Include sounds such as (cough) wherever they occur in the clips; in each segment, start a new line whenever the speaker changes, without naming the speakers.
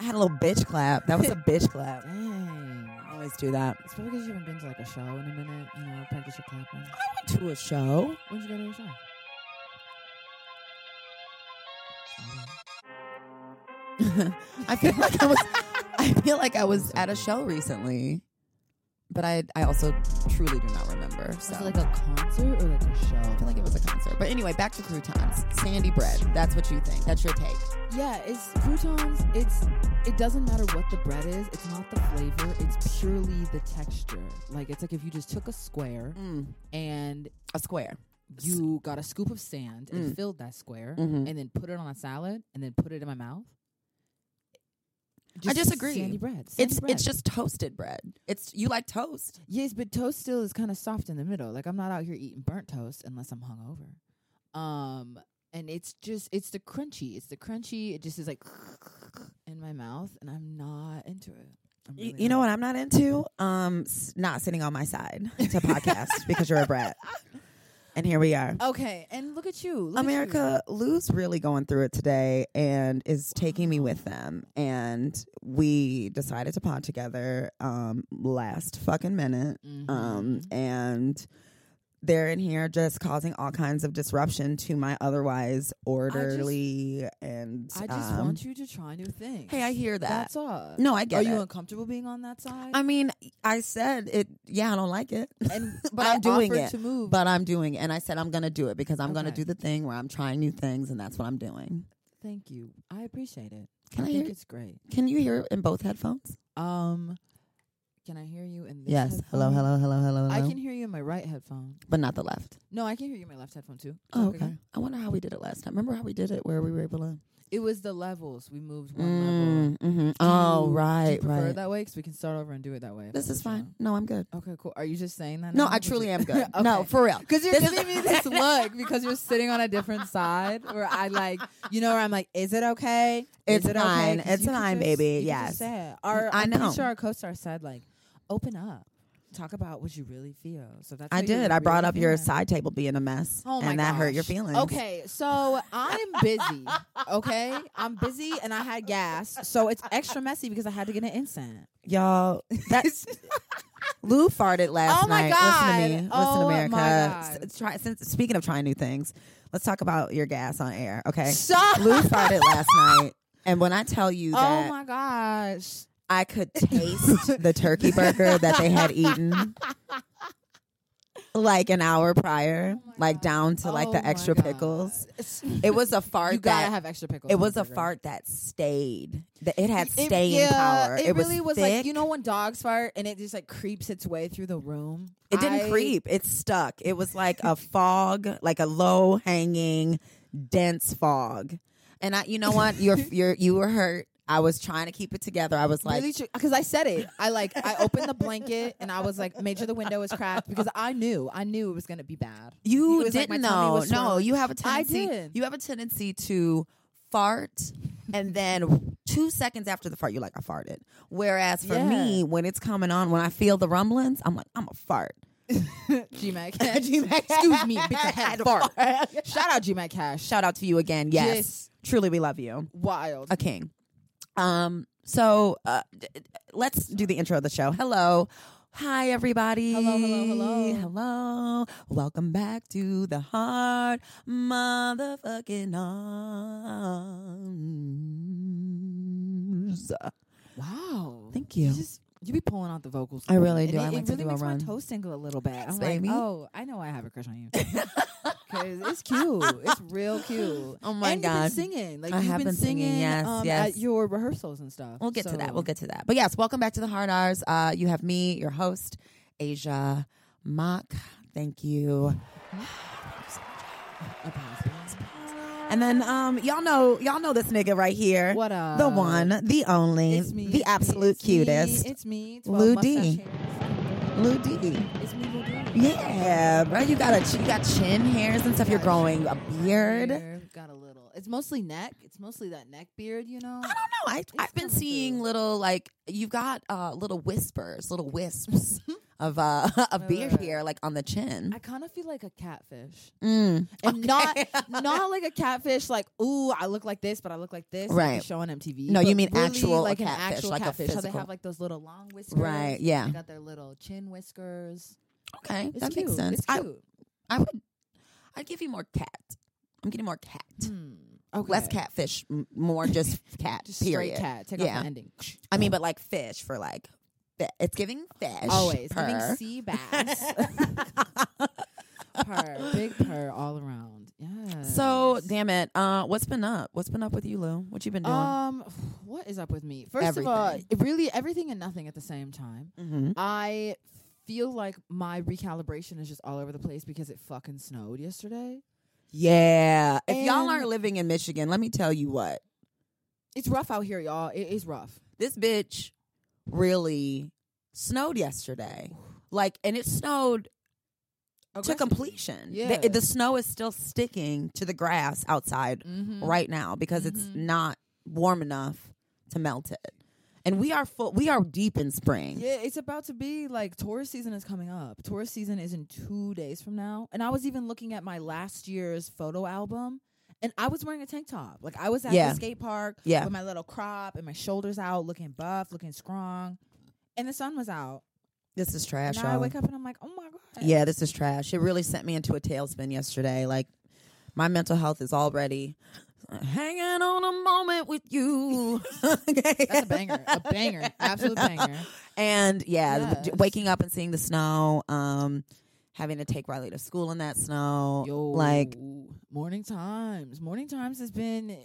I had a little bitch clap. That was a bitch clap.
Dang.
I always do that.
It's probably because you haven't been to like a show in a minute. You know, practice your clapping.
To a show.
When'd you go to a show?
(laughs) I feel like I was. I feel like I was at a show recently, but I I also truly do not remember. So
(laughs) Was it like a concert or like a
I feel
show?
like it was a concert. But anyway, back to croutons. Sandy bread. That's what you think. That's your take.
Yeah, it's croutons. It's it doesn't matter what the bread is. It's not the flavor. It's purely the texture. Like it's like if you just took a square and
Mm, A square.
you got a scoop of sand and
Mm.
filled that square
Mhm.
and then put it on a salad and then put it in my mouth.
I disagree.
Sandy bread. Sandy
It's
bread.
it's just toasted bread. It's you like toast.
Yes, but toast still is kind of soft in the middle. Like I'm not out here eating burnt toast unless I'm hungover. Um, and it's just it's the crunchy. It's the crunchy. It just is like (laughs) in my mouth, and I'm not into it. I'm
You,
really
you know what
not.
I'm not into? Um, s- not sitting on my side to podcast because you're a (laughs) brat. And here we are.
Okay, and look at you, look at you.
America, Lou's really going through it today and is taking me with them. And we decided to pod together um, last fucking minute.
Mm-hmm.
Um, and they're in here just causing all kinds of disruption to my otherwise orderly and.
I just
um,
want you to try new things.
Hey, I hear that.
That's all.
No, I get
Are you
it.
uncomfortable being on that side?
I mean, I said it. Yeah, I don't like it. (laughs)
and
but I'm doing
offered
it.
to move.
But I'm doing it. And I said I'm going to do it because I'm going to
Okay.
do the thing where I'm trying new things and that's what I'm doing.
Thank you. I appreciate it.
Can I
think
hear-
it's great.
Can you hear it in both headphones?
Um, can I hear you in this?
Yes. Hello,
headphone?
hello, hello, hello, hello.
I can hear you in my right headphone.
but not the left.
No, I can hear you in my left headphone too.
Oh,
Okay.
okay. I wonder how we did it last time. Remember how we did it where we were able to.
It was the levels. We moved one level.
Mm, mhm.
Do
Oh,
you- Do you
right,
prefer
right.
it that way? 'Cause we can start over and do it that way. if
This
that's
is
what you
fine. No, I'm good.
want. Okay, cool. Are you just saying that?
No,
now?
I
Did
truly
you-
am
(laughs)
good.
Okay.
No, for real.
Because you're
This
giving me this look because you're sitting on a different side where I like, you know, where I'm like, is it okay? Is
It's
it okay?
fine.
'Cause
It's
you could
fine,
just-
baby.
you could
Yes.
just say it. Our,
I
I'm pretty
know.
sure our co-star said like, open up, talk about what you really feel. So that's
I
what you're
did. I brought
really
up your
feeling.
side table being a mess.
Oh my
and that hurt your
gosh.
feelings.
Okay, so I'm busy. Okay, I'm busy, and I had gas, so it's extra messy because I had to get an incense.
Y'all,
(laughs)
that's. Lou farted last
Oh my
night.
God.
Listen to me.
Oh my
Listen, America.
God.
S- try, since, speaking of trying new things, let's talk about your gas on air, okay?
So,
Lou farted last night. And when I tell you
(laughs) oh
that
my gosh,
I could taste the turkey burger that they had
(laughs)
eaten like an hour prior, like down to like
Oh
the
my
extra
God.
pickles.
(laughs)
It was a fart
you
that
gotta have extra pickles.
it
on
was a
burger.
fart that stayed. That it had
It-
staying
yeah,
power.
It, really was,
was,
like
thick.
you know when dogs fart and it just like creeps its way through the room.
It didn't
I-
creep. It stuck. It was like a fog, like a low hanging, dense fog. And I, you know what? You're you're you were hurt. I was trying to keep it together. I was like,
Really, because I said it. I like I opened the blanket and I was like, made sure the window was cracked because I knew, I knew it was gonna be bad.
you
It was like
didn't
my tummy
know.
was
No,
swirling.
you have a
I
tendency.
did.
You have a tendency to fart, and then two seconds after the fart, you're like, I farted. Whereas for
Yeah.
me, when it's coming on, when I feel the rumblings, I'm like, I'm a fart. (laughs)
G-Mac. (laughs) Excuse me, bitch, I had a fart. Shout out G-Mac Cash.
Shout out to you again. Yes,
Yes.
truly, we love you.
Wild.
a king. Um, so uh, d- d- let's do the intro of the show. Hello. Hi, everybody.
Hello, hello, hello.
Hello. Welcome back to the hard motherfucking arms.
Wow.
Thank you.
just, you be pulling out the vocals.
I really
And
do.
It,
I
it
like to
really
do a
makes
run.
my toes tingle a little bit. I'm
baby.
like, oh, I know I have a crush on you. (laughs) Because it's cute. It's real cute.
(laughs) Oh my
and
God.
You've been singing. Like,
I
you've
have
been,
been singing,
singing,
yes,
um,
yes.
at your rehearsals and stuff.
We'll get to that.
So-
We'll get to that. But yes, welcome back to the hard R's. Uh, you have me, your host, Asia Mock. Thank you.
applause.
And then um, y'all know y'all know this nigga right here.
What up?
The one, the only,
It's me.
the
it's me,
absolute
it's me,
cutest,
it's me. 12
Lou
mustache
D.
hairs.
Lou D.
It's me, Lou D.
Yeah, bro, you got a you got chin hairs and stuff. You're
Got
growing a beard. I don't know.
Beard, Got a little. It's mostly neck. It's mostly that neck beard, you know.
I, I've been
coming
seeing
through.
little like you've got uh, little whispers, little wisps of uh (laughs) of
Wait,
beer
wait, wait.
here, like on the chin.
Mm-hmm. I kind of feel like a catfish,
Mm,
and
okay. (laughs)
not not like a catfish. Like, ooh, I look like this, but I look like this. like
Right.
you show on MTV.
No, you
but
mean
really
actual
like an
catfish,
actual
like a
catfish. How they
physical-
have like those little long whiskers.
right. Yeah.
They got their little chin whiskers.
Okay,
It's
that
cute.
makes sense.
It's
I
cute.
I would I'd give you more cat. I'm getting more cat.
Hmm. Okay.
Less catfish, m- more just cat.
(laughs) Just
period.
straight cat. Take
Yeah.
off the ending.
I mean, but like fish for like fi- it's giving fish.
Always giving
purr. (laughs)
sea bass. (laughs) purr, big purr all around. Yeah.
So damn it. Uh, what's been up? What's been up with you, Lou? What you been doing?
Um, what is up with me? First of all,
Everything.
really everything and nothing at the same time.
mm-hmm.
I feel like my recalibration is just all over the place because it fucking snowed yesterday.
Yeah. If y'all
And-
aren't living in Michigan, let me tell you what.
It's rough out here, y'all. It is rough.
This bitch really snowed yesterday. Like, and it snowed to
Aggressive.
completion.
Yeah.
The, the snow is still sticking to the grass outside
Mhm.
right now because it's
Mhm.
not warm enough to melt it. And we are full, we are deep in spring.
Yeah, it's about to be like tourist season is coming up. Tourist season is in two days from now. And I was even looking at my last year's photo album and I was wearing a tank top. Like I was at
Yeah.
the skate park
Yeah.
with my little crop and my shoulders out, looking buff, looking strong. And the sun was out.
This is trash.
And now I
y'all.
wake up and I'm like, oh my God.
Yeah, this is trash. It really sent me into a tailspin yesterday. Like my mental health is already hanging on a moment with you. (laughs)
That's a banger. A banger. Absolute banger.
And yeah,
Yes.
j- waking up and seeing the snow, um, having to take Riley to school in that snow.
Yo,
Uh, Like
morning times. Morning times has been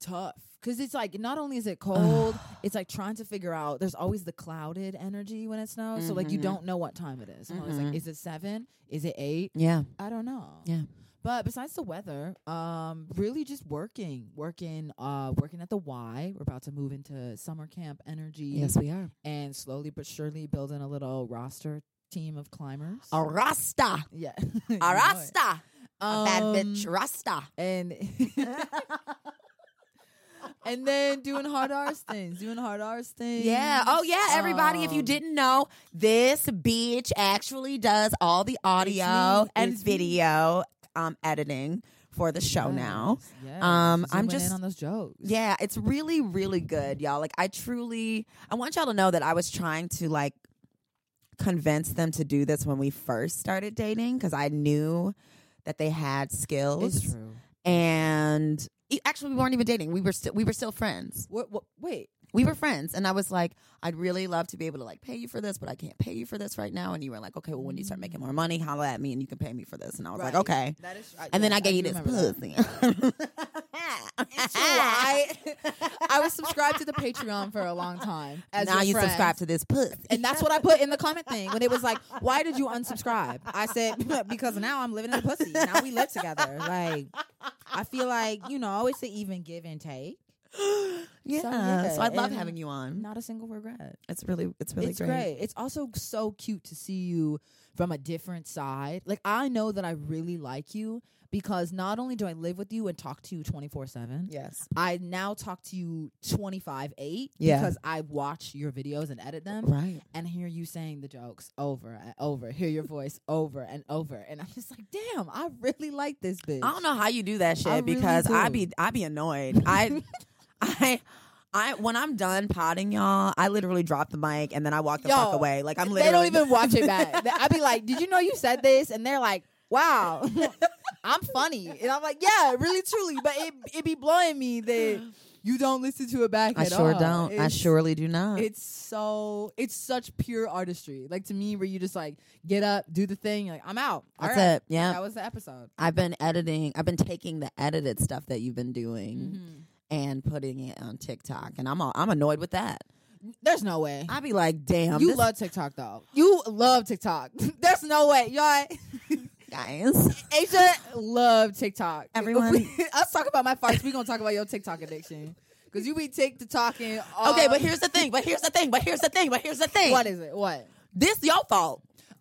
tough because it's like not only is it cold, it's like trying to figure out. There's always the clouded energy when it snows, so like you
Mhm.
don't know what time it is. I'm always
Mhm.
like, is it seven? Is it eight?
yeah.
I don't know.
Yeah.
But besides the weather, um, really just working, working, uh, working at the Y. We're about to move into summer camp energy,
we are.
and slowly but surely building a little roster team of climbers.
A rasta.
yeah, (laughs)
A rasta. a bad bitch
Um,
rasta.
and (laughs) and then doing hard R's things, doing hard R's things.
Yeah. Oh yeah, everybody, if you
Um,
didn't know, this bitch actually does all the audio
me,
and
it's me.
video um editing for the show
yes,
now.
yes,
Um, I'm
zooming in
just-
on those jokes.
Yeah, it's really, really good, y'all. Like, I truly, I want y'all to know that I was trying to like convince them to do this when we first started dating because I knew that they had skills,
it's true.
and e- actually, we weren't even dating. We were still, we were still friends.
What, what, wait,
We were friends, and I was like, I'd really love to be able to like pay you for this, but I can't pay you for this right now. And you were like, okay, well, when do you start making more money, holla at me, and you can pay me for this. And I was
Right.
like, okay.
That is,
And then
yes,
I gave
do
you this
remember that.
pussy. (laughs)
It's true. I I was subscribed to the Patreon for a
(laughs)
long time. As
now
your
you
friend.
subscribe to this pussy.
And that's what I put in the comment thing when it was like, "Why did you unsubscribe?" I said, "Because now I'm living in a pussy. Now we live together. Like, I feel like you know, it's an even give and take.
yeah. So,
yeah,
I love
and-
having you on.
Not a single regret.
It's really, it's really
it's great. It's also so cute to see you from a different side. Like, I know that I really like you because not only do I live with you and talk to you twenty four seven,
Yes.
I now talk to you 25 8
Yeah.
because I watch your videos and edit them
Right.
and hear you saying the jokes over and over, hear your voice over and over. And I'm just like, damn, I really like this bitch.
I don't know how you do that shit
I really
because I
do.
be, I be annoyed. I, (laughs) I. I when I'm done potting y'all, I literally drop the mic and then I walk the
Yo,
fuck away. Like I'm
They
literally
don't even watch it back.
(laughs)
I'd be like, did you know you said this? And they're like, wow, (laughs) I'm funny. And I'm like, yeah, really, truly. But it, it be blowing me that you don't listen to it back
I
at
sure
all.
don't. I
It's-
surely do not.
it's so it's such pure artistry like to me where you just like get up do the thing you're like i'm out All
That's
right.
it. Yeah.
that was the episode
I've been editing. I've been taking the edited stuff that you've been doing
Mm-hmm.
and putting it on TikTok, and I'm all, I'm annoyed with that.
there's no way
I be like, damn,
you
this
love tiktok though you love tiktok (laughs) there's no way y'all (laughs)
guys.
asia love tiktok (laughs)
Everyone-
us talk about my farts we gonna talk about your tiktok addiction because you be tiktok talking
okay, but here's the thing. But here's the thing. But here's the thing. But here's the thing.
Um, what is it what
this your fault?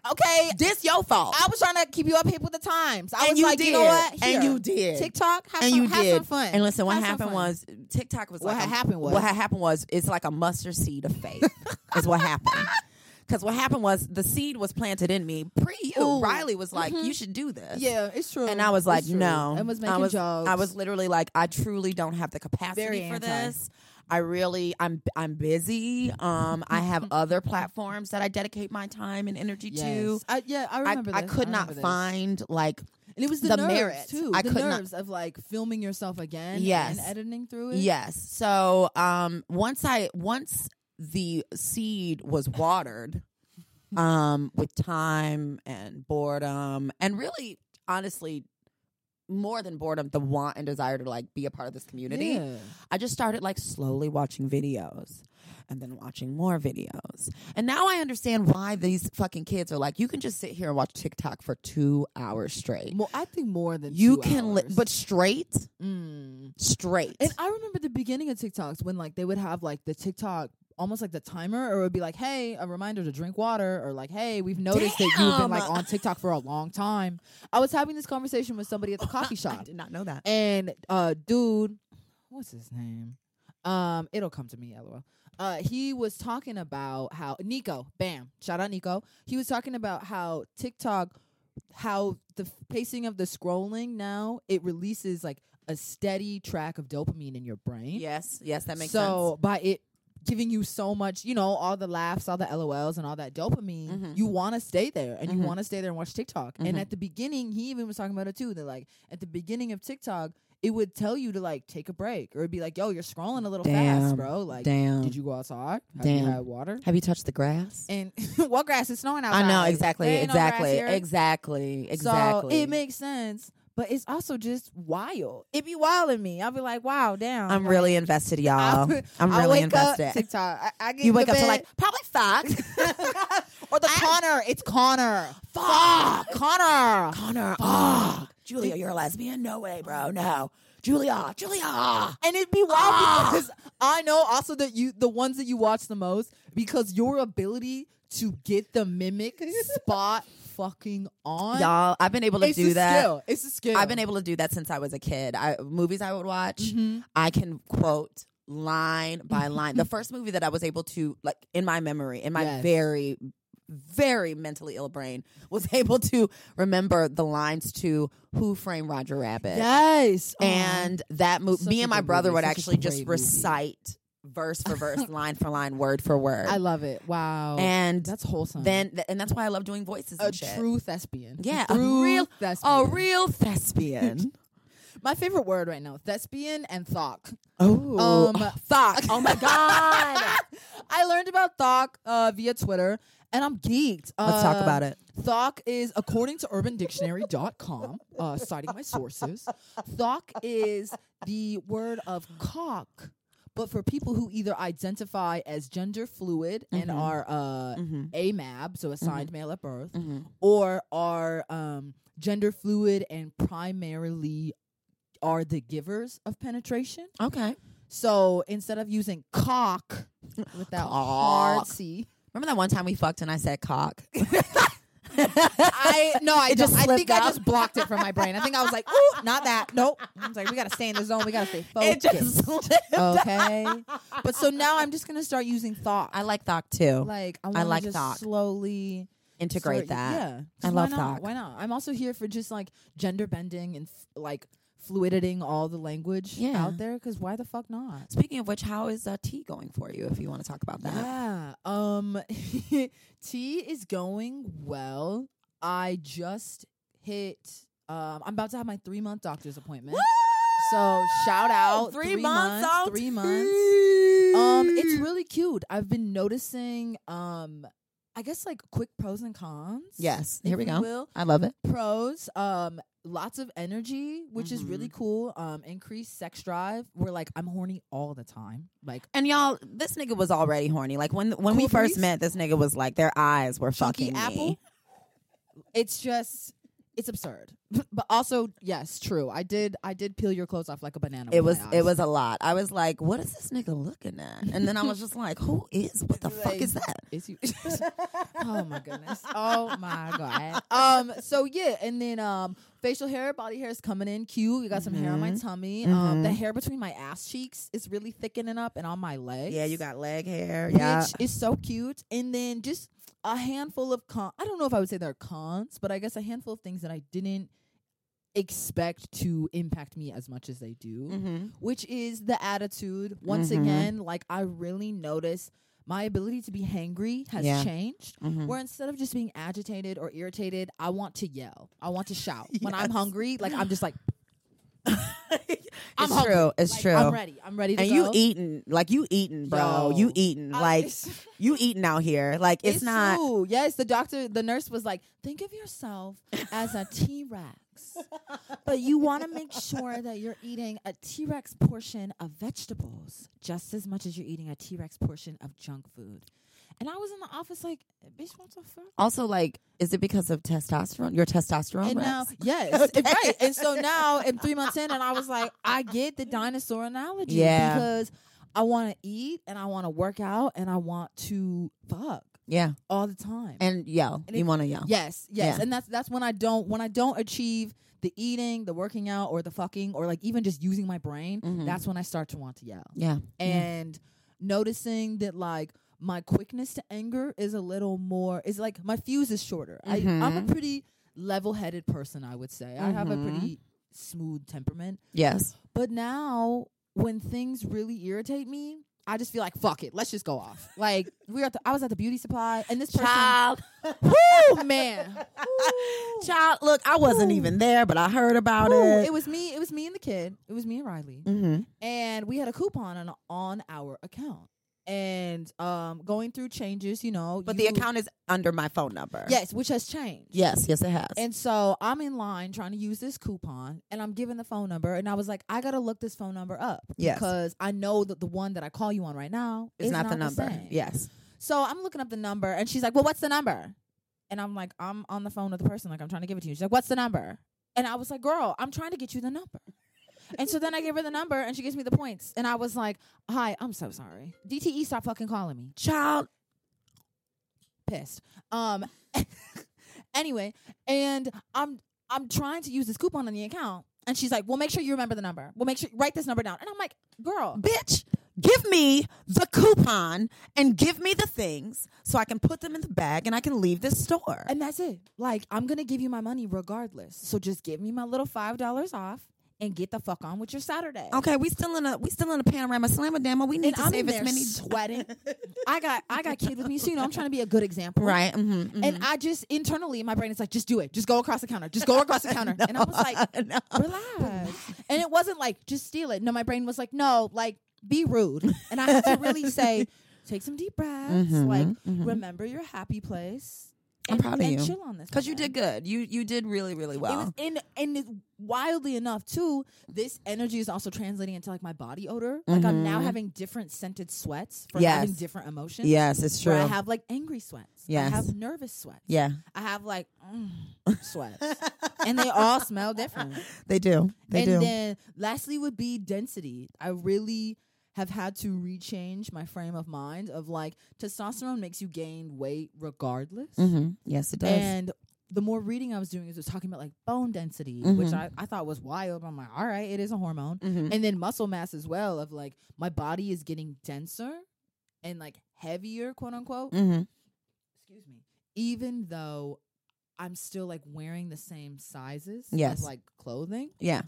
okay
This your fault?
i was trying to keep you up here with the times i
and
was
you
like
did.
you know what
And
Here.
you did.
tiktok have
and
some,
you
have
did.
some fun
And listen, what
Have some
happened
fun.
was TikTok was
What
like
had
a-
happened was- (laughs)
what had happened was it's like a mustard seed of faith is what happened. Because what happened was the seed was planted in me pre you.
Ooh.
Riley was like,
Mhm.
"You should do this."
Yeah, it's true.
And I was like,
It's true.
no.
I was making
I was,
jokes.
I was literally like, I truly don't have the capacity
Very
for
anti.
this. I really, I'm, I'm busy. Um, I
(laughs)
have other platforms that I dedicate my time and energy to.
Yes. I, yeah, I
I,
remember.
I
this.
could not
remember this.
find like
And it was the,
the
nerves
merit.
too.
I
the
could not-
nerves of like filming yourself again.
Yes.
and editing through it.
yes. So um, once I once the seed was watered, um, with time and boredom, and really, honestly, more than boredom, the want and desire to like be a part of this community.
Yeah.
I just started like slowly watching videos and then watching more videos. And now I understand why these fucking kids are like, you can just sit here and watch TikTok for two hours straight.
Well, I think more than
You
two
can, li-
hours.
but straight,
Mm.
straight.
And I remember the beginning of TikToks when like they would have like the TikTok almost like the timer or it would be like, "Hey, a reminder to drink water," or like, "Hey, we've noticed that you've been like
Damn.
on TikTok for a long time." I was having this conversation with somebody at the coffee
I
shop.
did not know that.
And uh dude, what's his name? Um, it'll come to me, lol. Uh, he was talking about how Nico, bam, shout out Nico. He was talking about how TikTok, how the f- pacing of the scrolling now it releases like a steady track of dopamine in your brain.
Yes, yes, that makes
so by it giving you so much, you know, all the laughs, all the LOLs, and all that dopamine,
Mhm.
you want to stay there and
Mhm.
you want to stay there and watch TikTok. And
Mhm.
at the beginning, he even was talking about it too. That like at the beginning of TikTok, it would tell you to like take a break, or it'd be like, "Yo, you're scrolling a little
Damn.
fast, bro.
sense.
Like,
Damn.
did you go outside? Have you
Damn.
had water?
Have you touched the grass?
And (laughs) what grass? It's snowing outside.
I know exactly,
There ain't no grass
exactly,
here.
exactly,
So
exactly.
it makes sense." But it's also just wild. It be wilding me. I'll be like, wow, damn.
I'm really invested, y'all.
I-
I'm
I
really
wake up-
invested.
TikTok. I, I get
you
in
wake
the
up to
bed.
like probably
(laughs)
five.
or the Connor. It's Connor. Fuck, Connor.
Connor, ah, Julia, you're a lesbian? No way, bro. No, Julia, Julia. ah.
And it'd be wild
Ah.
because I know also that you the ones that you watch the most because your ability to get the
(laughs)
mimic spot fucking on.
Y'all, I've been able to
it's
do
a
that.
Skill. It's a skill.
I've been able to do that since I was a kid. I, movies I would watch,
Mhm.
I can quote line
(laughs)
by line. The first movie that I was able to like in my memory, in my
Yes.
very very mentally ill brain was (laughs) able to remember the lines to Who Framed Roger Rabbit.
Yes. Oh, Aw.
And that movie,
Such
me
a
and my
good
brother
movie.
would
Such a
actually just
great movie.
recite verse for
(laughs)
verse, line for line, word for word.
I love it. Wow.
and
that's wholesome.
then, th- and that's why I love doing voices
a
and shit.
true thespian.
Yeah, a
True
real-
thespian.
a real
(laughs)
thespian.
My favorite word right now, thespian and thock.
oh,
(laughs) Um,
fuck! Oh my god!
(laughs) I learned about Thok uh, via Twitter, and I'm geeked. Uh,
Let's talk about it.
Thok is, according to UrbanDictionary.com, uh, citing my sources, Thok is the word of cock, but for people who either identify as gender fluid and
Mhm.
are uh,
Mm-hmm.
AMAB, so assigned male at birth,
Mm-hmm.
or are um, gender fluid and primarily are the givers of penetration.
Okay.
So instead of using cock with that
Cock.
hard C,
Remember that one time we fucked and I said
(laughs)
cock?
I (laughs) no, I
It
just
just
I
slipped
think I
out.
just blocked it from my brain. I think I was (laughs) like, ooh, not that. Nope. I was like, we gotta stay in the (laughs) zone. Oh, We gotta stay
it
focused.
just
(laughs)
slipped.
okay. But so now I'm just gonna start using thought.
I like thought too.
like I, wanna
like
just
thought.
slowly
Integrate
start-
that.
Yeah,
I
'Cause why
love
not?
thought.
Why not? I'm also here for just like gender bending and f- like fluiding all the language
Yeah.
out there. Because why the fuck not?
Speaking of which, how is uh, tea going for you? If you want to talk about that.
Yeah. Um (laughs) tea is going well. I just hit um I'm about to have my 3 month doctor's appointment. So shout out
Oh, three, months, out.
three months. Um it's really cute. I've been noticing um I guess like quick pros and cons.
yes.
if
Here we
you
go.
will.
I love it.
Pros um lots of energy, which is really
Mm-hmm.
cool. Um increased sex drive. We're like I'm horny all the time. Like
And y'all, this nigga was already horny. Like when when we
Cool
first
breeze?
met, this nigga was like, their eyes were
Chunky
fucking
apple?
me.
it's just it's absurd (laughs) but also yes true i did i did peel your clothes off like a banana
It was
with my eyes.
it was a lot. I was like, what is this nigga looking at? And then I was just like, who is? What the fuck
(laughs) Like-
is that?
Is you- oh my goodness oh my
(laughs)
god um so yeah and then um facial hair body hair is coming in cute you got some hair on
Mm-hmm.
my tummy um the hair between my ass cheeks is really thickening up and on my legs
Yeah, you got leg hair.
which
Yeah,
is so cute and then just a handful of con I don't know if I would say they're cons, but I guess a handful of things that I didn't expect to impact me as much as they do,
Mm-hmm.
which is the attitude. Once
Mhm.
again, like I really notice my ability to be hangry has
Yeah.
changed.
Mm-hmm.
Where instead of just being agitated or irritated, I want to yell. I want to shout. When I'm
Yes.
hungry, like I'm just like I'm
it's
hungry.
true. It's
like,
true.
I'm ready. I'm ready to
and
go.
you eating like you eating, bro.
Yo.
You eating
I-
like (laughs)
it's-
you eating out here. Like it's, not.
true. Yes, the doctor, the nurse was like, "Think of yourself as a T Rex, but you want to make sure that you're eating a T Rex portion of vegetables just as much as you're eating a T Rex portion of junk food." And I was in the office like, "Bitch, what the fuck?"
Also, like, is it because of testosterone? Your testosterone.
And
Rex?
now,
(laughs)
yes,
Okay.
right. And so now, in three months in, and I was like, I get the dinosaur analogy
Yeah.
because I want to eat and I want to work out and I want to fuck
yeah,
all the time.
and yell.
And
you
it-
want to yell?
Yes, yes,
Yeah.
and that's that's when I don't when I don't achieve the eating, the working out, or the fucking, or like even just using my brain.
Mhm.
That's when I start to want to yell
Yeah.
and noticing that like my quickness to anger is a little more. Is like my fuse is shorter. I, I'm
Mhm.
a pretty level-headed person, I would say. I have a
Mhm.
pretty smooth temperament,
yes.
but now when things really irritate me. I just feel like fuck it. Let's just go off. Like we are. At the, I was at the beauty supply, and this person.
(laughs)
Woo, man. Woo.
Child, look, I wasn't
Ooh.
even there, but I heard about
Ooh,
it.
it was me. It was me and the kid. It was me and Riley,
mm-hmm.
and we had a coupon on on our account. And um, going through changes, you know,
But
you-
the account is under my phone number.
yes, which has changed.
Yes. Yes, it has.
And so I'm in line trying to use this coupon, and I'm given the phone number, and I was like, I gotta look this phone number up
Yes.
because I know that the one that I call you on right now
it's
is
not, the number.
same.
yes.
So I'm looking up the number, and she's like, "Well, what's the number?" And I'm like, "I'm on the phone with the person. Like, I'm trying to give it to you." She's like, "What's the number?" And I was like, "Girl, I'm trying to get you the number." and so then I gave her the number, and she gives me the points. And I was like, "Hi, I'm so sorry. DTE, stop fucking calling me.
Child.
Pissed." Um. (laughs) anyway, and I'm I'm trying to use this coupon on the account, and she's like, "Well, make sure you remember the number. We'll make sure write this number down." And I'm like, "Girl,
bitch give me the coupon and give me the things so i can put them in the bag and i can leave this store
And that's it. Like, I'm going to give you my money regardless. So just give me my little $5 off and get the fuck on with your Saturday.
okay we still in a we still in a panorama slammadama we need
And
to
I'm
save
in
as
there
many (laughs)
sweating. I got I got kid with me, so you know I'm trying to be a good example,
right mm-hmm,
And I just internally, my brain is like, just do it, just go across the counter, just go
(laughs)
across the counter. And I was like, relax. And it wasn't like just steal it. No, my brain was like, no, like be rude. And I had to
(laughs)
really say, take some deep breaths, like remember your happy
Mm-hmm.
place.
I'm
and-
proud of
and
you.
Chill on this
because you
moment."
did good you you did really really
It was
well
in and it, wildly enough too, this energy is also translating into like my body odor. Like I'm now
Mhm.
having different scented sweats for
Yes.
having different emotions.
yes it's
Where I have like angry sweats.
Yes.
I have nervous sweats.
yeah
I have like
(laughs)
mm, sweats. and they all smell different.
they do (laughs) they
and
do
then lastly would be density. I really have had to rechange my frame of mind of like testosterone makes you gain weight regardless.
mm-hmm. yes it does
And the more reading I was doing, it was talking about like bone density, which
Mhm.
I, I thought was wild. I'm like, all right, it is a hormone.
Mhm.
And then muscle mass as well, of like my body is getting denser and like heavier, quote unquote.
Mhm.
Excuse me. Even though I'm still like wearing the same sizes
Yes.
of like clothing
yeah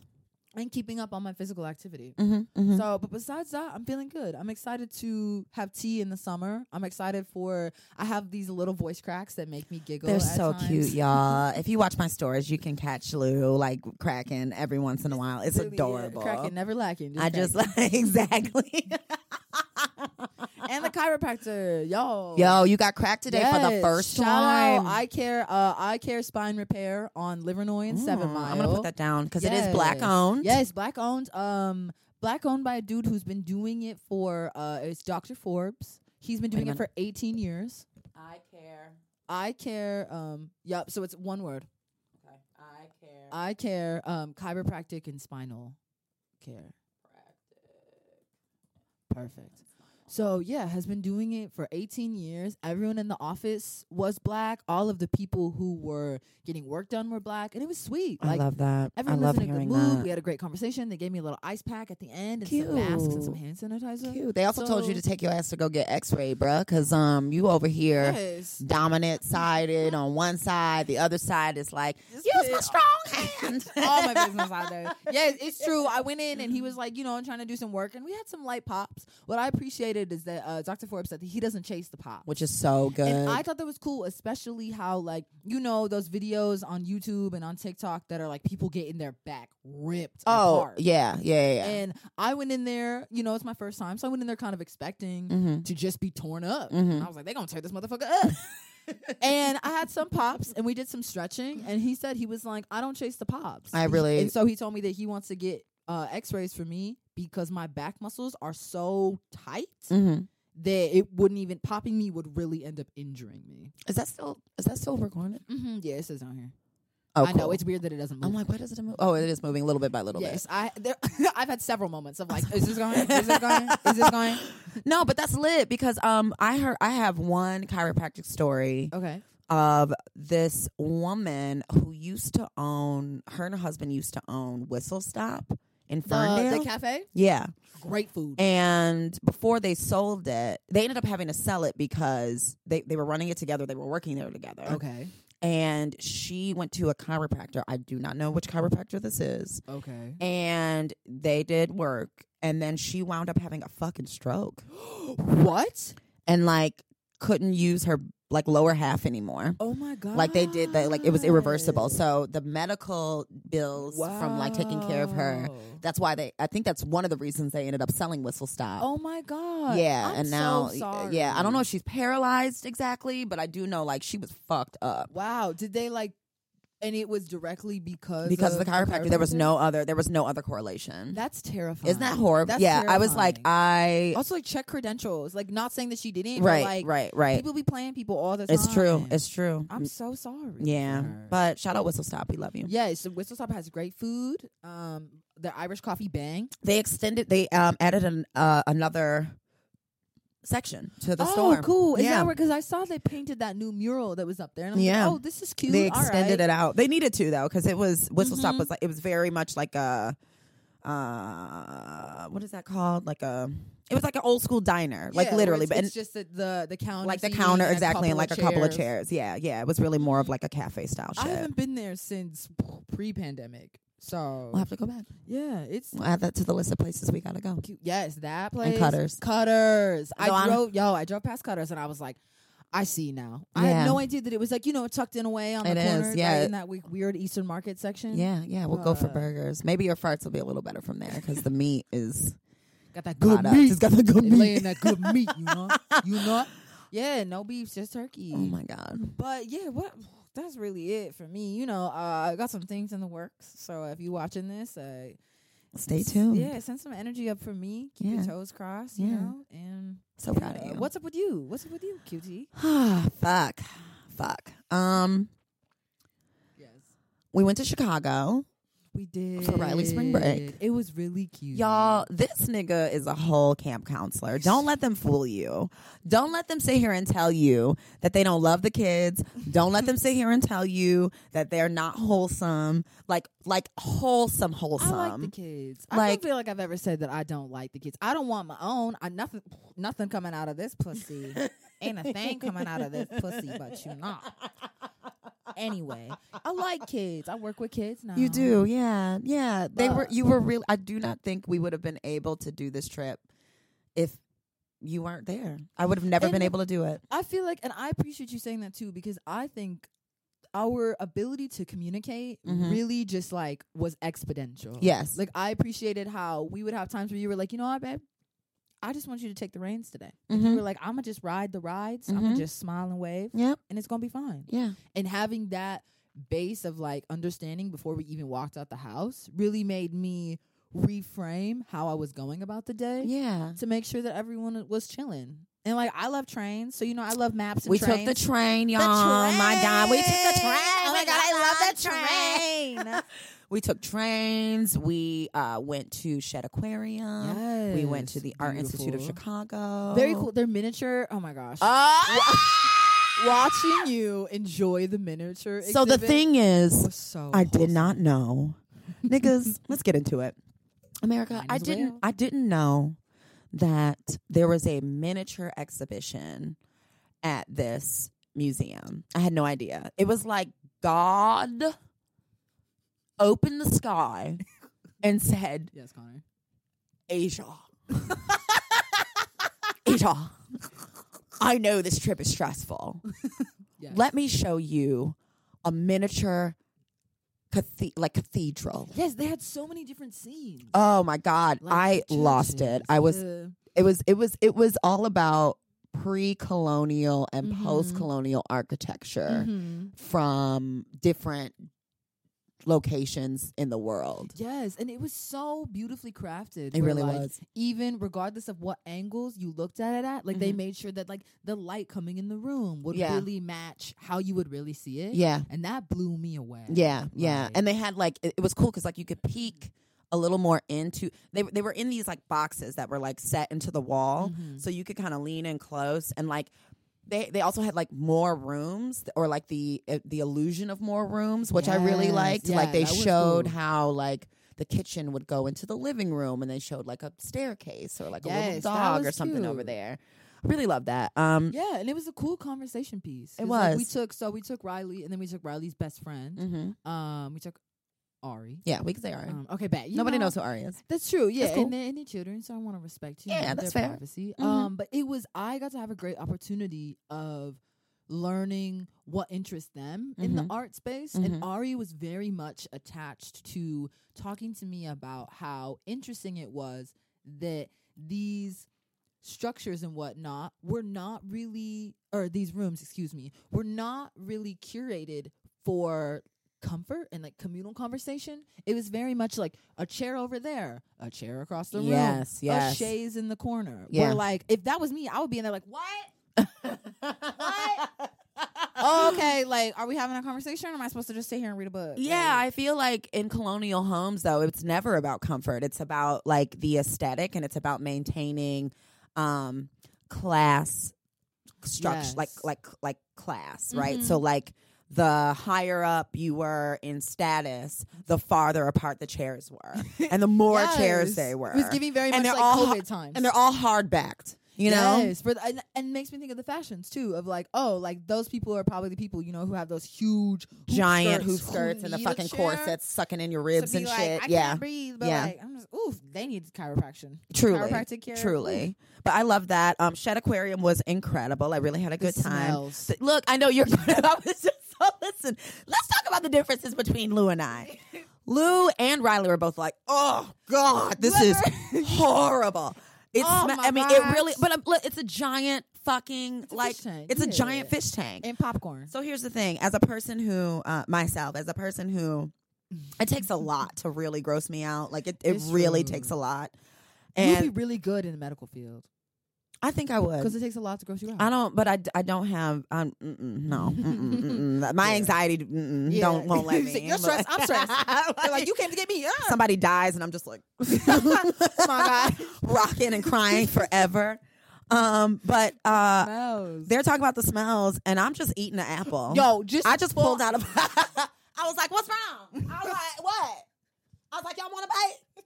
and keeping up on my physical activity.
mm-hmm. Mm-hmm.
So, but besides that, I'm feeling good. I'm excited to have tea in the summer. I'm excited for. I have these little voice cracks that make me giggle.
They're
at
so
times.
cute,
(laughs)
y'all. if you watch my stories, you can catch Lou like cracking every once in a while. It's
Really, yeah,
adorable.
uh, Cracking, never lacking.
I just
cracking.
like (laughs) exactly.
and the chiropractor, yo,
Yo, you got cracked today for the
Yes,
first
shout
time.
Out I care, uh, I care spine repair on Livernoy and Seven
Mm,
Mile.
I'm gonna put that down because it is
Yes.
black owned.
Yes, black owned. Um, black owned by a dude who's been doing it for. Uh, it's Doctor Forbes. He's been
Wait a
doing it
minute.
for 18 years. I care. I care. Um, yep. So it's one word. Okay. I care. I care. Um, chiropractic and spinal care. Perfect. So yeah, has been doing it for 18 years. Everyone in the office was black. All of the people who were getting work done were black, and it was sweet.
I
Like
love that. I
everyone
love
was in a good
hearing
mood. We
that.
had a great conversation. They gave me a little ice pack at the end and some masks and some hand sanitizer.
Cute. They also told you to
So-
take your ass to go get X-ray, bruh, because um, you over here
Yes.
dominant sided on one side, the other side is like
This
use my
kid- (laughs)
strong hand.
all my business out there. Yes, it's true. I went in and he was like, you know, I'm trying to do some work, and we had some light pops. What I appreciated is that uh, Dr. Forbes said that he doesn't chase the pop.
(laughs) which is so good.
And I thought that was cool, especially how like you know those videos on YouTube and on TikTok that are like people getting their back ripped.
oh
apart.
yeah, yeah, yeah.
And I went in there, you know, it's my first time, so I went in there kind of expecting
hmm
to just be torn up.
Mhm.
And I was like, they gonna tear this motherfucker up. (laughs) and I had some pops, and we did some stretching, and he said he was like, I don't chase the pops.
I really-
and so he told me that he wants to get uh, X-rays for me because my back muscles are so tight
hmm
that it wouldn't even popping me would really end up injuring me.
Is that still is that still recorded?
Mm-hmm. Yeah, it says on here.
Oh,
I know
cool.
it's weird that it doesn't move.
I'm like, why does it move? Oh, it is moving little bit by little
yes, I there, (laughs) I've had several moments
(laughs)
of like, is this going? Is this going? Is this going?
bit. No, but that's lit because um, I heard I have one chiropractic story
Okay.
of this woman who used to own her and her husband used to own Whistle Stop in
The,
Ferndale.
Uh, the cafe,
yeah,
great food.
And before they sold it, they ended up having to sell it because they, they were running it together. They were working there together.
okay.
And she went to a chiropractor. I do not know which chiropractor this is.
Okay.
And they did work. And then she wound up having a fucking stroke
what?
and like couldn't use her like lower half anymore.
Oh my god!
Like they did that, like it was irreversible. So the medical bills from like taking care of her.
Wow.
That's why they. I think that's one of the reasons they ended up selling Whistle Stop.
Oh my god!
Yeah,
I'm
and
so
now, uh,
sorry.
yeah, I don't know if she's paralyzed exactly, but I do know like she was fucked up
Wow, did they like? And it was directly because
because of the chiropractor. There was
chiropractor?
no other. There was no other correlation.
That's terrifying.
Isn't that horrible?
That's
yeah, I was like,
terrifying.
I
Also, like check credentials. Like, not saying that she didn't. but,
right,
like,
right, right.
People be playing people all the time.
It's true. It's true. Mm,
I'm so sorry.
yeah,
for her.
but shout out Whistle Stop. We love you.
yeah. So Whistle Stop has great food. Um, their Irish coffee bang.
They extended. They um added an uh, another section to the
oh,
store.
cool. Is
yeah.
that because I saw they painted that new mural that was up there? And I'm
Yeah.
Like, oh, this is cute.
they
All
extended
right.
it out. They needed to though, because it was Whistle Stop
Mhm.
was like it was very much like a, uh, what is that called? Like a, it was like an old school diner, like
Yeah,
literally, but
where it's, it's just the, the the counter,
and, like the
seating
counter
and a
exactly, and like
couple
a couple of
chairs.
chairs. Yeah, yeah, it was really more of like a cafe style
I
shit.
haven't been there since pre-pandemic, so
We'll have to go back.
yeah, it's
We'll add that to the list of places we gotta go.
cute. Yes, that place.
Cutters.
Cutters.
No,
I
I'm-
drove. Yo, I drove past Cutters, and I was like. I see now. I
Yeah.
had no idea that it was like you know tucked in away on the
It is,
corner,
yeah.
right, in that we- weird Eastern Market section.
Yeah, yeah, we'll go for
Uh.
burgers. Maybe your farts will be a little better from there because the meat is
got that
good
(laughs) good
meat.
meat.
It's got the good
They
meat.
laying that good meat, you (laughs) know, you know. Yeah, no beef, just turkey.
Oh my god.
But yeah, what that's really it for me. You know, uh, I got some things in the works. So if you watching this, uh,
Stay
s-
tuned.
Yeah, send some energy up for me. Keep
Yeah.
your toes crossed. You
Yeah.
know, and
So proud of
yeah.
you.
What's up with you? What's up with you, QT?
(sighs) fuck, fuck. Um,
Yes,
we went to Chicago.
we did
For Riley spring break.
It was really cute,
Y'all,
Mm-hmm.
this nigga is a whole camp counselor. Don't let them fool you. Don't let them sit here and tell you that they don't love the kids. Don't let them sit here and tell you that they're not wholesome. Like like wholesome
I
wholesome.
like the kids. I
Like-
don't feel like I've ever said that I don't like the kids. I don't want my own. I nothing nothing coming out of this pussy. Ain't a thing coming out of this pussy, but you not. Anyway, I like kids. I work with kids now.
you do, yeah, yeah. They were,
Um, But-
you were really. I do not think we would have been able to do this trip if you weren't there. I would have never
And
been
the-
able to do it.
I feel like, and I appreciate you saying that too, because I think our ability to communicate
Mhm.
really just like was exponential.
Yes,
Oh. Like I appreciated how we would have times where you were like, you know what, babe, I just want you to take the reins today. And
Mhm.
you were like, I'm gonna just ride the rides. I'm
Mhm.
gonna just smile and wave.
Yep.
And it's gonna be fine.
yeah.
Mm-hmm. And having that base of like understanding before we even walked out the house really made me reframe how I was going about the day
Yeah.
to make sure that everyone was chilling. And like I love trains, so you know I love maps. And
We
trains.
took the train, y'all. Oh my God, we took the train.
Oh my God, I
love the train. (laughs) we took trains. We uh, went to Shed Aquarium.
(laughs)
We went to
Yes,
the Art Institute of
beautiful.
Chicago. Uh, Ah!
Very cool. They're miniature. Oh my gosh. (laughs) Watching you enjoy the miniature.
so the
exhibit
thing is,
was so
I did
wholesome.
not know.
(laughs)
Niggas, let's get into it.
America,
Might
I
as
didn't
well.
I didn't know that there was a miniature exhibition at this museum. I had no idea. It was like God opened the
(laughs)
sky and said,
Yes, Connor.
Asia. (laughs) Asia. I know this trip is stressful.
Yes.
Let me show you a miniature cathe- like cathedral.
Yes, they had so many different scenes.
Oh my god,
Like
I
the
lost it.
churches,
I was
the-
it was it was it was all about pre-colonial and
Mhm.
post-colonial architecture
Mhm.
from different locations in the world.
Yes, and it was so beautifully crafted.
It
where,
really
like,
was.
Even regardless of what angles you looked at it at, like they
Mhm.
made sure that like the light coming in the room would
Yeah.
really match how you would really see it.
Yeah.
and that blew me away.
Yeah, yeah.
Like,
And they had like it, it was cool cuz like you could peek a little more into they they were in these like boxes that were like set into the wall
Mhm.
so you could kind of lean in close and like they they also had like more rooms or like the uh, the illusion of more rooms, which I really
Yes,
liked.
yeah,
like they
that was
showed
cool.
how like the kitchen would go into the living room and they showed like a staircase or like a little
Yes, that
dog or
was
something over
cute.
there. I really love that. Um
yeah, and it was a cool conversation piece.
It
'cause, like, we
was.
took so we took Riley, and then we took Riley's best friend.
mhm.
Um, we took Ari.
Yeah, we could say Ari.
Um, okay, bet You
Nobody
know-
knows who Ari is.
That's true. Yeah,
cool.
and they're any children, so I want to respect you.
Yeah,
know,
that's
their
fair.
Privacy.
Mhm.
Um, but it was I got to have a great opportunity of learning what interests them in the
Mhm.
art space,
Mhm.
and Ari was very much attached to talking to me about how interesting it was that these structures and whatnot were not really, or these rooms, excuse me, were not really curated for comfort and like communal conversation. It was very much like a chair over there, a chair across the room,
Yes, yes.
a chaise in the corner.
Yeah.
Where like if that was me, I would be in there like
(laughs)
what? Oh, okay, like are we having a conversation? Or am I supposed to just sit here and read a book?
Yeah,
Like,
I feel like in colonial homes though, it's never about comfort. It's about like the aesthetic and it's about maintaining um class structure
Yes.
like like like class, right?
Mhm.
So like the higher up you were in status, the farther apart the chairs were. And the more (laughs) chairs
yes.
they were.
It was giving very
And
much
they're
like
all
COVID times.
and they're all hard backed, you know?
Yes, for the, and, and makes me think of the fashions too of like oh like those people are probably the people you know who have those huge hoop
Giant
skirts,
hoop skirts and the
need a
fucking
chair
corsets sucking in your
to
ribs
be
and
like, I
shit.
can't
yeah.
breathe, but
Yeah.
like I'm just oof they need chiropraction
Truly.
chiropractic care
Truly. But I love that. Um, Shed Aquarium was incredible. I really had a
The
good time.
smells.
Th- Look, I know you're (laughs) gonna I was just so listen, let's talk about the differences between Lou and
(laughs)
I. Lou and Riley were both like, oh God, this is horrible. It's
Oh, my
I mean, it
gosh.
really but um, look, it's a giant fucking
a
like
fish tank,
it's a
yeah.
giant fish tank.
and popcorn.
So here's the thing: as a person who uh, myself, as a person who, it takes
(laughs)
a lot to really gross me out. Like it, it
It's
really
true.
takes a lot.
You'd
And
be really good in the medical field
I think I would.
because it takes a lot to gross you out.
I don't, but I, d- I don't have. I'm mm-mm, no.
(laughs)
Mm-mm, mm-mm. My
Yeah.
anxiety mm-mm,
Yeah.
don't
(laughs)
won't let me.
You're stressed, I'm stressed. (laughs) They're like you came to get me. Ah.
(laughs) Somebody dies and I'm just like, (laughs)
(laughs) Oh God.
rocking and crying forever. Um, but uh,
Smells.
they're talking about the smells, and I'm just eating an apple.
Yo, just
I just pulled out of. (laughs) I was like, "What's wrong?" I was like, "What?" I was like, "Y'all want to bite?"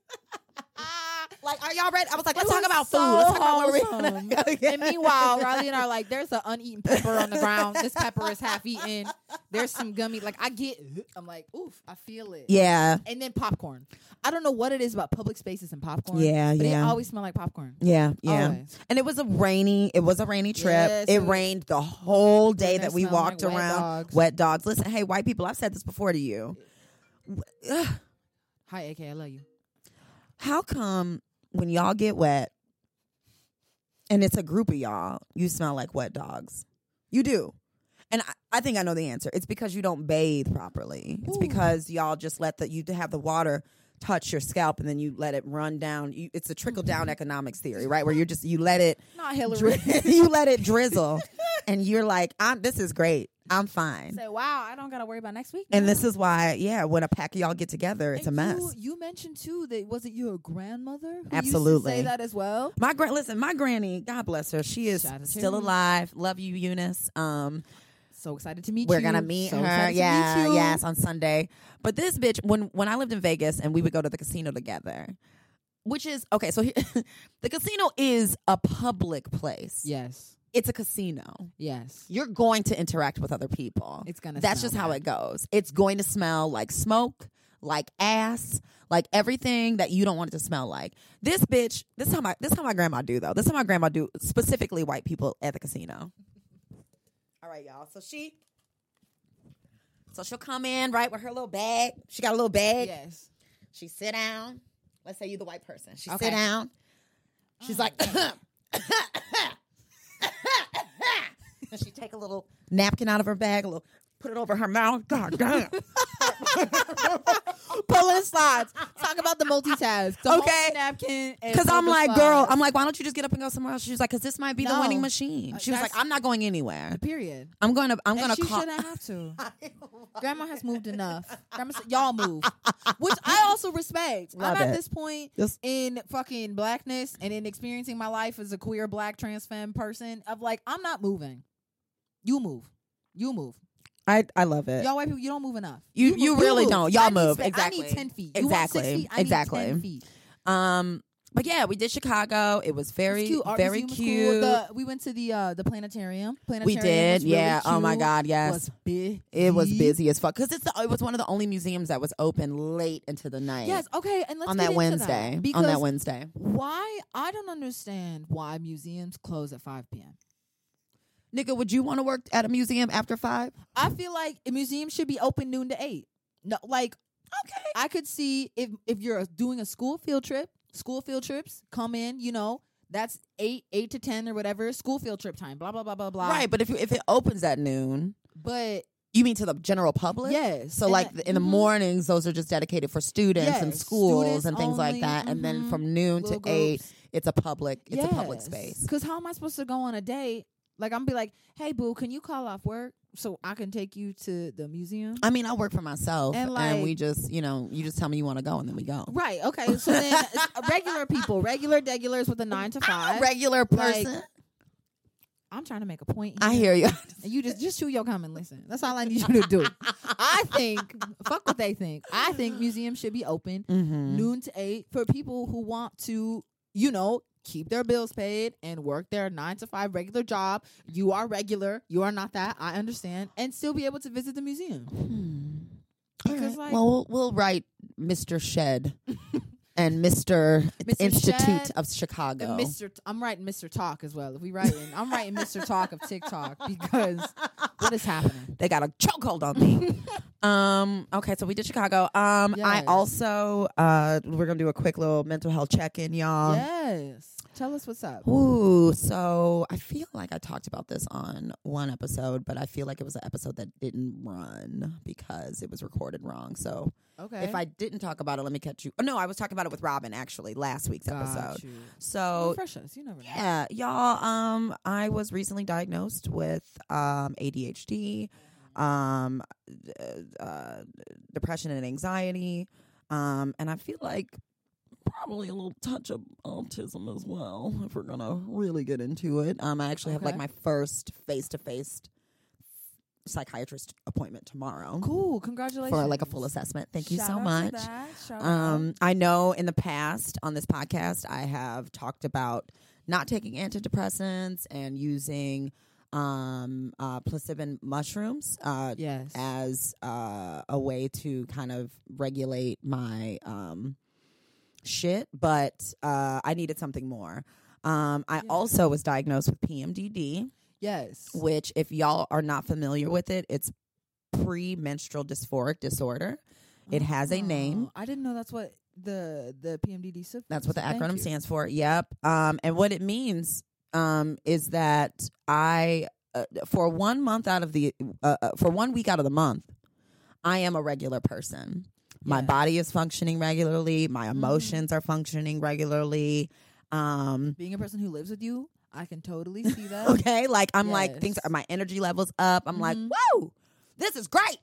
(laughs) like, are y'all ready? I was like, "Let's
It
talk
was
about
so
food. Let's talk about (laughs) where
wholesome.
we're gonna go."
And meanwhile, Riley and I are like, there's an uneaten pepper on the ground. This pepper is half eaten. There's some gummy. Like I get, I'm like, oof, I feel it.
yeah,
And then popcorn. I don't know what it is about public spaces and popcorn.
Yeah,
but
yeah.
It always smell like popcorn.
yeah, yeah.
Always.
And it was a rainy. It was a rainy trip.
Yes,
it
it was-
rained the whole day
And
that
they
we
smelled
walked
like wet
around.
dogs.
Wet dogs. Listen, hey, white people, I've said this before to you. Ugh,
Hi, AK, I love you.
How come when y'all get wet, and it's a group of y'all, you smell like wet dogs? You do. And I, I think I know the answer. It's because you don't bathe properly. It's
Ooh.
because y'all just let the you have the water touch your scalp and then you let it run down. You, it's a trickle
Mm-hmm.
down economics theory, right? Where you're just you let it
Not Hillary.
(laughs) dri- you let it drizzle, and you're like, I'm, this is great. I'm fine.
Say, wow, I don't got to worry about next week.
And
now."
this is why, yeah, when a pack of y'all get together, it's
And
a mess.
You, you mentioned too that was it your grandmother? Who used to say
Absolutely.
that as well.
My gran, listen, my granny, God bless her, she is
Shout out to
still
her.
alive. Love you, Eunice. Um,
So excited to meet
we're
you.
gonna meet
So
her,
excited to meet
yeah,
you.
yes, on Sunday. But this bitch, when when I lived in Vegas and we would go to the casino together, which is okay. So here, (laughs) the casino is a public place.
Yes.
it's a casino.
Yes.
You're going to interact with other people.
It's gonna.
That's
smell
just how
bad.
it goes. It's going to smell like smoke, like ass, like everything that you don't want it to smell like. This bitch, this how my this how my grandma do though. This how my grandma do specifically white people at the casino. All right, y'all. So she so she'll come in right with her little bag. She got a little bag.
Yes.
She sit down. Let's say you the white person. She
Okay. Oh,
sit down. She's like, (laughs) and she take a little napkin out of her bag, a little, put it over her mouth.
(laughs)
God damn.
Pulling slides. Talk about the multitask. The
Okay.
multi Napkin.
(laughs) Because I'm like, girl, I'm like, why don't you just get up and go somewhere else? She was like, because this might be the winning
No.
machine.
Uh,
She was like,
that's-
I'm not going anywhere.
Period.
I'm going to, I'm going
and
to
she
call.
shouldn't have
(laughs)
to. Grandma has moved enough. Grandma, said, y'all move, which I also respect.
Love
I'm at
it.
this point
Yes.
in fucking blackness and in experiencing my life as a queer black trans femme person of like, I'm not moving. You move. You move.
I I love it.
Y'all white people, you don't move enough.
You-
move.
you really
move.
don't. Y'all
I need
move.
spa- I
Exactly.
need ten feet. You want six
Exactly.
feet? I need
Exactly.
10 feet.
Um, but yeah, we did Chicago. It was
It's
very,
cute. Art
very
Museum is
cute.
Cool. The, we went to the uh, the planetarium. Planetarium.
we did.
was really
yeah. Oh my
cute.
God. Yes.
Was big.
It was busy as fuck because it's the, it was one of the only museums that was open late into the night.
Yes. Okay. And let's
on
get
that
into
Wednesday.
because
on that Wednesday,
why I don't understand why museums close at 5 p.m.
nigga, would you want to work at a museum after five?
I feel like a museum should be open noon to eight. No, like
Okay,
I could see if if you're doing a school field trip, school field trips come in, you know, that's eight eight to ten or whatever school field trip time. Blah blah blah blah blah.
right. But if you, if it opens at noon,
but
you mean to the general public?
yes.
So
and
like
that-
in the
mhm.
mornings, those are just dedicated for students and
Yes,
schools
students
and things
only,
like that. And then
mhm,
from noon to
Little
eight,
groups.
it's a public it's a public space.
Because how am I supposed to go on a date? Like I'm be like, hey boo, can you call off work so I can take you to the museum?
I mean, I work for myself,
And,
and, we
like-
just you know you just tell me you want to go, and then we go.
Right. Okay. (laughs) So then s- regular people, regular degulars with a nine to
I'm a
five.
regular
like-
person.
I'm trying to make a point. Here.
I hear you. (laughs)
And you just just chew your gum and listen. That's all I need you (laughs) to do. I think fuck what they think. I think museums should be open
mm-hmm.
noon to eight for people who want to, you know, keep their bills paid and work their nine to five regular job. You are regular. You are not that. I understand, and still be able to visit the museum. Because, like-
Hmm. well, we'll- we'll write Mr. Shed
(laughs)
and Mr.
Mr.
Institute
Shed
of Chicago.
And Mr. T- I'm writing Mr. Talk as well. If we writing, I'm writing Mr. Talk of
(laughs)
TikTok because what is happening?
they got a chokehold on
(laughs)
me. um. Okay, so we did Chicago. Um. I
Yes.
also uh. We're gonna do a quick little mental health check in, y'all.
yes. Tell us what's up.
Ooh, so I feel like I talked about this on one episode, but I feel like it was an episode that didn't run because it was recorded wrong. So
Okay.
if I didn't talk about it, let me catch you. Oh, no, I was talking about it with Robin actually last week's episode.
you.
So
Refresh us. You never know.
Yeah, y'all. Um, I was recently diagnosed with um ADHD, um, uh, uh, depression and anxiety, um, and I feel like probably a little touch of autism as well. If we're gonna really get into it, um, I actually have like
Okay.
my first face to face psychiatrist appointment tomorrow
Cool. Congratulations.
for like a full assessment. Thank you
Shout
so
out to
much.
that. Shout out.
Um, I know in the past on this podcast, I have talked about not taking antidepressants and using um, uh, psilocybin mushrooms uh,
Yes.
as uh, a way to kind of regulate my um, shit, but uh, I needed something more. Um, I
Yeah.
also was diagnosed with PMDD,
yes.
which, if y'all are not familiar with it, it's premenstrual dysphoric disorder. It has a name.
Oh, I didn't know that's what the the PMDD stood for.
That's what the
So thank
acronym
you.
stands for. Yep. Um, and what it means um, is that I, uh, for one month out of the, uh, uh, for one week out of the month, I am a regular person. My
Yeah. Mm.
body is functioning regularly. My emotions are functioning regularly. Um, (laughs)
Being a person who lives with you, I can totally see that.
okay, like I'm like things
Yes.
are my energy levels up. I'm like,
Mhm.
whoa, this is great.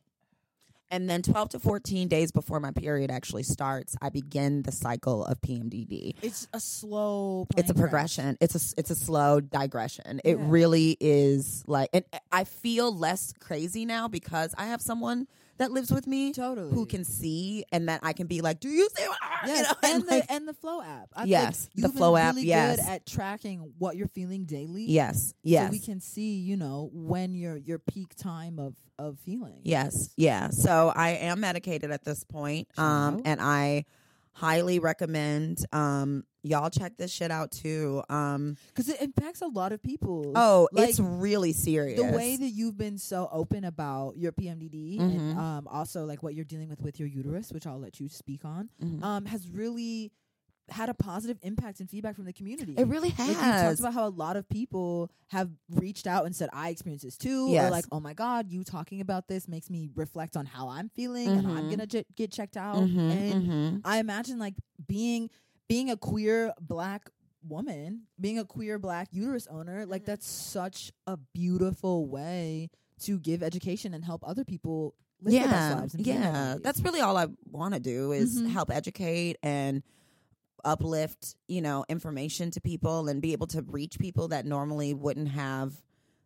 And then 12 to 14 days before my period actually starts, I begin the cycle of PMDD.
It's a slow.
it's a
plane crash.
progression. It's a s- it's a slow digression. It
Yeah.
really is like, and eh, I feel less crazy now because I have someone that lives with me
Totally.
who can see, and that I can be like, "Do you see?" What? (laughs) I-" You
Yes,
know, and
and,
like-
the and the flow app. I think
Yes, the
you've been
Flow app,
Really
yes.
good at tracking what you're feeling daily.
yes,
so we
yes,
can see, you know, when your your peak time of of feeling.
yes, yeah. So I am medicated at this point, um,
Shout.
and I highly recommend um, y'all check this shit out too. Um,
because it impacts a lot of people.
oh,
Like,
it's really serious.
the way that you've been so open about your PMDD
Mhm.
and um, also like what you're dealing with with your uterus, which I'll let you speak on,
Mhm.
um, has really had a positive impact and feedback from the community.
it really
Like, you talked
has.
about how a lot of people have reached out and said, I experienced this too. Or
Yes.
like, oh my God, you talking about this makes me reflect on how I'm feeling and I'm
Mhm.
going to j- get checked out.
Mhm,
and
mhm.
I imagine like being being a queer black woman, being a queer black uterus owner,
Mm-hmm.
like that's such a beautiful way to give education and help other people live their best lives. And be their best
yeah.
lives.
That's really all I want to do is
Mhm.
help educate and uplift, you know, information to people and be able to reach people that normally wouldn't have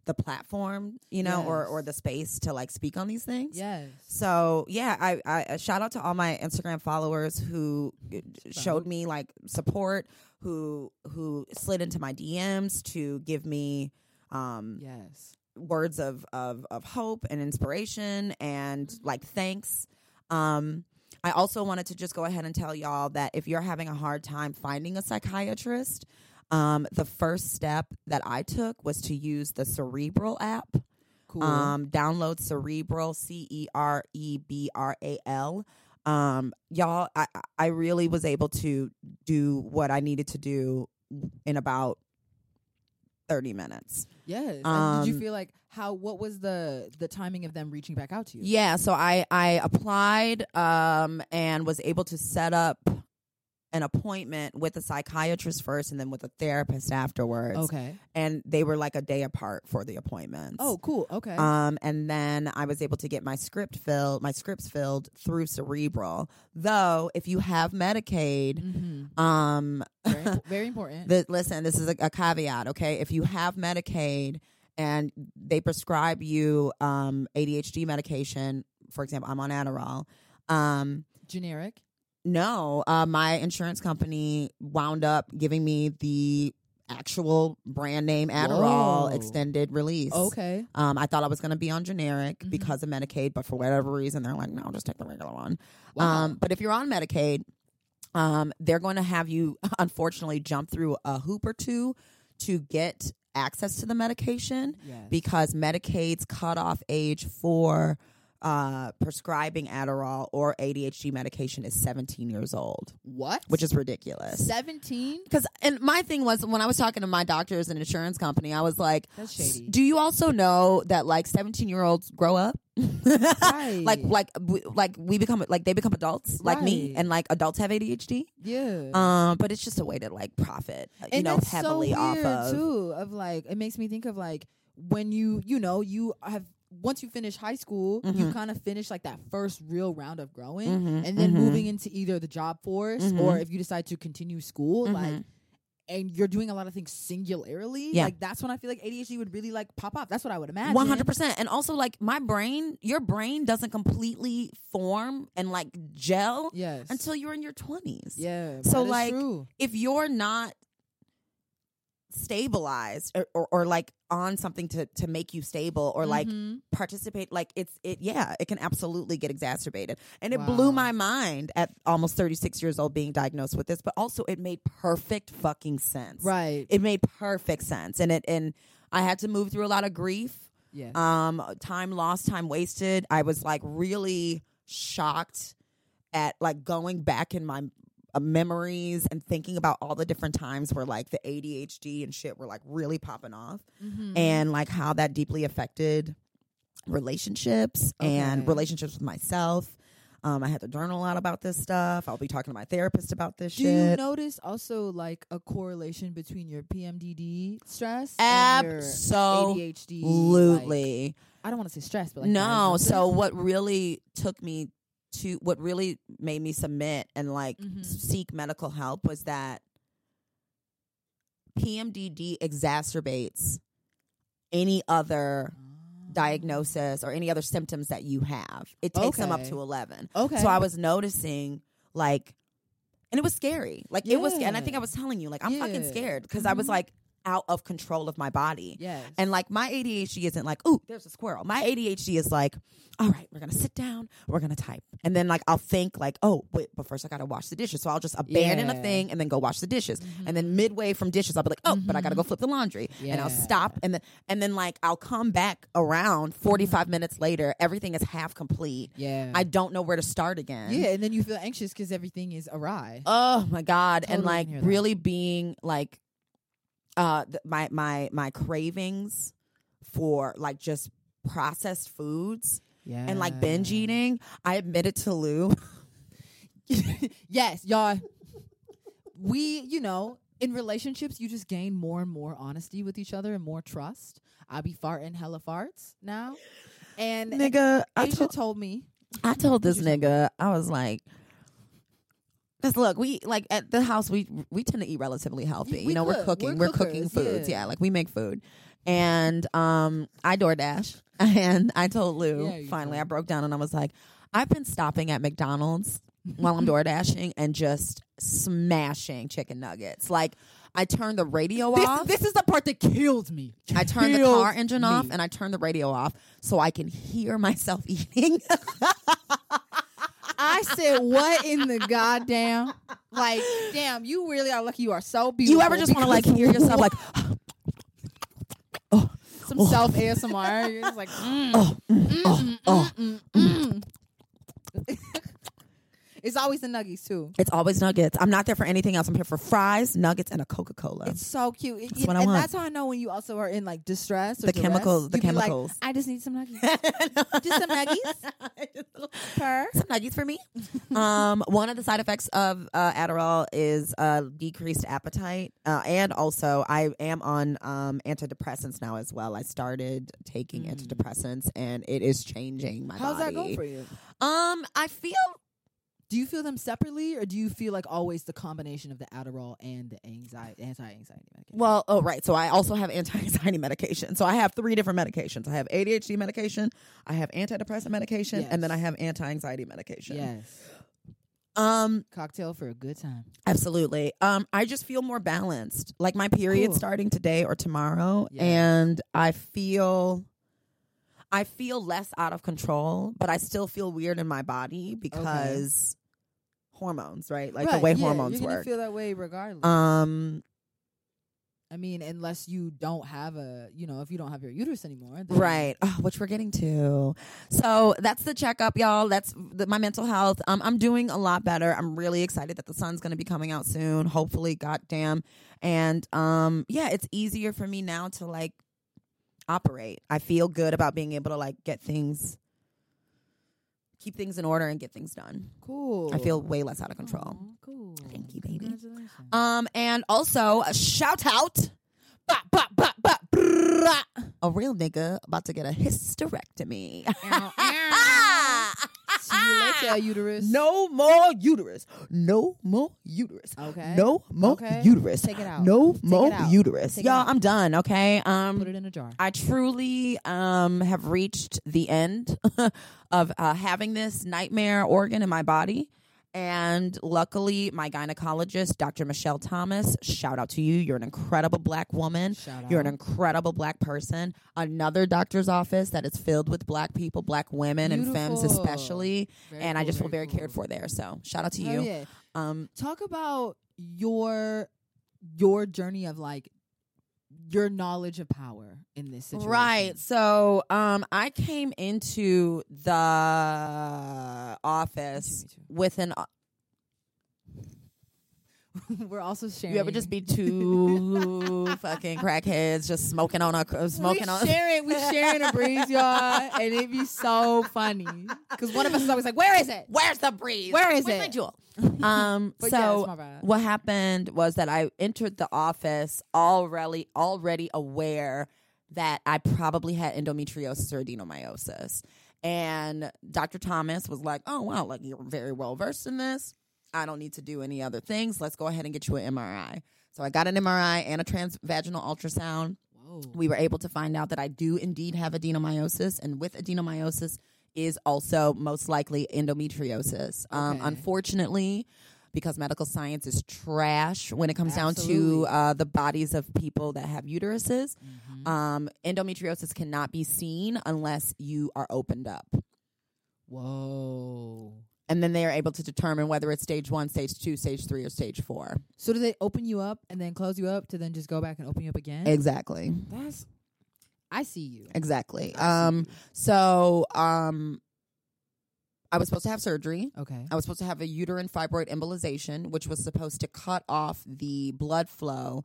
the platform, you know, or
Yes.
or the space to like speak on these things.
yes.
So yeah, I, I a shout out to all my Instagram followers who uh, showed me like support, who who slid into my DMs to give me um
yes.
words of of of hope and inspiration and like thanks. Um I also wanted to just go ahead and tell y'all that if you're having a hard time finding a psychiatrist, um the first step that I took was to use the Cerebral app.
Cool.
Um, download Cerebral, C E R E B R A L. Um, y'all, I, I- I really was able to do what I needed to do in about 30 minutes.
yes. and did
um,
you feel like how what was the the timing of them reaching back out to you?
Yeah, so I, I applied um, and was able to set up an appointment with a psychiatrist first and then with a therapist afterwards.
Okay.
And they were like a day apart for the appointments.
Oh, cool. Okay.
Um, and then I was able to get my script filled, my scripts filled through Cerebral. Though, if you have Medicaid, (laughs)
hmm
um,
very, imp- very important.
the, listen, this is a, a caveat, okay? If you have Medicaid and they prescribe you um, ADHD medication, for example, I'm on Adderall. Um,
Generic.
no, uh, my insurance company wound up giving me the actual brand name Adderall
Whoa.
extended release.
Okay.
Um, I thought I was going to be on generic
Mhm.
because of Medicaid, but for whatever reason, they're like, no, just take the regular one.
Wow.
Um, but if you're on Medicaid, um, they're going to have you, (laughs) unfortunately, jump through a hoop or two to get access to the medication
yes.
because Medicaid's cutoff age for uh, prescribing Adderall or ADHD medication is 17 years old,
what?
which is ridiculous.
seventeen.
Because and my thing was when I was talking to my doctors and insurance company, I was like,
That's
"S-
shady.
"Do you also know that like seventeen year olds grow up? (laughs)
Right.
(laughs) Like like we, like we become like they become adults like me
Right.
and like adults have ADHD.
Yeah.
Um, but it's just a way to like profit, uh, you
and
know,
that's
heavily
so
off
weird,
of.
too. Of like, it makes me think of like when you, you know, you have once you finish high school, you
Mhm.
kind of finish like that first real round of growing,
Mhm,
and then
mhm.
moving into either the job force
Mhm.
or if you decide to continue school, like.
Mhm.
And you're doing a lot of things singularly.
Yeah.
Like that's when I feel like ADHD would really like pop off. That's what I would imagine.
One hundred percent, and also like my brain, your brain doesn't completely form and like gel
Yes.
until you're in your twenties.
yeah.
So,
that is
like,
true.
if you're not stabilized or, or, or like on something to, to make you stable or like
Mhm.
participate like it's it yeah it can absolutely get exacerbated and it
Wow.
blew my mind at almost 36 years old being diagnosed with this but also it made perfect fucking sense
right.
it made perfect sense and it and i had to move through a lot of grief
yes.
um time lost time wasted i was like really shocked at like going back in my uh, memories and thinking about all the different times where like the adhd and shit were like really popping off
Mhm.
and like how that deeply affected relationships and
Okay.
relationships with myself
Um, I had to journal out about this stuff. I'll be talking to my therapist about this
Do
shit.
you notice also like a correlation between your PMDD stress and your ADHD? like-
Absolutely.
I don't want to say stress, but like
no. So what really took me to what really made me submit and like
Mhm.
seek medical help was that PMDD exacerbates any other diagnosis or any other symptoms that you have. It takes them up
Okay.
to 11.
Oh, Okay.
So I was noticing like and it was scary. Like it was and I think
Yeah.
I was telling you like I'm fucking
Yeah.
scared because I was
Mhm.
like out of control of my body.
yes.
And like my ADHD isn't like, ooh, there's a squirrel. My ADHD is like, all right, we're gonna sit down, we're gonna type, and then like I'll think like, oh, wait, but first I gotta wash the dishes. So I'll just abandon
Yeah. Mm-hmm.
a thing and then go wash the dishes, and then midway from dishes I'll be like, oh, but I gotta go flip the laundry, and I'll
Yeah.
stop, and then and then like I'll come back around 45 minutes later, everything is half complete.
Mm-hmm. yeah.
I don't know where to start again.
yeah, and then you feel anxious because everything is awry.
Oh my god! and
Totally
like
can hear that.
really being like, uh, th- my my my cravings for like just processed foods
yeah.
and like binge eating. I admitted to (laughs) Lou.
(laughs) yes, y'all. we, you know, in relationships, you just gain more and more honesty with each other and more trust. I be farting hella farts now, and
nigga, I
Aisha
told,
told me
I told this
you tell
nigga, I was like. Cause look, we like at the house we we tend to eat relatively healthy.
Yeah,
you
we
know, we're
cook.
cooking,
We're
we're, cooking
cookers,
foods.
yeah.
Yeah. like we make food. And um I DoorDash (laughs) and I told Lou
Yeah, you
finally
do.
I broke down and I was like, I've been stopping at McDonald's while
(laughs)
I'm door dashing and just smashing chicken nuggets. Like I turned the radio
this,
off.
this is the part that kills me.
I turned the
Kills
car engine off
me.
and I turned the radio off so I can hear (laughs) myself eating.
I said, "What in the goddamn? Like, damn, you really are lucky. You are so
you
beautiful."
ever just want to
because-
like hear
(laughs)
yourself like
some self ASMR? You're just like, (laughs) mm,
oh,
mm, mm,
oh,
mm, mm, mm. it's always the nuggies too.
it's always nuggets. I'm not there for anything else. I'm here for fries, nuggets, and a Coca
(laughs)
Cola.
It's so cute. It-
That's what
and
I want.
that's how I know when you also are in like distress or
The
duress.
chemicals- the
You be like,
chemicals.
I just need some nuggies. just some (laughs) nuggies. Per.
Some nuggets for me. (laughs) um, one of the side effects of uh, Adderall is uh, decreased appetite, uh, and also I am on um, antidepressants now as well. I started taking antidepressants, and it is changing my
Mm. How's that
body.
going for you?
Um, I feel
Do you feel them separately, or do you feel like always the combination of the Adderall and the anxiety, anti-anxiety medication?
well. Oh, right. So I also have anti-anxiety (laughs) medication. So I have three different medications. I have ADHD medication, I have antidepressant medication, and then I
Yes.
have anti-anxiety medication.
yes,
Um,
cocktail for a good time.
Absolutely. Um, I just feel more balanced. Like my period's
Cool.
starting today or tomorrow,
Yeah.
and I feel, I feel less out of control, but I still feel weird in my body because hormones, right? Like the way
yeah,
hormones
you're gonna
work.
feel that way regardless.
um,
I mean, unless you don't have a, you know, if you don't have your uterus anymore, then-
right, oh, which we're getting to. So that's the checkup, y'all. That's the, my mental health. Um, I'm doing a lot better. I'm really excited that the sun's going to be coming out soon. Hopefully, goddamn. And um, yeah, it's easier for me now to like operate. I feel good about being able to like get things, keep things in order, and get things done.
Cool.
I feel way less out of control.
Aw, cool.
Thank you, baby.
Congratulations.
Um, and also a shout out. Ba, ba, ba, ba, brrrra. A real nigga about to get a hysterectomy. (laughs)
Ow, ow. See you later, uterus.
No more uterus. No more uterus.
Okay.
No more
Okay.
uterus.
Take it out.
No
Take
more
it out.
uterus.
Take it
Y'all,
out.
I'm done, okay?
Put
Um
it in a jar.
I truly um have reached the end (laughs) of uh, having this nightmare organ in my body. And luckily, my gynecologist, Dr. Michelle Thomas, shout out to you. You're an incredible black woman.
Shout
You're an
out.
incredible black person. Another doctor's office that is filled with black people, black women, and femmes
Beautiful.
especially.
Very
and I
cool,
just feel very
very
cared
cool.
for there. So shout out to
Hell
you.
yeah.
Um,
Talk about your your journey of like your knowledge of power in this situation.
right. So um, I came into the office
Me too, me
with an
(laughs) We're also sharing.
You ever just be
(laughs)
two fucking crackheads just smoking on a uh, smoking
we
on?
sharing, we sharing
(laughs)
a breeze, y'all, and it'd be so funny because one of us is always like, "Where is it?
Where's the breeze?
Where is
Where's my
it?"
jewel? Um,
(laughs) But yeah, it's
so
my bad.
what happened was that I entered the office already already aware that I probably had endometriosis or adenomyosis, and Dr. Thomas was like, "Oh wow, like you're very well versed in this. I don't need to do any other things. Let's go ahead and get you an MRI." So I got an MRI and a transvaginal ultrasound
Whoa.
we were able to find out that I do indeed have adenomyosis, and with adenomyosis is also most likely endometriosis. Um,
Okay.
unfortunately, because medical science is trash when it comes down to
Absolutely.
uh, the bodies of people that have uteruses,
Mm-hmm.
um, endometriosis cannot be seen unless you are opened up.
Whoa.
And then they are able to determine whether it's stage one, stage two, stage three, or stage four.
So do they open you up and then close you up to then just go back and open you up again?
Exactly.
That's. I see you.
Exactly.
I see
Um,
you.
so um, I was supposed to have surgery.
Okay.
I was supposed to have a uterine fibroid embolization, which was supposed to cut off the blood flow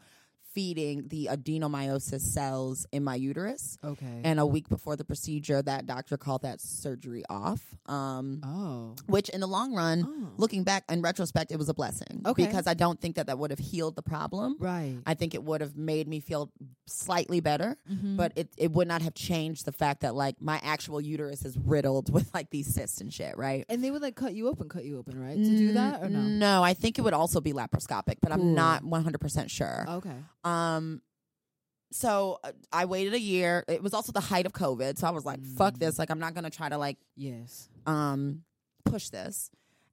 feeding the adenomyosis cells in my uterus.
Okay.
And a week before the procedure, that doctor called that surgery off. Um,
oh.
which, in the long run,
Oh.
looking back in retrospect, it was a blessing.
Okay.
Because I don't think that that would have healed the problem.
Right.
I think it would have made me feel slightly better,
Mhm.
but it, it would not have changed the fact that, like, my actual uterus is riddled (laughs) with, like, these cysts and shit, right?
and they would like cut you open, cut you open, right? To do that or no?
Mm, No, I think it would also be laparoscopic, but
Cool. Oh.
I'm not 100% sure.
Okay.
Um so uh, I waited a year. It was also the height of COVID, so I was like, fuck
Mm.
this. Like I'm not going to try to like
Yes.
um push this.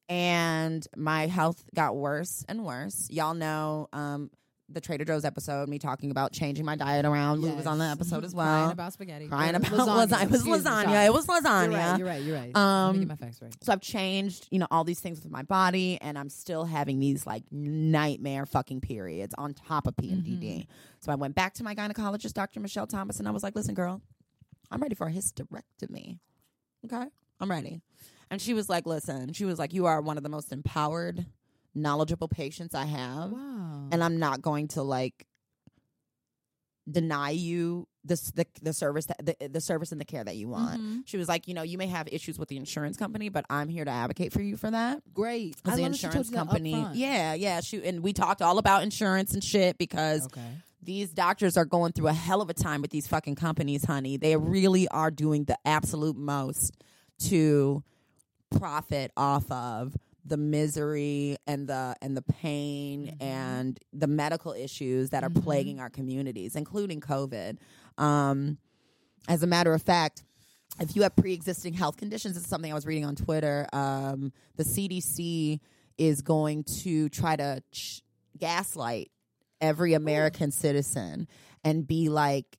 And my health got worse and worse. Y'all know um the Trader Joe's episode, me talking about changing my diet around. Lou was on the
Yes.
episode as
(laughs) Crying
well.
about spaghetti.
Crying
Or
about (laughs) lasagna. It was
Excuse me,
lasagna.
sorry.
it was lasagna.
You're right. You're right. You're right. Let me
Um,
get my facts right.
So I've changed, you know, all these things with my body, and I'm still having these like nightmare fucking periods on top of PMDD. So I went back to my gynecologist, Dr. Michelle Thomas, and I was like, listen, girl, I'm ready for a hysterectomy. Okay? I'm ready. And she was like, listen, she was like, you are one of the most empowered, knowledgeable patients I have,
Wow.
and I'm not going to like deny you this the, the service that the, the service and the care that you want.
Mhm.
She was like, you know, you may have issues with the insurance company, but I'm here to advocate for you for that.
Great. I
Because the
love that she told
insurance
you that up
company,
front.
yeah, yeah. She and we talked all about insurance and shit because
Okay.
these doctors are going through a hell of a time with these fucking companies, honey. They really are doing the absolute most to profit off of the misery and the and the pain and the medical issues that are
Mhm.
plaguing our communities, including COVID. Um, as a matter of fact, if you have pre-existing health conditions, this is something I was reading on Twitter. Um, the CDC is going to try to ch- gaslight every American citizen and be like,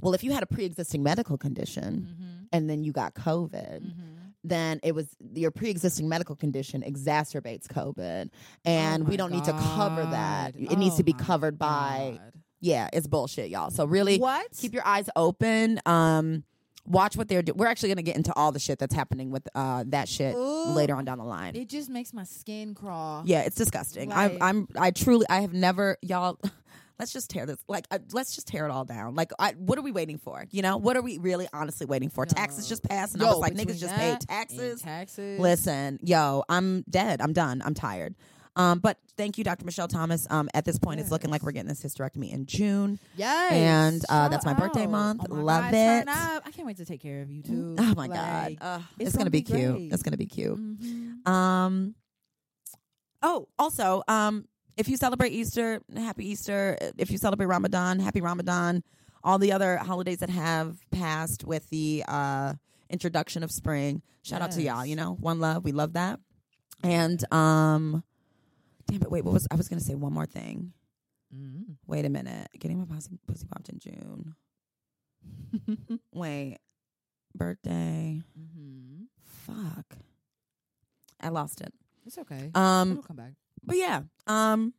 "Well, if you had a pre-existing medical condition
Mm-hmm.
and then you got COVID,
Mm-hmm.
then it was your pre-existing medical condition exacerbates COVID, and
Oh
we
my
don't need to cover that.
God.
It needs
Oh
to be
my
covered by
God.
yeah, it's bullshit, y'all. So really,
what?
keep your eyes open. Um, watch what they're doing. We're actually gonna get into all the shit that's happening with uh that shit
Ooh.
later on down the line.
it just makes my skin crawl.
Yeah, it's disgusting.
Like-
I, I'm I truly I have never y'all. (laughs) Let's just tear this like uh, let's just tear it all down. Like, I, what are we waiting for? You know, what are we really honestly waiting for? Taxes
Yo.
just passed, and
Yo,
I was like,
between
niggas just
that
paid
and
taxes.
Taxes.
Listen, yo, I'm dead. I'm done. I'm tired. Um, but thank you, Dr. Michelle Thomas. Um, at this point, it's looking like
Yes.
we're getting this hysterectomy in June.
Yes.
And, uh,
Shout
that's my birthday
out.
month.
Oh my
Love
God, turn
it.
up. I can't wait to take care of you too.
Oh my
Like,
god, Oh. Ugh,
it's
it's, gonna,
gonna
be,
be great.
cute. It's gonna be cute.
mhm.
Um. Oh, also, um, if you celebrate Easter, happy Easter. If you celebrate Ramadan, happy Ramadan. All the other holidays that have passed with the uh, introduction of spring. Shout out to y'all.
Yes.
You know, one love. We love that. And um, damn it, wait, what was I was gonna say? One more thing.
Mhm.
Wait a minute. Getting my pussy, pussy popped in June.
Mm-hmm.
(laughs) Wait, birthday.
Mhm.
Fuck. I lost it.
It's okay.
Um,
It'll come back.
But yeah, um,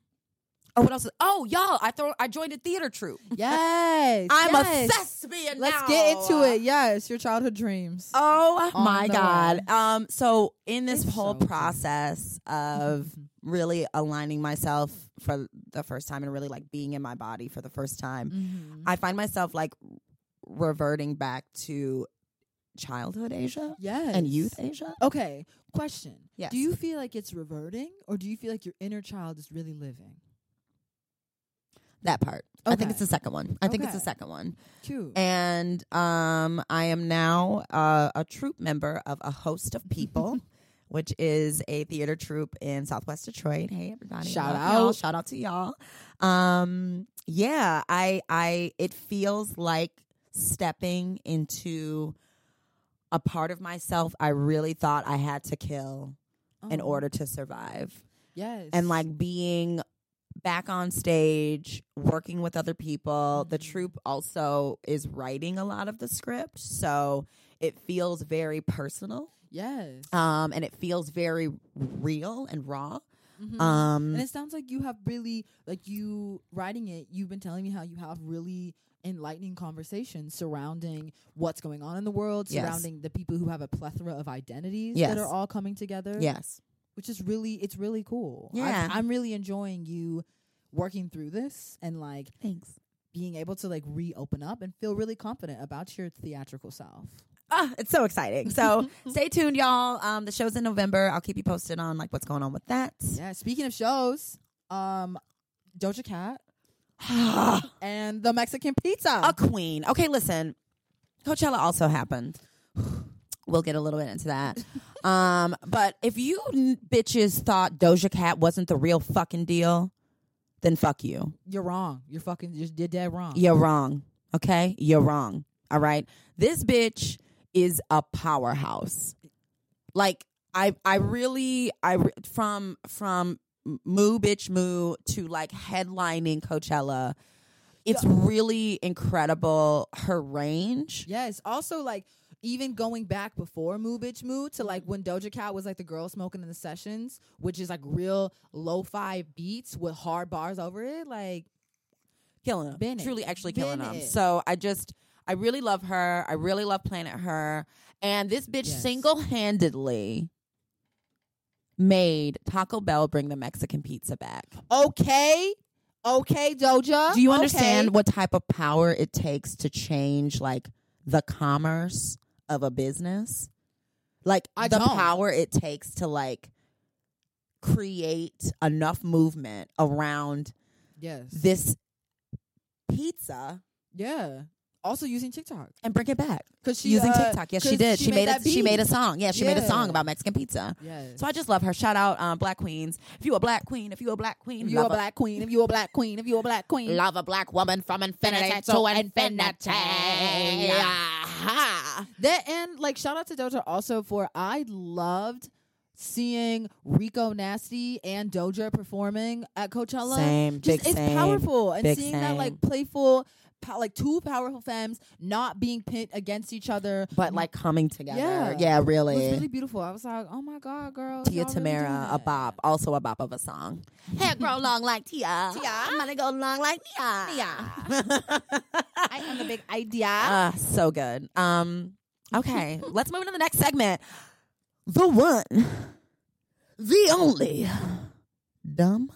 Oh, what else? Is, oh, y'all, I throw I joined a theater troupe.
Yes.
(laughs) I'm
yes.
a thespian.
Let's
now.
get into it. Yes, your childhood dreams.
Oh
On
my
the
god. Um so in this
It's
whole
so good. Mm-hmm.
process of really aligning myself for the first time and really like being in my body for the first time, (laughs)
Mhm.
I find myself like reverting back to childhood Asia
yes.
and youth Asia.
Okay. Question.
Yes.
Do you feel like it's reverting or do you feel like your inner child is really living?
That part. I think
Okay.
it's the second one. I think it's the
Okay.
second one.
Cute.
And um, I am now uh, a troupe member of a host of (laughs) people, which is a theater troupe in Southwest Detroit. Hey, everybody!
Shout
Love y'all.
out.
Shout out to y'all. Um, yeah, I, I, it feels like stepping into a part of myself I really thought I had to kill in
Oh,
order to survive
Yes.
and like being back on stage working with other people the
Mhm.
troupe also is writing a lot of the script so it feels very personal
Yes.
um and it feels very real and raw
Mhm.
um
And it sounds like you have really like you writing it. You've been telling me how you have really enlightening conversations surrounding what's going on in the world,
Yes.
surrounding the people who have a plethora of identities
Yes.
that are all coming together.
yes
which is really it's really cool. I'm-
Yeah.
I'm really enjoying you working through this and like
thanks
being able to like reopen up and feel really confident about your theatrical self.
ah, it's so exciting
(laughs)
so stay tuned y'all um the show's in november i'll keep you posted on like what's going on with that
Yeah. Speaking of shows, um, Doja (sighs) Cat and the Mexican Pizza.
a queen. Okay, listen. Coachella also happened. (sighs) We'll get a little bit into that. Um, but if you n- bitches thought Doja Cat wasn't the real fucking deal, then fuck you.
You're wrong. You're fucking. You're dead, dead wrong.
You're wrong. Okay? You're wrong. All right? This bitch is a powerhouse. Like I I really I re- from from moo bitch moo to like headlining Coachella. It's really incredible her range.
Yes. Also, like even going back before Moo Bitch Moo to like when Doja Cat was like the girl smoking in the sessions, which is like real lo-fi beats with hard bars over it. Like
killing them.
Been it.
Truly, actually killing
Been
them.
it.
So I just, I really love her. I really love Planet Her. And this bitch
Yes.
single handedly made Taco Bell bring the Mexican pizza back.
okay, okay, Doja.
Do you
Oh, okay.
understand what type of power it takes to change like the commerce of a business? Like
I
the
don't.
power it takes to like create enough movement around
Yes.
this pizza
yeah. Also using TikTok
and bring it back.
because she
using
uh,
TikTok. Yes, she
'cause
did. She, made,
that
a, she
beat.
made a song. Yeah, she made a
Yeah.
song about Mexican pizza.
Yes.
So I just love her. Shout out um, Black Queens. If you a black queen, if you a black queen,
If you a
love
black queen, if you a black queen, if you a black queen,
love a black woman from infinity to infinity. Ah-ha.
That and like shout out to Doja also for I loved seeing Rico Nasty and Doja performing at Coachella.
Same,
Just,
big
it's
same,
powerful and
big
seeing that
same.
like playful, pow- like two powerful femmes not being pit against each other.
But like coming together. Yeah,
Yeah. It
really.
was really beautiful. I was like, oh my god, girl.
Tia
y'all really doing
Tamara, a
it.
bop, also a bop of a song. Hair grow long like Tia. Tia. I'm gonna go long like Tia. (laughs) Tia.
I am the big idea.
Ah, so good. Um, okay, let's move into the next segment. The one, the only, dumb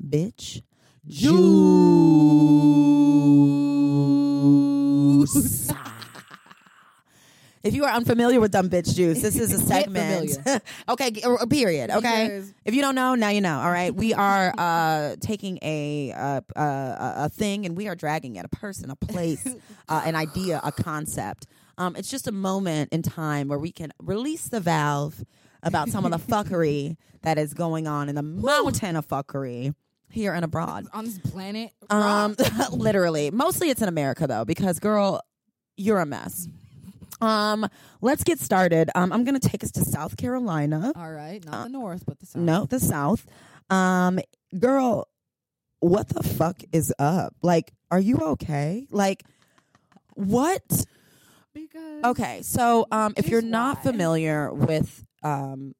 bitch juice. (laughs) If you are unfamiliar with dumb bitch juice, this is a
Get
segment. (laughs) okay, g- or- period. Okay,
Because-
if you don't know, now you know. All right, we are uh, (laughs) taking a uh, uh, a a thing, and we are dragging at a person, a place, uh, an idea, a concept. Um, it's just a moment in time where we can release the valve about some of the fuckery that is going on in the mountain of fuckery here and abroad.
on this planet.
Um, (laughs) literally, mostly it's in America though, because girl, you're a mess. Um, let's get started. Um, I'm gonna take us to South Carolina.
(laughs) All right, not the north, but the south.
uh, No, the South. Um, girl, what the fuck is up? Like, are you okay? Like, what?
because
Okay, so um, if you're
She's
not
wise.
familiar with um,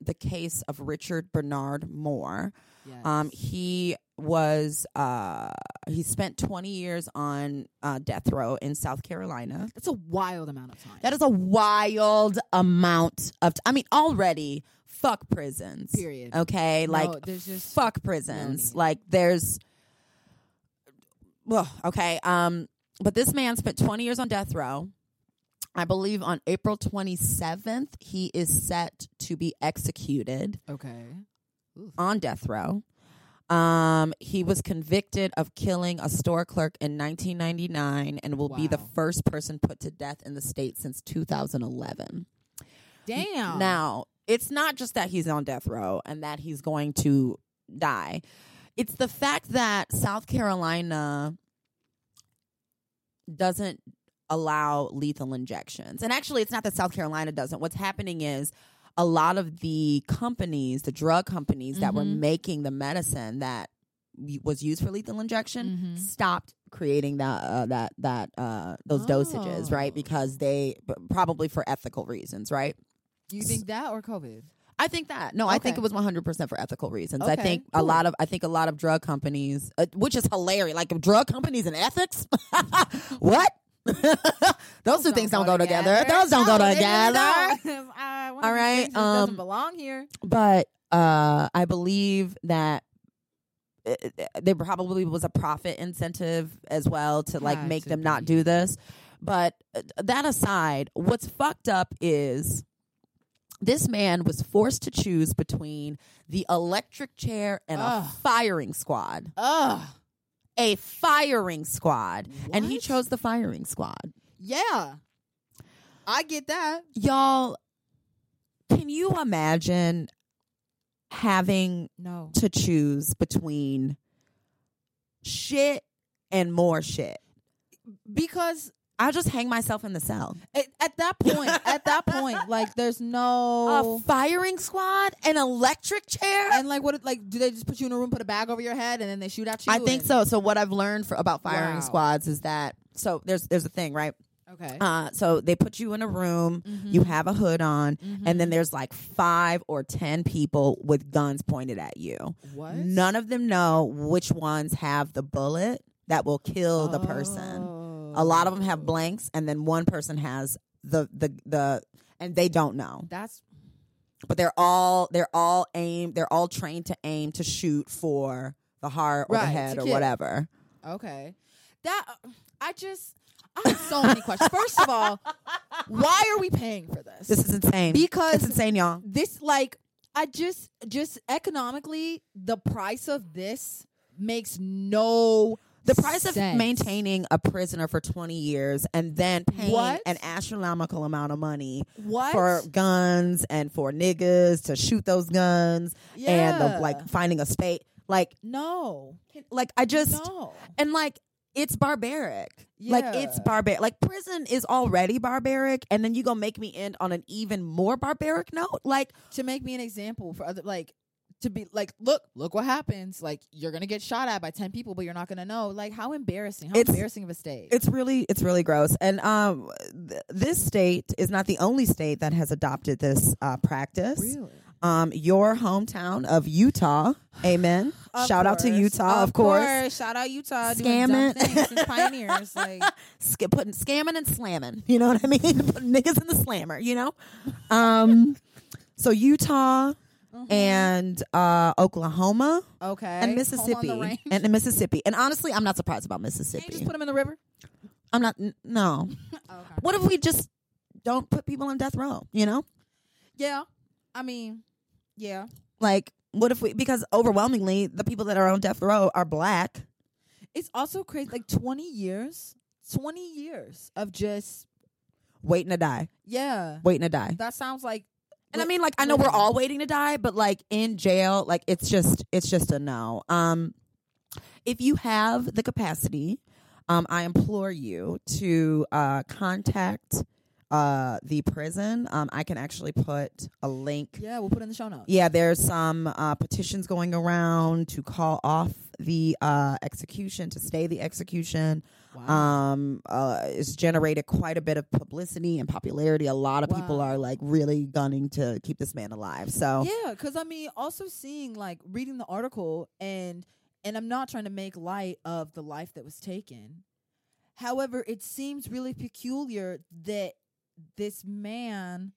the case of Richard Bernard Moore,
Yes.
um, he was uh, he spent 20 years on uh, death row in South Carolina.
That's a wild amount of time.
That is a wild amount of. T- I mean, already fuck prisons.
Period.
Okay,
No,
like
there's just
fuck prisons.
need.
like there's. Well, okay. Um, but this man spent 20 years on death row. I believe on April 27th he is set to be executed
okay.
on death row. Um, he was convicted of killing a store clerk in 1999 and will be the
Wow.
first person put to death in the state since 2011.
Damn.
Now, it's not just that he's on death row and that he's going to die. It's the fact that South Carolina doesn't allow lethal injections. And actually, it's not that South Carolina doesn't. What's happening is a lot of the companies, the drug companies that were
Mhm.
making the medicine that y- was used for lethal injection
Mhm.
stopped creating that uh, that that uh, those dosages, right?
Oh.
Because they b- probably for ethical reasons, right?
you think that or COVID?
I think that. No, I think
Okay.
it was 100% for ethical reasons. I
Okay,
think a
cool.
lot of I think a lot of drug companies, uh, which is hilarious, like drug companies and ethics? (laughs) what? (laughs) Those two things don't go together. Those don't go
No, they really
together.
don't. (laughs) I- one
All
of these
right,
things just doesn't
um,
belong here.
But uh I believe that uh, there probably was a profit incentive as well to like
Had
make
to
them not
be.
do this. But uh, that aside, what's fucked up is this man was forced to choose between the electric chair and
Ugh.
a firing squad.
Ugh.
A firing squad. And he
What?
chose the firing squad.
Yeah. I get that.
Y'all, can you imagine having
No.
to choose between shit and more shit?
Because
I'll just hang myself in the cell.
at, at that point, at that point, like there's
A
no
firing squad? An electric chair?
Oh. and like what like do they just put you in a room, put a bag over your head, and then they shoot at you?
I think
and-
so. So what I've learned for about firing
Wow.
squads is that so there's there's a thing, right?
Okay. Mm-hmm.
Uh so they put you in a room, you have a hood on, and then there's like 5 or 10 people with guns pointed at you.
what?
None of them know which ones have the bullet that will kill the person. A lot
Oh.
of them have blanks and then one person has the the the and they don't know.
That's
but they're all they're all aim they're all trained to aim to shoot for the heart or the
Right,
head
to
or
kill.
whatever.
okay. That I just I have so many questions. First of all, why are we paying for this?
This is insane.
Because-
it's insane, y'all.
this like I just just economically the price of this makes no
The price of
sense.
maintaining a prisoner for twenty years and then paying
What?
an astronomical amount of money
what
for guns and for niggas to shoot those guns and
Yeah.
the, like finding a space. Like
no
like I just
no
and like it's barbaric. Like it's
Yeah.
barbaric. Like prison is already barbaric, and then you gonna make me end on an even more barbaric note. Like
to make me an example for other like to be like look look what happens like you're gonna get shot at by 10 people but you're not gonna know like how embarrassing how
It's-
embarrassing of a stage
it's really it's really gross. And um, th- this state is not the only state that has adopted this uh, practice.
really
Um, your hometown of Utah, (sighs) amen.
Of
Shout out to
course.
Utah, of course.
shout out utah doing
Scamming.
dumb things
(laughs)
since pioneers like
Sk- putting scamming and slamming. You know what I mean? (laughs) Putting niggas in the slammer. You know. Um, so Utah
mm-hmm.
and uh, Oklahoma.
okay
and
Home on the
Mississippi
range.
and, and Mississippi. And honestly, I'm not surprised about
Can't you
Mississippi.
just put them in the river
I'm not. n- No.
okay.
What if we just don't put people on death row? You know,
yeah i mean yeah
like what if we? Because overwhelmingly, the people that are on death row are black.
it's also crazy like 20 years 20 years of just
Waiting to die.
yeah
Waiting to die.
that sounds like
And I mean, like, I know we're all waiting to die, but like in jail, like it's just, it's just a no. Um, if you have the capacity, um, I implore you to uh, contact uh, the prison. Um, I can actually put a link.
yeah we'll put it in the show notes
Yeah, there's some uh, petitions going around to call off the uh, execution, to stay the execution. Um, uh, it's generated quite a bit of publicity and popularity. A lot of people
Wow.
are like really gunning to
um,
keep this man alive. So
Yeah, because I mean, also seeing like reading the article and and I'm not trying to make light of the life that was taken. However, it seems really peculiar that this man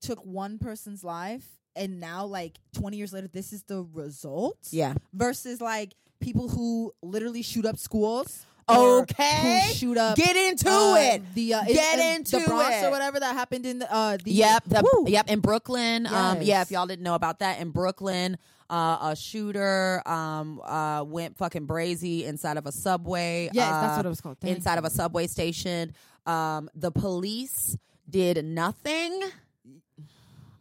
took one person's life and now like 20 years later this is the result
Yeah.
versus like people who literally shoot up schools or
Okay.
who shoot up
Get into
uh,
it.
the uh,
Get
it's-
into
the Bronx
it.
or whatever that happened in the uh the
Yep, the-
Woo.
yep. In Brooklyn, um, yeah.
Yes.
If y'all didn't know about that, in Brooklyn, uh, a shooter um, uh, went fucking brazy inside of a subway.
yes
uh,
that's what it was called Thank
inside of
you.
a subway station. Um, the police did nothing.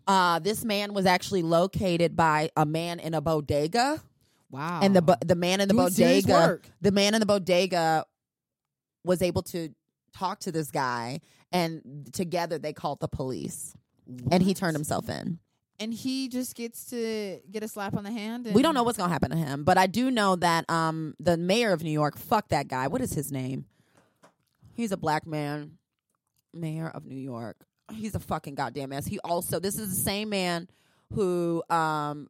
Uh, this man was actually located by a man in a bodega,
wow
and the bo- the man in the
Doing serious
bodega,
work.
the man in the bodega, was able to talk to this guy, and together they called the police, and he turned himself in.
and he just gets to get a slap on the hand and
We don't know what's gonna happen to him, but I do know that um, the mayor of New York, fuck that guy. What is his name? He's a black man, mayor of New York. He's a fucking goddamn ass. He also this is the same man who um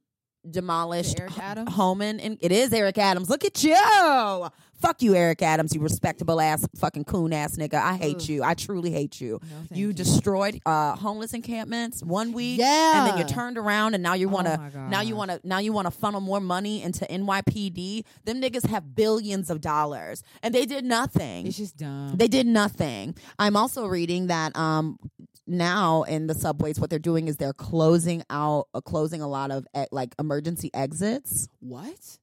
demolished
Eric
H-
Adams?
Homan and it is Eric Adams. Look at you. Fuck you, Eric Adams, you respectable ass fucking coon ass nigga. I hate
Ugh.
you. I truly hate you.
No, thank
You,
you.
destroyed uh homeless encampments one week
yeah
and then you turned around and now you
Oh
want to
my
now you
God.
want to now you want to funnel more money into NYPD. Them niggas have billions of dollars and they did nothing.
it's just dumb
They did nothing. I'm also reading that um now in the subways what they're doing is they're closing out uh, closing a lot of eh, like emergency exits
what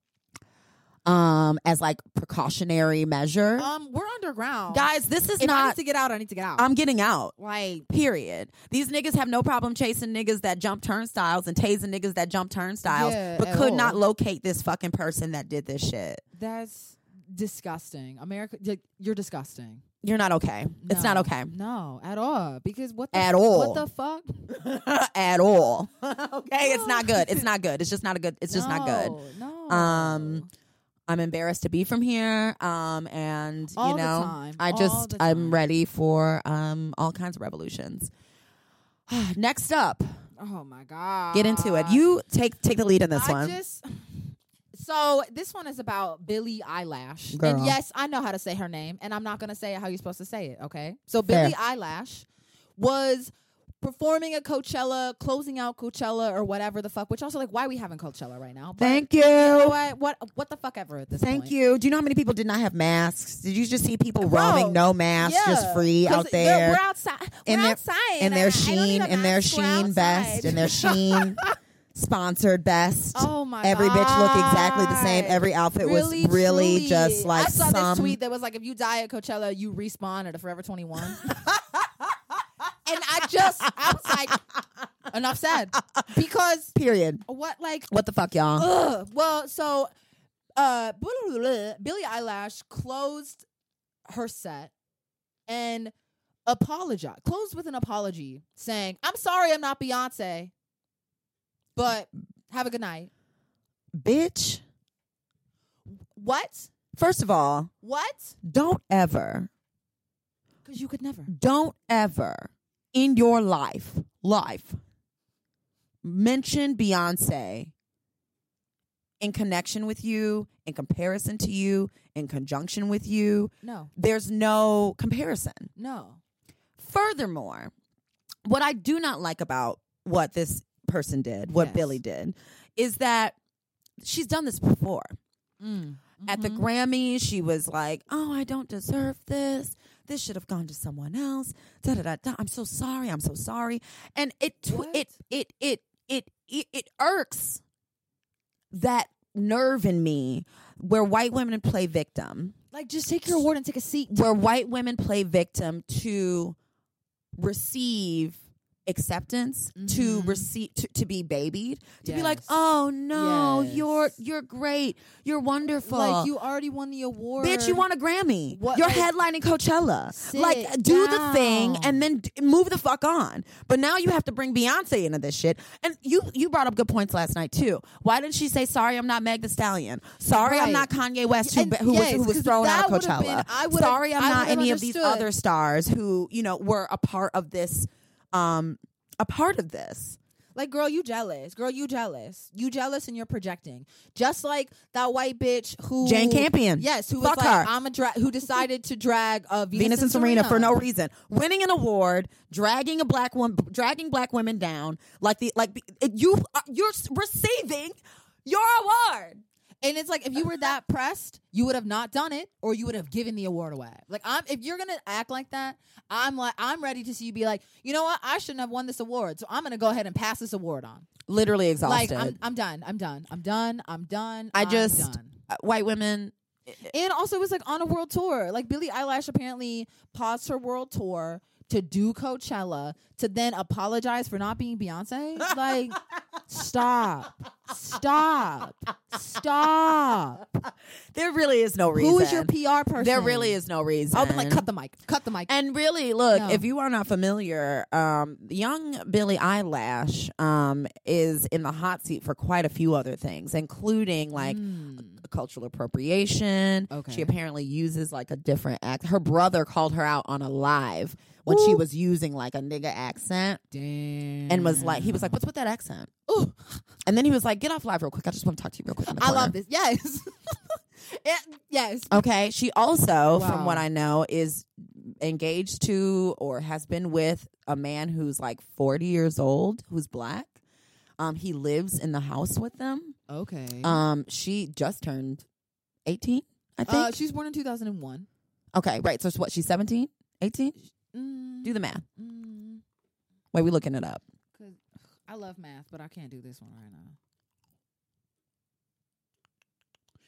um as like precautionary measure.
um we're underground
Guys, this is
if I
not
need to get out I need to get out
I'm getting out.
like
Period. These niggas have no problem chasing niggas that jump turnstiles and tasing niggas that jump turnstiles,
Yeah,
but
at
could
all.
not locate this fucking person that did this shit.
That's disgusting. America, like, you're disgusting.
You're not okay. It's not
No.
okay (laughs)
No, at all. Because what the
At all.
What the (laughs) fuck?
at all. okay, it's not good. It's not good. It's just not a good. It's just not good.
No.
Um, I'm embarrassed to be from here. Um, and
All
you
the
know,
time.
I
All
just
the
I'm
time.
ready for um all kinds of revolutions. (sighs) Next up,
oh my god.
get into it. You take take the lead in this
Uh, I
one.
Just, so this one is about Billie Eyelash.
Girl.
And yes, I know how to say her name, and I'm not gonna say it how you're supposed to say it. Okay. So
Fair.
Billie Eyelash was performing at Coachella, closing out Coachella or whatever the fuck. Which also like, why are we having Coachella right now? But
Thank you.
know what? What what the fuck ever at this
Thank
point.
you. Do you know how many people did not have masks? Did you just see people
Bro,
roaming no masks, just
Oh, Yeah.
free
'Cause
out
they're-
there
We're outside.
In
we're
their-
outside.
in
I- I
their
don't need
sheen,
a
in their
mask, we're
sheen vest,
outside.
in their
(laughs)
sheen sponsored best.
Oh my
every
God.
bitch looked exactly the same. Every outfit was really
truly.
just like
I saw
some.
this tweet that was like, if you die at Coachella, you respawn at a Forever 21.
(laughs)
and I just, I was like, enough said. Because
period.
what, like,
What the fuck, y'all?
Ugh. Well, so uh blah, blah, blah, blah. Billie Eyelash closed her set and apologized. Closed with an apology saying, "I'm sorry I'm not Beyonce, but have a good night."
Bitch.
What?
First of all,
What?
don't ever,
Cuz you could never.
don't ever in your life, life, mention Beyonce in connection with you, in comparison to you, in conjunction with you.
No.
There's no comparison.
No.
Furthermore, what I do not like about what this person did, what
Yes.
Billy did, is that she's done this before. At the
Mm-hmm.
Grammys, she was like, "Oh, I don't deserve this. This should have gone to someone else." Da da da. da. I'm so sorry. I'm so sorry. And it tw-
What?
it it it it it it irks that nerve in me where white women play victim
like just take your award and take a seat.
where white women play victim to receive acceptance to
Mhm.
receive to, to be babied to be like
Yes.
oh no you're
Yes.
you're great you're wonderful
Like you already won the award.
bitch you won a grammy
What-
you're
like-
headlining coachella
Sit
like do the thing
down.
and then d- move the fuck on but now you have to bring beyonce into this shit and you you brought up good points last night too why didn't she say sorry i'm not meg the stallion sorry i'm
Right.
not kanye west who,
And
who was
yes,
who was
'cause
thrown out of
that would've been-
coachella
I would've-
sorry i'm
I
not
would've
any of these
understood.
other stars who you know were a part of this um a part of this
Like, girl, you jealous. Girl, you jealous. You jealous and you're projecting. Just like that white bitch who
Jane Campion.
Yes, who
Fuck
was
her.
like I'm a drag who decided to drag uh, Venus,
Venus and Serena for no reason, winning an award, dragging a black one, dragging black women down like the like it- you are- you're s- receiving your award.
And it's like if you were that pressed, you would have not done it, or you would have given the award away. Like I'm, if you're gonna act like that, I'm like I'm ready to see you be like, you know what? I shouldn't have won this award, so I'm gonna go ahead and pass this award on.
Literally exhausted.
Like I'm, I'm done. I'm done. I'm done. I'm done.
I
I'm
just-
done.
Uh, White women.
and also it was like on a world tour. Like Billie Eilish apparently paused her world tour to do Coachella to then apologize for not being Beyonce.
(laughs)
Like, stop, stop, stop.
There really is no reason.
Who is your PR person?
There really is no reason.
I'll be like, cut the mic, cut the mic.
And really, look,
No.
if you are not familiar, um, young Billie Eyelash um, is in the hot seat for quite a few other things, including like
Mm.
cultural appropriation.
Okay.
She apparently uses like a different act. Her brother called her out on a live when she
Ooh.
was using like a nigga accent
Damn.
and was like, he
Mm.
was like, what's with that accent?
Ooh,
And then he was like, get off live real quick. I just want to talk to you real quick. on the
I
corner."
love this. Yes, (laughs) It- yes.
Okay. She also, from
Wow.
what I know, is engaged to or has been with a man who's like 40 years old who's black. Um, he lives in the house with them.
okay.
Uh,
Um, she just turned 18, I think.
Mm-hmm. Uh, she was born in 2001.
okay, right. So, it's what, she's 17, 18?
Mm,
Do the math.
mm,
Wait, we looking it up.
I love math, but I can't do this one right now.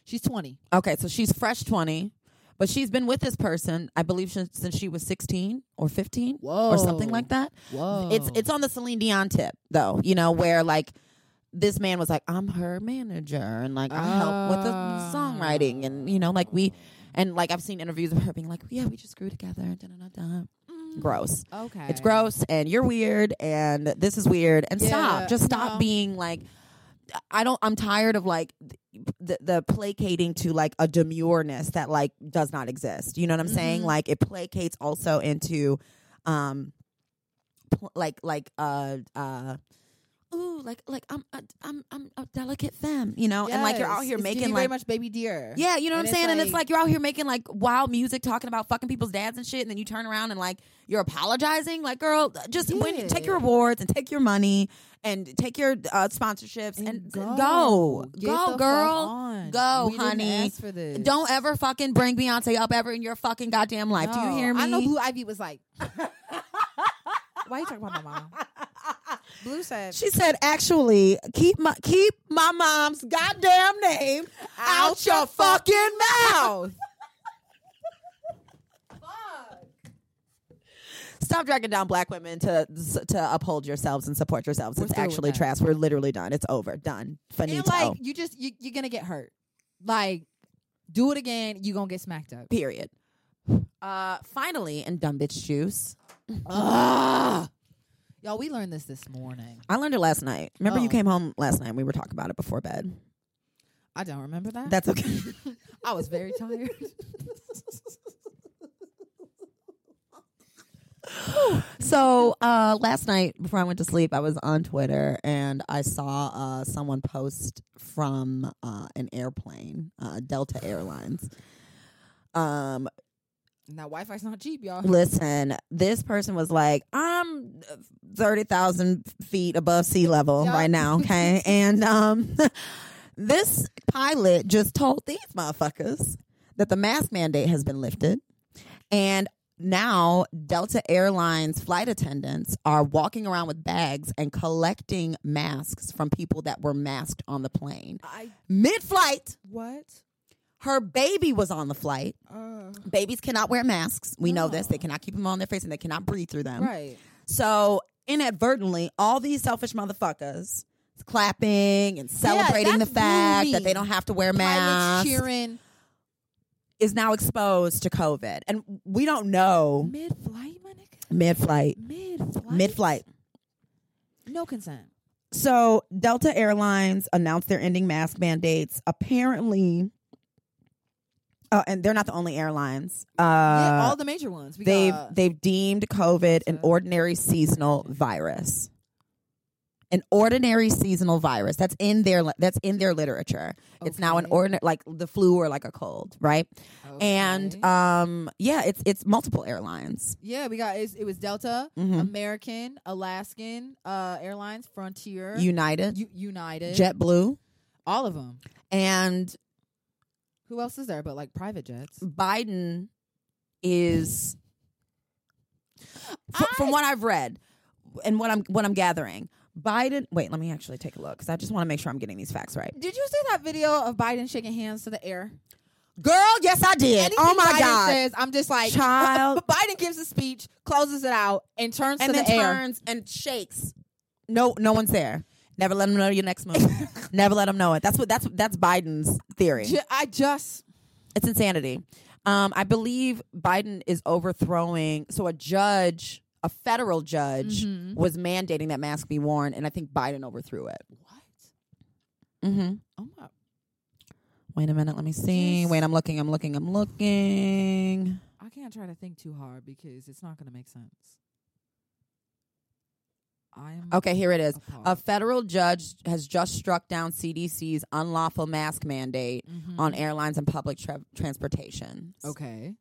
She's twenty.
Okay, so she's fresh 20, but she's been with this person, I believe, since, since she was 16 or 15
Whoa.
or something like that.
Whoa.
Oh.
It's it's on the Celine Dion tip though, you know, where like this man was like, I'm her manager and like I help with the
Ah.
songwriting and you know, like we and like I've seen interviews of her being like, Yeah, we just grew together and da da da da. Gross.
Okay.
It's gross and you're weird and this is weird and
Yeah,
stop. Just stop
no.
being like I don't I'm tired of like the, the placating to like a demureness that like does not exist. You know what I'm saying?
Mm-hmm.
Mhm.
Like it placates also into um pl- like like uh uh ooh like like I'm a, I'm I'm a delicate femme, you know? And like you're out
Yes.
here
It's
making
Diddy
like
very much baby dear.
yeah, you know what
And
I'm
it's
saying? and it's
like-
like you're out here making like wild music, talking about fucking people's dads and shit, and then you turn around and like you're apologizing. Like, girl, just win,
Yeah.
take your awards and take your money and take your uh, sponsorships and, uh, go,
Get the
go,
fuck
girl.
on.
Go,
We didn't
honey.
ask for this.
Don't ever fucking bring Beyonce up ever in your fucking goddamn life. Do you
No,
hear me?
I know Blue Ivy was
(laughs)
like, "Why you talking about my mom?" Blue said,
she said, "Actually, keep my keep my mom's goddamn name out,
Out
your
your
fucking (laughs) mouth. Stop dragging down black women to to uphold yourselves and support yourselves.
We're
it's
through with
actually
that.
trash. We're literally done. It's over. Done. Finito.
And like you just you, you're gonna get hurt. Like do it again, you gonna get smacked up.
Period. Uh, finally, in dumb bitch juice,
Ugh.
Y'all, we learned this this morning.
I learned it last night. Remember, you
Oh.
came home last night. and We were talking about it before bed.
I don't remember that.
That's okay.
I was very
(laughs)
tired.
So uh, last night, before I went to sleep, I was on Twitter and I saw uh, someone post from uh, an airplane, uh, Delta Airlines. Um,
now Wi-Fi's not cheap, y'all.
listen, this person was like, "I'm thirty thousand feet above sea level
Yeah.
right now, okay?" and um, (laughs) this pilot just told these motherfuckers that the mask mandate has been lifted, and now Delta Airlines flight attendants are walking around with bags and collecting masks from people that were masked on the plane.
I
Mid-flight,
what?
her baby was on the flight.
Uh,
Babies cannot wear masks. We know this.
No.
They cannot keep them on their face and they cannot breathe through them.
right.
So inadvertently, all these selfish motherfuckers clapping and celebrating the
that's
fact
really
that they don't have to wear
Pilots
masks
cheering.
is now exposed to COVID. And we don't know
Mid-flight, my nigga.
mid-flight.
Mid-flight.
Mid-flight.
No consent.
So Delta Airlines announced they're ending mask mandates. Apparently, uh, and they're not the only airlines. Uh,
yeah, all the major ones. We
they've
got
they've deemed COVID an
Delta.
ordinary seasonal virus. an ordinary seasonal virus that's in their li- that's in their literature. It's now an
Okay.
ordinary like the flu or like a cold, right? And
Okay.
um, yeah, it's it's multiple airlines.
yeah, we got it's, it was Delta,
Mhm.
American, Alaskan uh, Airlines, Frontier,
United,
U- United,
JetBlue,
all of them.
and
Who else is there? But like private jets.
Biden is fr- from what I've read and what I'm what I'm gathering. Biden, wait, let me actually take a look because I just want to make sure I'm getting these facts right.
Did you see that video of Biden shaking hands to the air?
Girl, yes, I did. oh
Anything
my
Biden
god,
Says, I'm just like
child,
(laughs) Biden gives a speech, closes it out, and turns
and
to
then
the air.
turns and shakes. No, no one's there. Never let them know your next move.
(laughs)
Never let them know it. That's what that's that's Biden's theory.
Ju- I just
It's insanity. Um, I believe Biden is overthrowing. So a judge, a federal judge,
Mhm.
was mandating that mask be worn, and I think Biden overthrew it.
what?
Mm-hmm.
Oh my!
Wait a minute. Let me see.
Just-
Wait, I'm looking. I'm looking. I'm looking.
I can't try to think too hard because it's not going to make sense. I am
Okay, here it is.
appalled.
A federal judge has just struck down CDC's unlawful mask mandate
Mhm.
on airlines and public tra- transportation.
okay.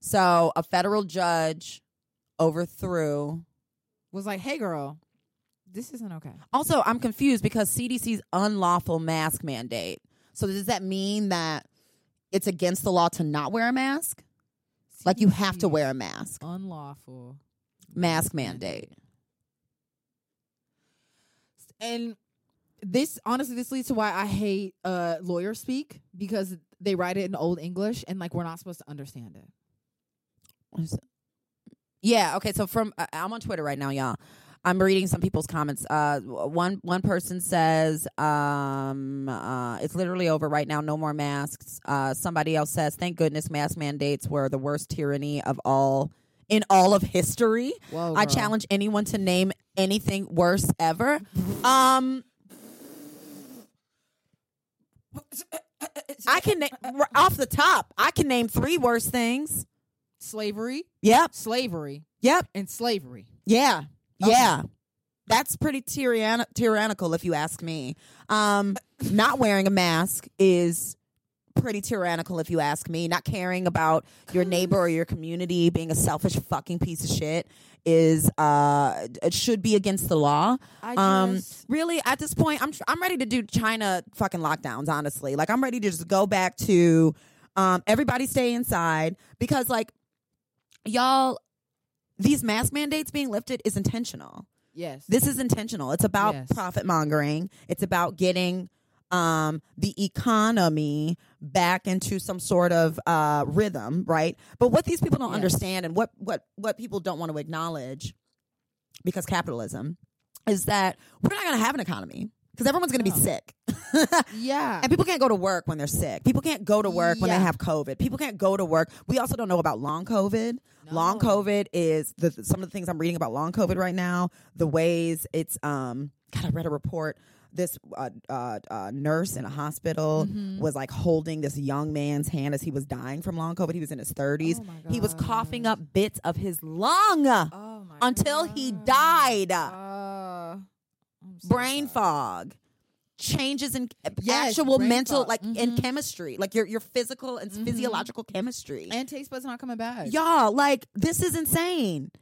So a federal judge overthrew.
Was like, hey, girl, this isn't okay.
Also, I'm confused because CDC's unlawful mask mandate. So does that mean that it's against the law to not wear a mask? Like you have to
CDC's
wear a mask.
unlawful
Mask mandate.
and this honestly this leads to why i hate uh lawyers speak because they write it in old english and like we're not supposed to understand it
What is it? Yeah. Okay. So from I- I'm on Twitter right now, y'all. I'm reading some people's comments. Uh, w- one one person says, um, uh, "It's literally over right now. No more masks." Uh, somebody else says, "Thank goodness mask mandates were the worst tyranny of all in all of history."
Whoa,
I
Oh, girl.
challenge anyone to name anything worse ever. um,
Uh,
I can na- off the top. I can name three worse things.
slavery
Yep.
slavery
Yep.
and slavery
Yeah.
Okay.
Yeah. That's pretty tyrann- tyrannical, if you ask me. Um, not wearing a mask is pretty tyrannical, if you ask me. Not caring about your neighbor or your community, being a selfish fucking piece of shit, is uh, it should be against the law.
I
Um,
just-
really, at this point, I'm I'm ready to do China fucking lockdowns. Honestly, like I'm ready to just go back to um, everybody stay inside because, like, y'all, these mask mandates being lifted is intentional.
yes
This is intentional. It's about
Yes.
profit mongering. It's about getting um, the economy back into some sort of uh, rhythm, right? But what these people don't
Yes.
understand, and what what what people don't want to acknowledge, because capitalism, is that we're not going to have an economy because everyone's going to
No.
be sick.
(laughs) yeah
And people can't go to work when they're sick. People can't go to work when they
Yeah.
have COVID. People can't go to work. We also don't know about long COVID. Long
No.
COVID is the, some of the things I'm reading about long COVID right now. The ways it's um. God, I read a report. This uh, uh, uh, nurse in a hospital
Mm-hmm.
was like holding this young man's hand as he was dying from long COVID. He was in his 30s.
Oh my
he was coughing
God.
up bits of his lung
oh my
until he
God.
died.
uh, I'm so
brain
sorry.
fog changes in
Yes,
actual
brain
mental
fog.
like
Mm-hmm.
in
Mhm.
chemistry like your your physical and s-
Mhm.
physiological chemistry
and taste buds not coming back
y'all like this is insane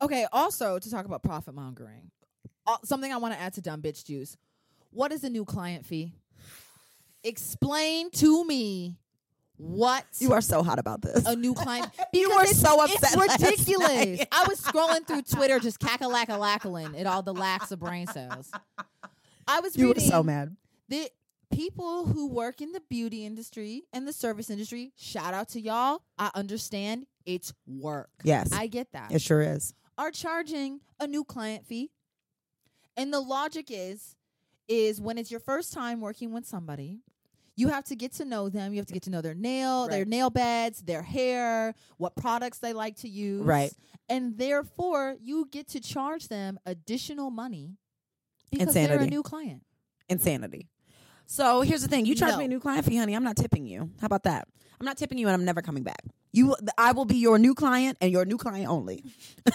Okay, also to talk about profit mongering, uh, something I want to add to Dumb Bitch Juice. What is a new client fee? Explain to me what
you are so hot about this
Oh,
a new client because
You were
it's-
so upset last
It's ridiculous.
night.
I was
(laughs)
scrolling through Twitter just cackalackalackling at all the lacks of brain cells. I
(laughs)
was
you were
reading
so mad
the people who work in the beauty industry and the service industry. Shout out to y'all. I understand it's work.
yes
I get that
it sure is
are charging a new client fee. And the logic is is when it's your first time working with somebody, you have to get to know them, you have to get to know their nail, their
Right.
nail beds, their hair, what products they like to use.
Right.
And therefore, you get to charge them additional money because they're a
Insanity.
new
(laughs)
client.
insanity so here's the thing you charge
No.
me a new client fee honey i'm not tipping you how about that i'm not tipping you and i'm never coming back
You, I will be your new client and your new client only.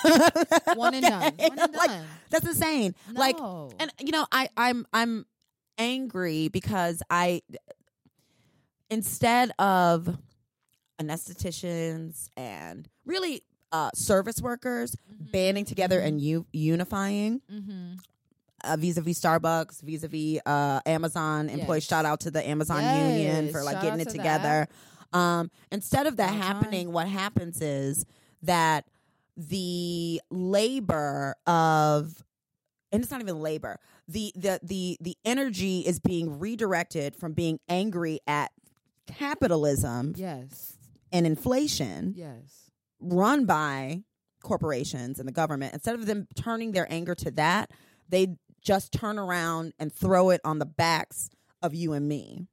(laughs)
(laughs)
One and done.
Okay?
One and
Like,
done.
that's insane. Like,
No.
Oh.
and you know i i'm i'm angry because i instead of anestheticians and really uh, service workers banding together and u- unifying
mm-hmm.
uh, vis-a-vis starbucks vis-a-vis uh, amazon employees
Yes.
shout out to the amazon union
Yes,
for like
shout
getting
out
it
to
together um, instead of that
All time.
happening what happens is that the labor of and it's not even labor the the the the energy is being redirected from being angry at capitalism
Yes.
and inflation
Yes.
run by corporations and the government instead of them turning their anger to that they just turn around and throw it on the backs of you and me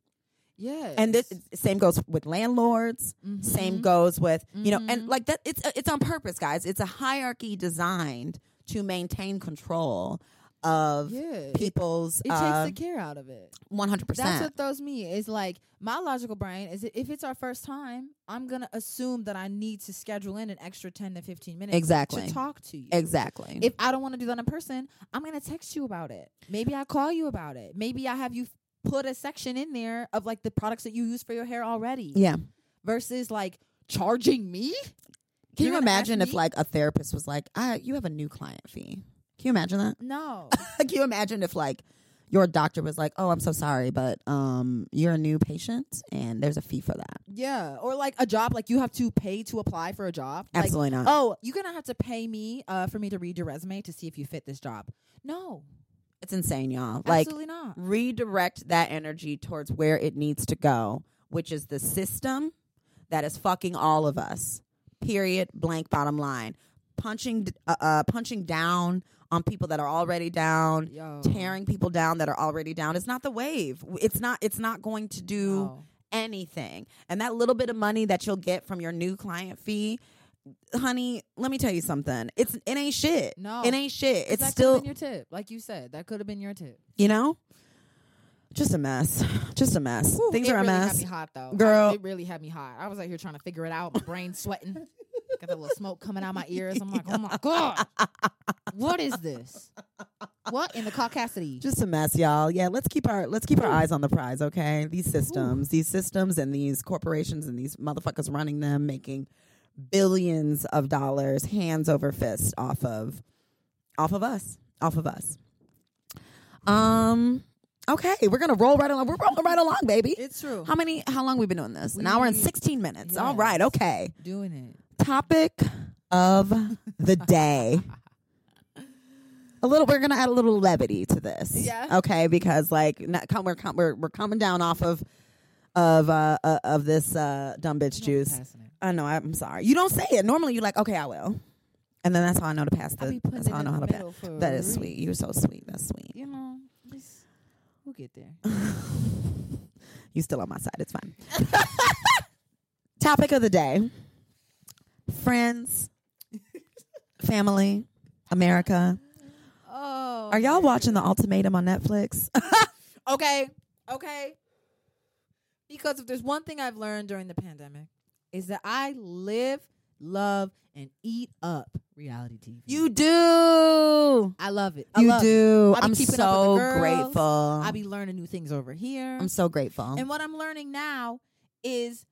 Yes. Mm-hmm.
and this same goes with landlords same goes with you know and like that it's it's on purpose guys it's a hierarchy designed to maintain control of
Mm-hmm. Yeah. it-
people's
It,
uh,
takes the care out of it.
100%
That's what throws me. Is like my logical brain is if it's our first time, I'm gonna assume that I need to schedule in an extra ten to fifteen minutes
Exactly.
to talk to you.
exactly
If I don't want to do that in person, I'm gonna text you about it. Maybe I call you about it. Maybe I have you put a section in there of like the products that you use for your hair already.
yeah
Versus like charging me.
can you
You're gonna ask
imagine if
me-
like a therapist was like ah, you have a new client fee can you imagine that
No.
Can you imagine if like your doctor was like, "Oh, I'm so sorry, but um, you're a new patient, and there's a fee for that."
yeah. Or like a job, like you have to pay to apply for a job. Like,
Absolutely not.
oh, you're gonna have to pay me uh, for me to read your resume to see if you fit this job. No,
It's insane, y'all. Like,
absolutely not.
redirect that energy towards where it needs to go, which is the system that is fucking all of us. Period. Blank. Bottom line. Punching, d- uh, uh, punching down on people that are already down.
Yo.
Tearing people down that are already down. It's not the wave. It's not. It's not going to do.
No.
anything. And that little bit of money that you'll get from your new client fee, honey, let me tell you something. It's it ain't shit.
No.
It ain't shit. It's
that
still
could have been your tip, like you said. That could have been your tip.
you know? Just a mess. Just a mess.
Ooh,
Things
it
are a
really
mess.
Had me hot though,
Girl.
It really had me hot. I was out here trying to figure it out. My brain sweating. Got that little smoke coming
(laughs)
out my ears. I'm like, oh my god, what is this? What in the caucasity?
just a mess, y'all. Yeah, let's keep our let's keep our eyes on the prize, okay? These systems, these systems, and these corporations and these motherfuckers running them, making billions of dollars, hands over fist, off of off of us, off of us. Um. Okay, we're gonna roll right along. We're rolling right along, baby.
it's true.
How many? How long we been doing this? An hour and sixteen minutes. All
Yes.
right. Okay.
Doing it.
Topic of the day. a little we're gonna add a little levity to this
Yeah.
okay because like not, come, we're, com- we're, we're coming down off of of uh, uh of this uh dumb bitch juice
Passing it.
i know i'm sorry you don't say it normally you're like okay i will and then that's how i know to pass the that's how i know how to pass
for
that is sweet you're so sweet that's sweet
You know, just, we'll get
(laughs)
there.
you still on my side it's fine (laughs) topic of the day friends family america
Oh,
are y'all watching the ultimatum on netflix (laughs)
okay, okay. Because if there's one thing I've learned during the pandemic,
Is that I live, love, and eat up reality TV.
you do
I love it.
you
love it.
do.
I be
I'm
keeping up with
so
the girls.
grateful.
I be learning new things over here.
I'm so grateful.
And what I'm learning now is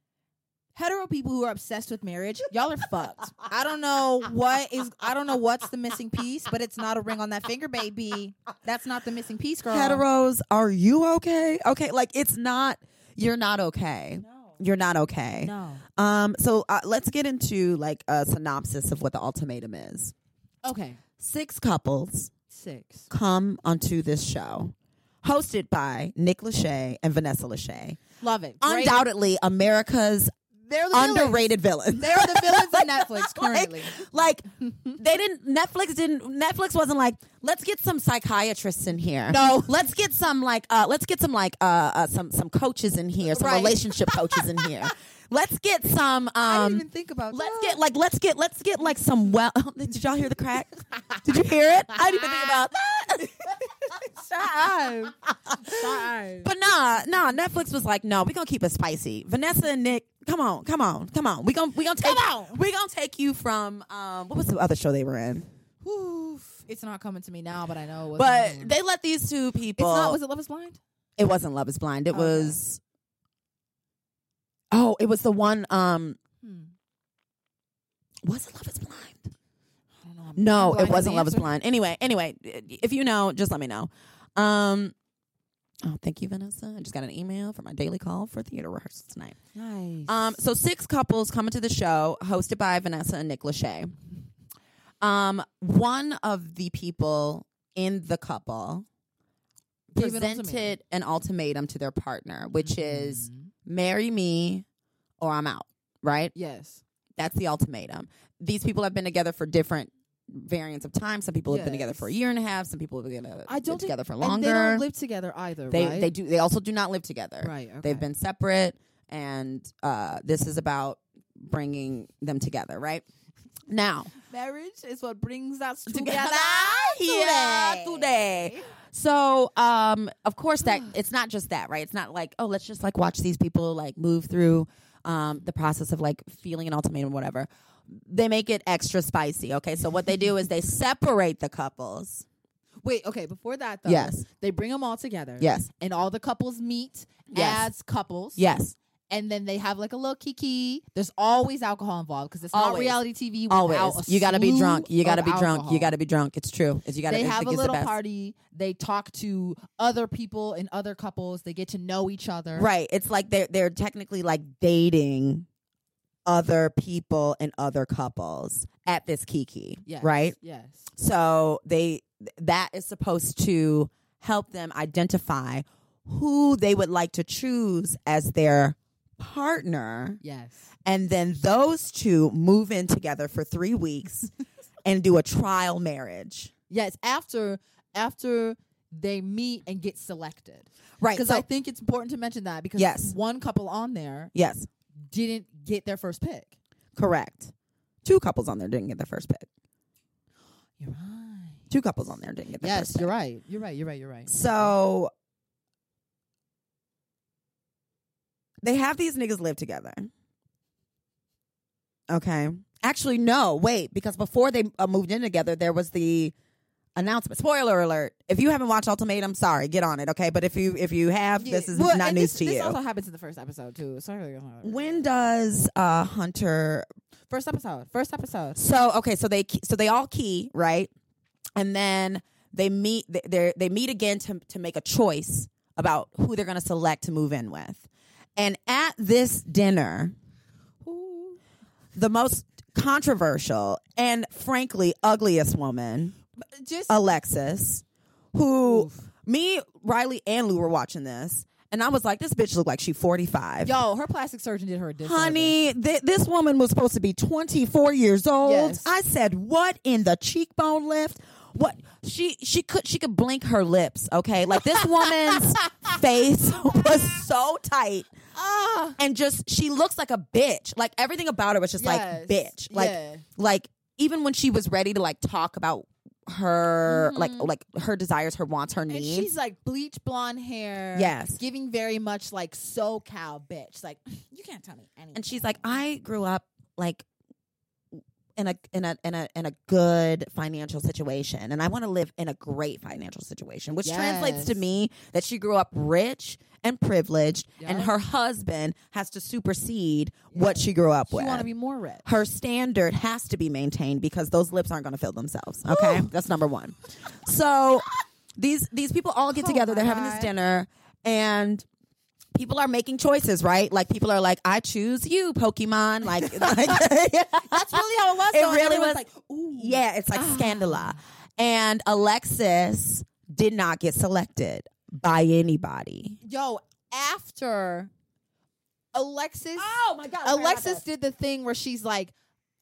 hetero people who are obsessed with marriage, y'all are fucked. I don't know what is I don't know what's the missing piece, but it's not a ring on that finger, baby. That's not the missing piece, girl.
Heteros, are you okay? Okay, like it's not. You're not okay.
No.
You're not okay.
No.
Um. So uh, let's get into like a synopsis of what the ultimatum is.
Okay.
Six couples
Six.
come onto this show, hosted by Nick Lachey and Vanessa Lachey.
Love it. Great.
Undoubtedly, America's
They're the villains.
underrated villain.
They're the
(laughs)
villains of Netflix currently.
Like they didn't Netflix didn't Netflix wasn't like let's get some psychiatrists in here.
No.
Let's get some like uh let's get some like uh, uh some some coaches in here, some
Right.
relationship coaches in
(laughs)
here. Let's get some
I didn't even
um
think about
let's
that.
get like let's get let's get like some well (laughs) did y'all hear the crack? Did you hear it? I didn't even think
(laughs)
about that.
Shut up. Shut up.
But nah, nah, Netflix was like, no, we're gonna keep it spicy. Vanessa and Nick, come on, come on, come on. We gonna we gonna take we gonna take you from um what was the other show they were in?
Oof. It's not coming to me now, but I know. It was
But
coming.
they let these two
it's
people.
not. Was it Love Is Blind?
it wasn't Love Is Blind. It
Okay.
was. Oh, it was the one. Um,
Hmm.
was it Love Is Blind?
I don't know. I'm-
No,
I'm
it
blind to
wasn't
the
Love Is
answer.
Blind. Anyway, anyway, if you know, just let me know. Um, oh, thank you, Vanessa. I just got an email for my daily call for theater rehearsals tonight.
Nice.
Um, so six couples coming to the show, hosted by Vanessa and Nick Lachey. Um, one of the people in the couple
Gave an
presented an ultimatum to their partner, which is
Mm-hmm.
marry me or I'm out. Right?
yes.
That's the ultimatum. These people have been together for different variants of time. Some people have been together for a
Yes.
year and a half. Some people have been together,
I don't think-
together for
And they
longer.
don't live together either,
they,
right?
they do. They also do not live together.
right. Okay.
They've been separate, and uh, this is about bringing them together. Right (laughs) now,
Marriage is what brings us together.
together here (laughs) today. So, um, of course, (gasps) that it's not just that, right? It's not like oh, let's just like watch these people like move through um, the process of like feeling an ultimatum, whatever. They make it extra spicy. Okay, so what they do is they separate the couples.
Wait, okay. Before that, though,
Yes.
they bring them all together.
Yes,
and all the couples meet
Yes.
as couples.
yes,
and then they have like a little kiki. There's always alcohol involved because it's not
Always.
reality TV. Without
always.
a
You got to be
slew
drunk. You got to
of
be drunk.
alcohol.
You got to be drunk. It's true. It's, you got to.
they have a
the
little
best.
party. They talk to other people and other couples. They get to know each other.
Right. It's like they're they're technically like dating other people and other couples at this kiki.
Yes.
Right?
Yes.
So they that is supposed to help them identify who they would like to choose as their partner
Yes.
and then those two move in together for 3
(laughs)
weeks and do a trial marriage.
Yes. After after they meet and get selected.
Right.
Because
So
I think it's important to mention that because
Yes.
one couple on there
yes,
didn't get their first pick.
correct. Two couples on there didn't get their first pick.
You're right.
Two couples on there didn't get their
Yes,
first pick.
you're right. You're right. You're right. You're right.
So they have these niggas live together. Okay. Actually, no, wait, because before they uh, moved in together, there was the announcement. Spoiler alert. If you haven't watched Ultimatum, sorry, get on it, okay? But if you if you have, this
Yeah.
is
Well,
not
and
news
this,
to
this
you.
also happens in the first episode too. Sorry.
when does uh Hunter
First episode. First episode.
So, okay, so they so they all key, right? And then they meet they they meet again to to make a choice about who they're going to select to move in with. And at this dinner, the most controversial and frankly ugliest woman,
Just
Alexis, who me, Riley and Lou were watching this, and I was like this bitch looked like she 45.
yo, her plastic surgeon did her a disservice.
Honey, th- this woman was supposed to be 24 years old.
Yes.
I said, "What in the cheekbone lift? What she she could she could blink her lips, okay? Like this
(laughs)
woman's face was so tight.
Ah,
And just she looks like a bitch. Like everything about her was just
Yes.
like bitch. Like
Yeah.
like even when she was ready to like talk about her like like her desires, her wants, her
Mm-hmm. And
needs.
she's like bleach blonde hair.
Yes.
Giving very much like SoCal bitch. Like, you can't tell me anything.
and she's like i grew up like in a in a in a in a good financial situation and i want to live in a great financial situation which translates to
Yes.
me that she grew up rich and privileged and
Yep.
her husband has to supersede what she grew up
you
with
want to be more rich.
her standard has to be maintained because those lips aren't going to fill themselves. Okay, that's number one. So these these people all get together. They're having this dinner, and people are making choices. Right? Like people are like, "I choose you, Pokemon." (laughs) Like, like-
That's really how it was.
(laughs) It
though, and
really
everyone's
was-
like, ooh.
yeah, it's like Scandala. And Alexis did not get selected by anybody.
Yo, after Alexis.
Oh my god,
Alexis did the thing where she's like,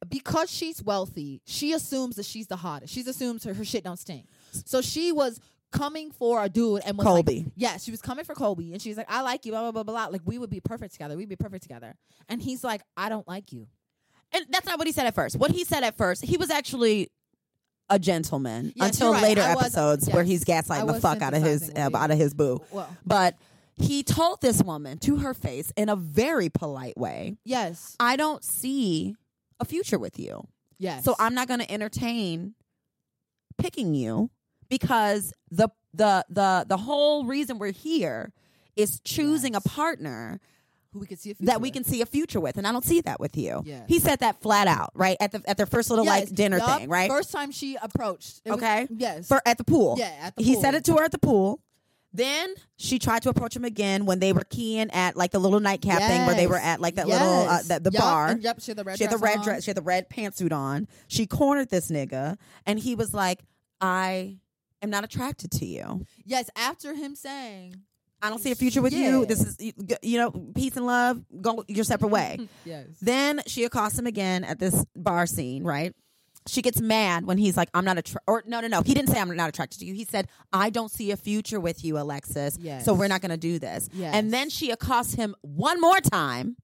because she's wealthy, she assumes that she's the hottest. She assumes her, her shit don't stink. So she was coming for a dude and was like-
Colby.
yeah, she was coming for Colby, and she's like, "I like you, blah blah blah blah." Like we would be perfect together. We'd be perfect together. And he's like, "I don't like you."
and that's not what he said at first. What he said at first, he was actually a gentleman
Yes,
until
you're right.
later
I was-
episodes where
yes.
he's gaslighting
I
the
was
fuck out of his
synthesizing
uh,
what you-
out of his boo.
Well,
But He told this woman to her face in a very polite way,
Yes.
I don't see a future with you.
Yes.
So I'm not going to entertain picking you because the the the the whole reason we're here is choosing a partner
who we could see a
that we can see a future with, and I don't see that with you.
Yes.
He said that flat out, right at the at their first little like dinner
Yup.
thing, right?
First time she approached. it was-
Okay.
yes.
For at the pool.
yeah. At the
he
pool.
said it to her at the pool. Then she tried to approach him again when they were keying at like the little nightcap thing where they were
Yes.
at like that little uh,
Yes.
that, the
Yup,
bar.
and Yup. She had the red.
she had the
dress
red
on.
dress. She had the red pantsuit on. She cornered this nigga, and he was like, "I am not attracted to you.
Yes. After him saying.
I don't see a future with you.
Yeah.
This is, you- you know, peace and love. Go your separate way."
Yes.
then she accosts him again at this bar scene, right? She gets mad when he's like, "I'm not attra- or no, no, no." He didn't say I'm not attracted to you. He said, "I don't see a future with you, Alexis.
Yes.
So we're not going to do this."
Yes.
And then she accosts him one more time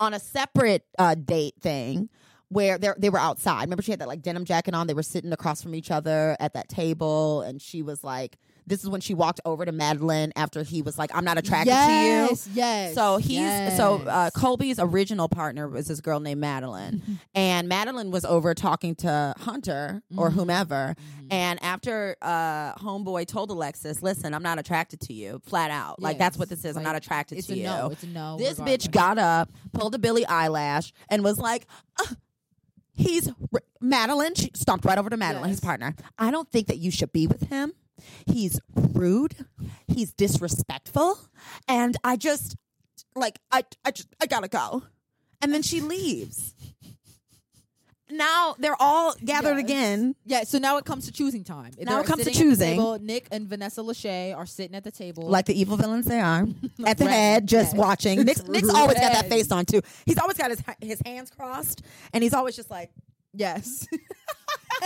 on a separate uh, date thing where they they were outside. Remember, she had that like denim jacket on. They were sitting across from each other at that table, and she was like, "This is when she walked over to Madeline after he was like, "I'm not attracted to you."
yes. Yes.
So he's
yes.
so uh, Colby's original partner was this girl named
(laughs)
Madeline, and Madeline was over talking to Hunter or
Mm-hmm.
whomever. And after uh, Homeboy told Alexis, "Listen, I'm not attracted to you, flat out. Like that's what this is. I'm not attracted
it's
to
a
you."
no. It's a Oh no.
this
regardless.
bitch got up, pulled a Billy eyelash, and was like. "Uh, He's r- Madeline. She stomped right over to Madeline, his
Yes.
partner. I don't think that you should be with him. He's rude. He's disrespectful, and I just like I I just I gotta go. And then she leaves. Now they're all gathered
Yes.
again.
Yeah, so now it comes to choosing time.
Now
They're
it comes to
sitting at the
choosing.
table. Nick and Vanessa Lachey are sitting at the table.
Like the evil villains they
(laughs)
are, at the
Right.
head, just
Yes.
watching. Nick's, Nick's always got that
Red.
face on too. He's always got his his hands crossed, and he's always just like
yes, (laughs)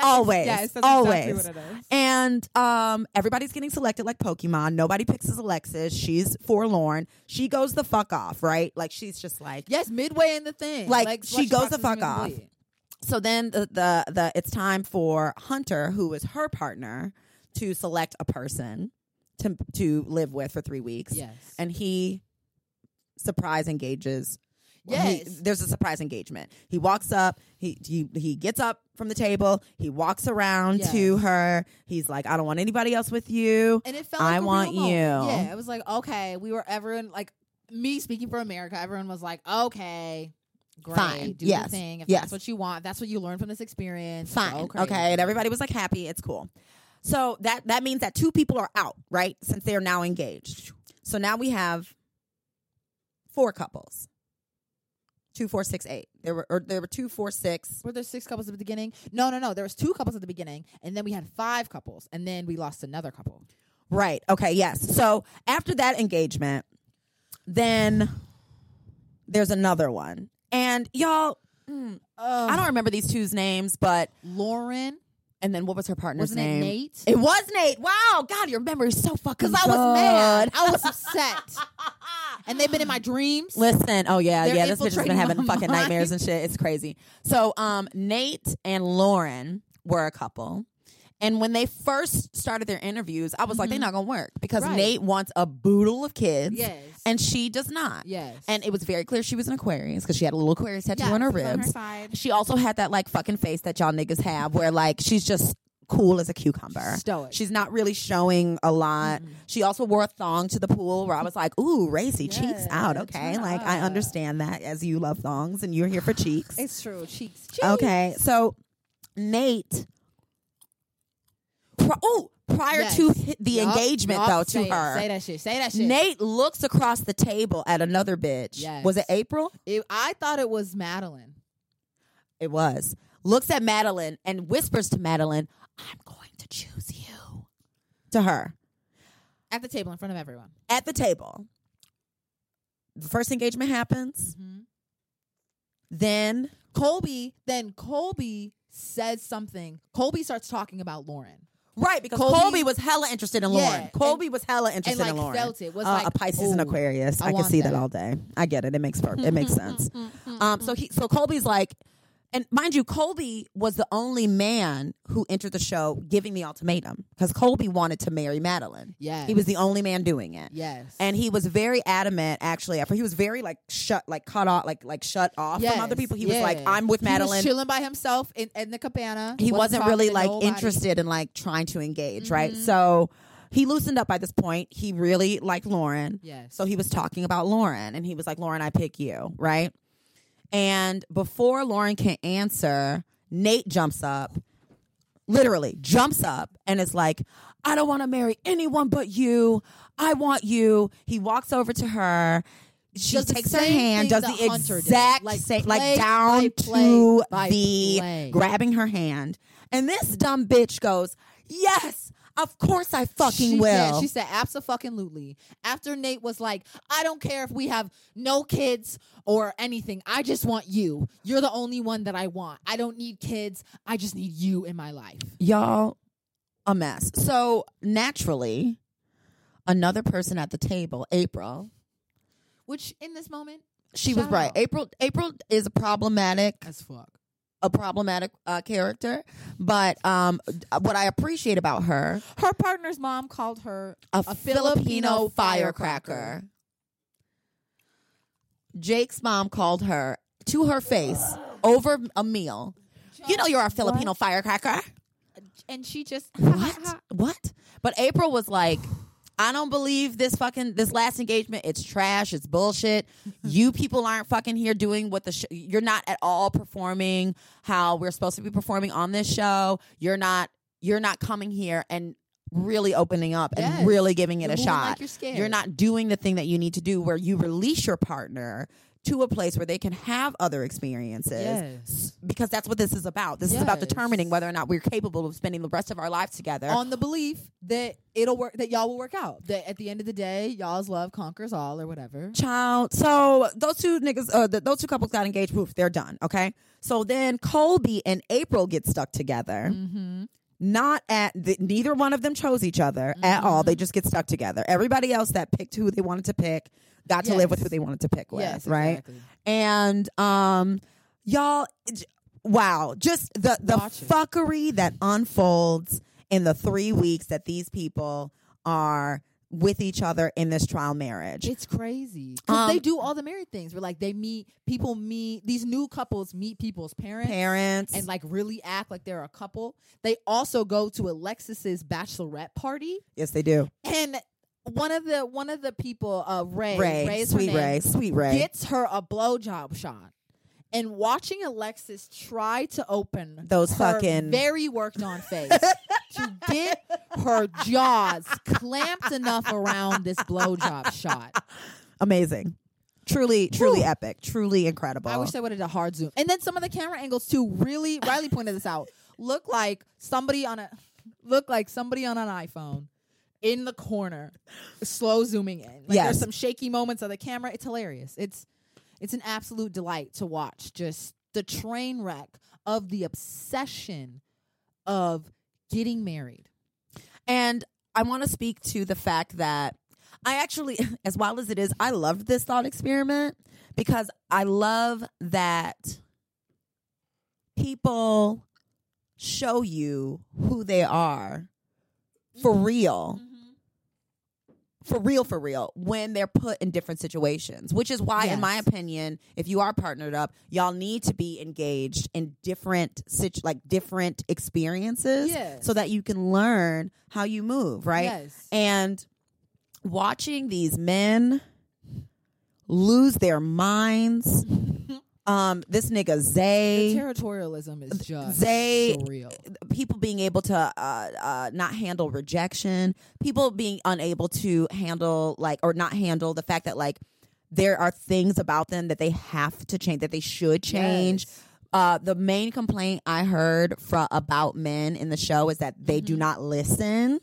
always,
yes, that's
always.
exactly what it is.
And um, everybody's getting selected like Pokemon. Nobody picks as Alexis. She's forlorn. She goes the fuck off, right? Like she's just like
Yes, midway in the thing,
Like, she
lunch
goes
box
the
is
fuck
even
off.
complete.
so then the, the the it's time for Hunter, who is her partner, to select a person to to live with for three weeks.
Yes,
And he surprise engages. well, he-
yes,
there's a surprise engagement. He walks up. He he he gets up from the table. He walks around to
Yes.
her. He's like, "I don't want anybody else with you."
and it felt.
I
Like a real
want
moment.
you.
Yeah, it was like okay, we were everyone like me speaking for America. Everyone was like, okay, great,
Fine,
do
yes,
your thing. If
yes.
that's what you want, that's what you learn from this experience.
Fine.
go
Okay.
crazy.
And everybody was like happy. It's cool. So that that means that two people are out, right? Since they are now engaged. So now we have four couples. Two, four, six, eight. There were or there were two, four, six.
Were there six couples at the beginning? No, no, no. There was two couples at the beginning, and then we had five couples, and then we lost another couple.
Right. Okay. Yes. So after that engagement, then there's another one. And y'all, I
Uh,
don't remember these two's names, but
Lauren,
and then what was her partner's
wasn't
name?
it Nate?
It was Nate. Wow, God, your memory's so fucking.
Because I
good.
was mad. I was upset. (laughs) and they've been in my dreams.
Listen, oh yeah,
They're
yeah, this bitch has been
infiltrating
having
my
fucking
mind.
nightmares and shit. It's crazy. So, um, Nate and Lauren were a couple. And when they first started their interviews, I was like, they're not gonna work because
Mm-hmm. Right.
Nate wants a boodle of kids,
Yes.
and she does not.
yes.
And it was very clear she was an Aquarius because she had a little Aquarius tattoo
Yes,
on her
it's on her
ribs.
side.
she also had that like fucking face that y'all niggas have, where like she's just cool as a cucumber.
Stoic.
She's not really showing a lot. She also wore a thong to the pool, where I was like, "Ooh, racy cheeks out."
Yeah,
Okay,
turn
like I
up.
understand that as you love thongs and you're here for cheeks.
it's true. Cheeks. Cheeks.
Okay, so Nate. Pri- oh, prior to
Yes.
hi- the
Yup,
engagement
yup.
though to
Say it.
her,
Say that shit. Say that shit.
Nate looks across the table at another bitch.
Yes.
Was it April?
It- I thought it was Madeline.
It was. Looks at Madeline and whispers to Madeline, I'm going to choose you. To her
At the table in front of everyone.
at the table. The first engagement happens. Then,
Colby, then Colby says something. Colby starts talking about Lauren.
right, because Colby,
Colby-
was hella interested in
Yeah,
Lauren.
and-
Colby was hella interested
like,
in Lauren.
felt it. Was
Uh,
like,
a Pisces and
ooh,
Aquarius.
I
I, can
want
see that.
that. Mm-hmm,
all day. I get it. It makes per- it makes sense. Um, so he so Colby's like, And mind you, Colby was the only man who entered the show giving the ultimatum because Colby wanted to marry Madeline.
Yes.
He was the only man doing it.
Yes.
And he was very adamant, actually. After he was very like shut, like cut off, like like shut off
Yes,
from other people. He
yeah.
was like, "I'm with
He was
Madeline."
chilling by himself in, in the cabana.
He wasn't,
talking
really
to
like
nobody. Mm-hmm.
interested in like trying to engage, right? So he loosened up by this point. He really liked Lauren.
Yes.
So he was talking about Lauren and he was like, Lauren, I pick you, right? And before Lauren can answer, Nate jumps up, literally jumps up and is like, I don't want to marry anyone but you. I want you. He walks over to her. She
Does the
takes her
same
hand,
thing
does
that
the
Hunter did.
exact
Like,
same,
play
like down
by play
to
by
the
play.
grabbing her hand. And this dumb bitch goes, Yes, of course I fucking
she
will.
Said, she said, absolutely. After Nate was like, I don't care if we have no kids or anything. I just want you. You're the only one that I want. I don't need kids. I just need you in my life.
y'all a mess so naturally another person at the table april
Which in this moment,
she was
Shout
right
out.
april april is a problematic
as fuck.
a problematic uh, character but um what i appreciate about her
Her partner's mom called her
a,
A
filipino,
Filipino
firecracker.
firecracker.
jake's mom called her to her face over a meal you know you're a filipino firecracker
and she just (laughs)
what? what? But April was like, I don't believe this fucking this last engagement. It's trash. It's bullshit. You people aren't fucking here doing what the sh- you're not at all performing how we're supposed to be performing on this show. You're not you're not coming here and really opening up and
Yes.
really giving it
You're
a
moving
shot.
like you're scared.
not doing the thing that you need to do where you release your partner to a place where they can have other experiences
Yes.
because that's what this is about. This is about
Yes.
determining whether or not we're capable of spending the rest of our lives together.
on the belief that it'll work that y'all will work out. That at the end of the day, y'all's love conquers all or whatever.
child. So those two niggas, uh, th- those two couples got engaged. Poof, they're done. Okay. So then Colby and April get stuck together.
Mm.
Not at the, neither one of them chose each other at all.
Mm-hmm.
They just get stuck together. Everybody else that picked who they wanted to pick got to live with
Yes.
who they wanted to pick with.
Yes,
right.
exactly.
And um, y'all, j- wow, just the the
Watch it.
fuckery that unfolds in the three weeks that these people are with each other in this trial marriage.
It's crazy.
Um,
'Cause they do all the married things where like they meet people meet these new couples meet people's parents,
parents
and like really act like they're a couple. They also go to Alexis's bachelorette party
yes they do
and one of the one of the people, uh Ray,
ray,
is her
sweet
name,
ray sweet ray
gets her a blowjob shot. And watching Alexis try to open
Those
her
fucking-
very
(laughs)
worked on face to get her jaws clamped enough around this blowjob shot.
amazing truly truly epic truly incredible
I wish they would have done a hard zoom. And then some of the camera angles too. Really, Riley pointed this out. Look like somebody on a look like somebody on an iPhone in the corner, slow zooming in. Like
Yes.
there's some shaky moments of the camera. It's hilarious. It's it's an absolute delight to watch. Just the train wreck of the obsession of getting married.
and i want to speak to the fact that i actually (laughs) as wild as it is i loved this thought experiment because i love that people show you who they are for real for real, for real, when they're put in different situations, which is why, in my
Yes.
opinion, if you are partnered up, y'all need to be engaged in different situ- like different experiences,
Yes.
so that you can learn how you move, right?
Yes.
And watching these men lose their minds, um, this nigga Zay,
Territorialism is just
they-
surreal.
people being able to uh, uh, not handle rejection, people being unable to handle like or not handle the fact that like there are things about them that they have to change that they should change. Uh, the main complaint I heard from about men in the show is that they
Mm-hmm.
do not listen.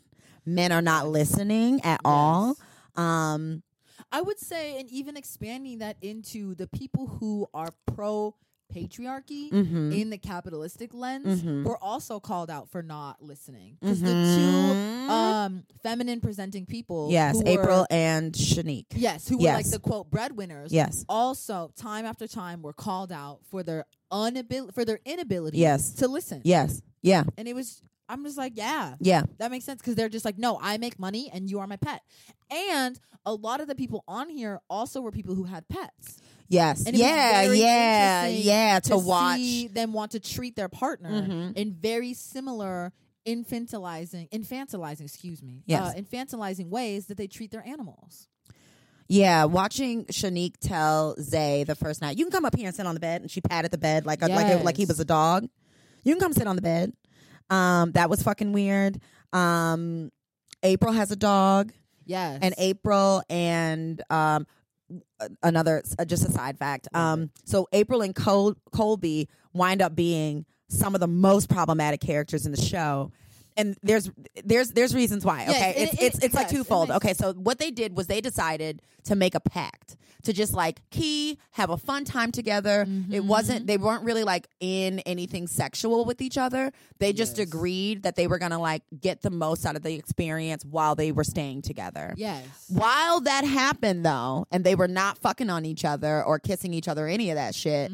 Men are not listening at all. Um,
I would say, and even expanding that into the people who are pro patriarchy
mhm.
in the capitalistic lens
Mhm.
were also called out for not listening because the two um, feminine presenting people,
Mm-hmm. yes,
who were-
April and Shanique.
yes, who were like
Yes.
the quote breadwinners,
Yes,
also time after time were called out for their unabil for their inability
Yes.
to listen.
Yes. Yeah.
And it was I'm just like, yeah.
Yeah.
That makes sense because they're just like, no, I make money and you are my pet. And a lot of the people on here also were people who had pets.
Yes.
And it was
yeah.
very
Yeah.
interesting
Yeah. To, watch.
see them want to treat their partner
Mhm.
in very similar infantilizing, infantilizing, excuse me,
Yes.
uh, infantilizing ways that they treat their animals.
Yeah, watching Shanique tell Zay the first night, you can come up here and sit on the bed, and she patted the bed like a, like a, like he
Yes.
was a dog. You can come sit on the bed. Um, that was fucking weird. Um, April has a dog,
Yes.
and April and um, another uh, just a side fact. Um, so April and Col- Colby wind up being some of the most problematic characters in the show. And there's there's there's reasons why.
Yes,
Okay,
it-
it's
it-
it's it's like
yes, it
twofold.
makes
Okay, so what they did was they decided to make a pact to just like key have a fun time together. It
Mm-hmm.
wasn't they weren't really like in anything sexual with each other. They just
Yes.
agreed that they were gonna like get the most out of the experience while they were staying together.
yes.
While that happened, though, and they were not fucking on each other or kissing each other, or any of that shit,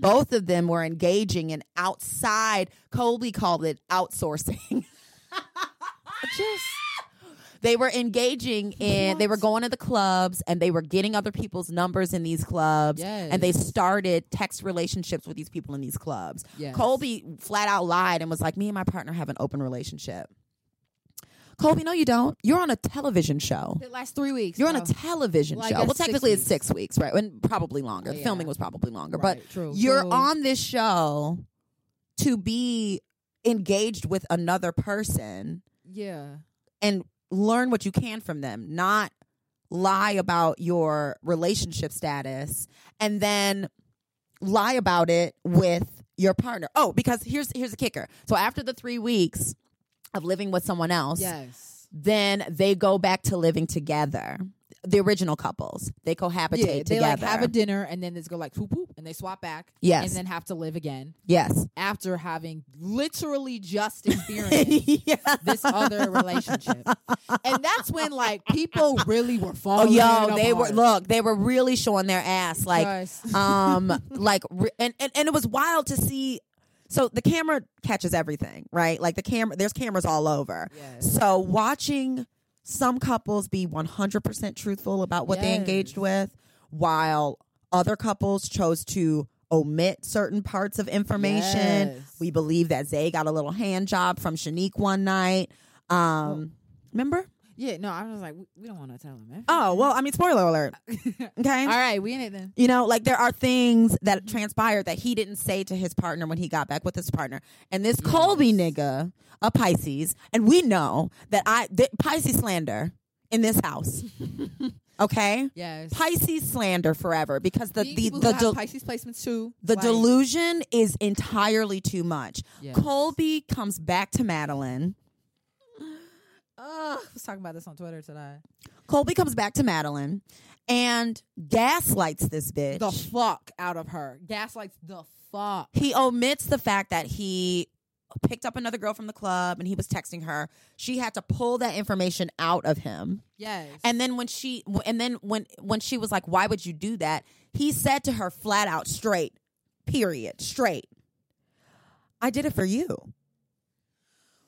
both of them were engaging in outside, Colby called it outsourcing. (laughs)
Just
they were engaging in, they were going to the clubs and they were getting other people's numbers in these clubs. And they started text relationships with these people in these clubs.
Yes.
Colby flat out lied and was like, Me and my partner have an open relationship. Colby, no, you don't. You're on a television show.
it lasts three weeks.
You're on
Oh,
a television
Well, I
show.
guess
Well,
six
technically it's
weeks.
six weeks, right? And probably longer. The
yeah.
filming was probably longer,
right,
but
true.
you're
So-
on this show to be engaged with another person
Yeah.
and learn what you can from them, not lie about your relationship status and then lie about it with your partner. Oh, because here's here's the kicker. So after the 3 weeks of living with someone else,
Yes.
then they go back to living together. The original couples. They cohabitate
Yeah, they
together.
like have a dinner and then they just go like whoop whoop and they swap back.
Yes.
And then have to live again (laughs)
yes.
after having literally just
(laughs)
experienced
yeah.
this other relationship. And that's when like people really were
Oh,
falling.
yo, they were
apart.
look, they were really showing their ass like
Just-
um like re- and, and and it was wild to see so the camera catches everything, right? Like the camera there's cameras all over.
Yes.
So watching some couples be 100% truthful about what they engaged with while other couples chose to omit certain parts of information.
Yes.
We believe that Zay got a little hand job from Shanique one night. Um remember?
Yeah, no, I was like, we, we don't want to tell him. Eh?
Oh, well, I mean spoiler alert. Okay?
(laughs) All right, we in it then.
You know, like there are things that transpired that he didn't say to his partner when he got back with his partner. And this Colby nigga, a Pisces, and we know that I th- Pisces slander in this
(laughs)
house. okay?
Yes.
Pisces slander forever because the
Being
the
people
the,
who
del-
have Pisces placements too.
the
like,
delusion is entirely too much.
Yes.
Colby comes back to Madeline.
Ugh, I was talking about this on Twitter today.
Colby comes back to Madeline and gaslights this bitch.
The fuck out of her. Gaslights the fuck.
he omits the fact that he picked up another girl from the club and he was texting her she had to pull that information out of him
Yes.
and then when she and then when when she was like why would you do that he said to her flat out straight period straight i did it for you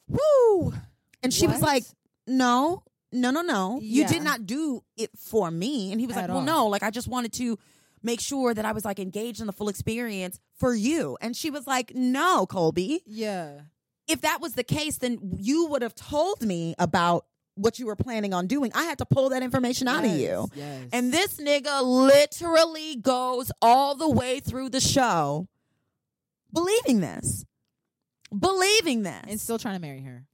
woo and she was
What?
like no no no no you
Yeah.
did not do it for me and he was like
At
well
all.
no like i just wanted to make sure that i was like engaged in the full experience for you and she was like no colby
yeah.
if that was the case, then you would have told me about what you were planning on doing. I had to pull that information out of you.
Yes.
And this nigga literally goes all the way through the show believing this. Believing this.
And still trying to marry her.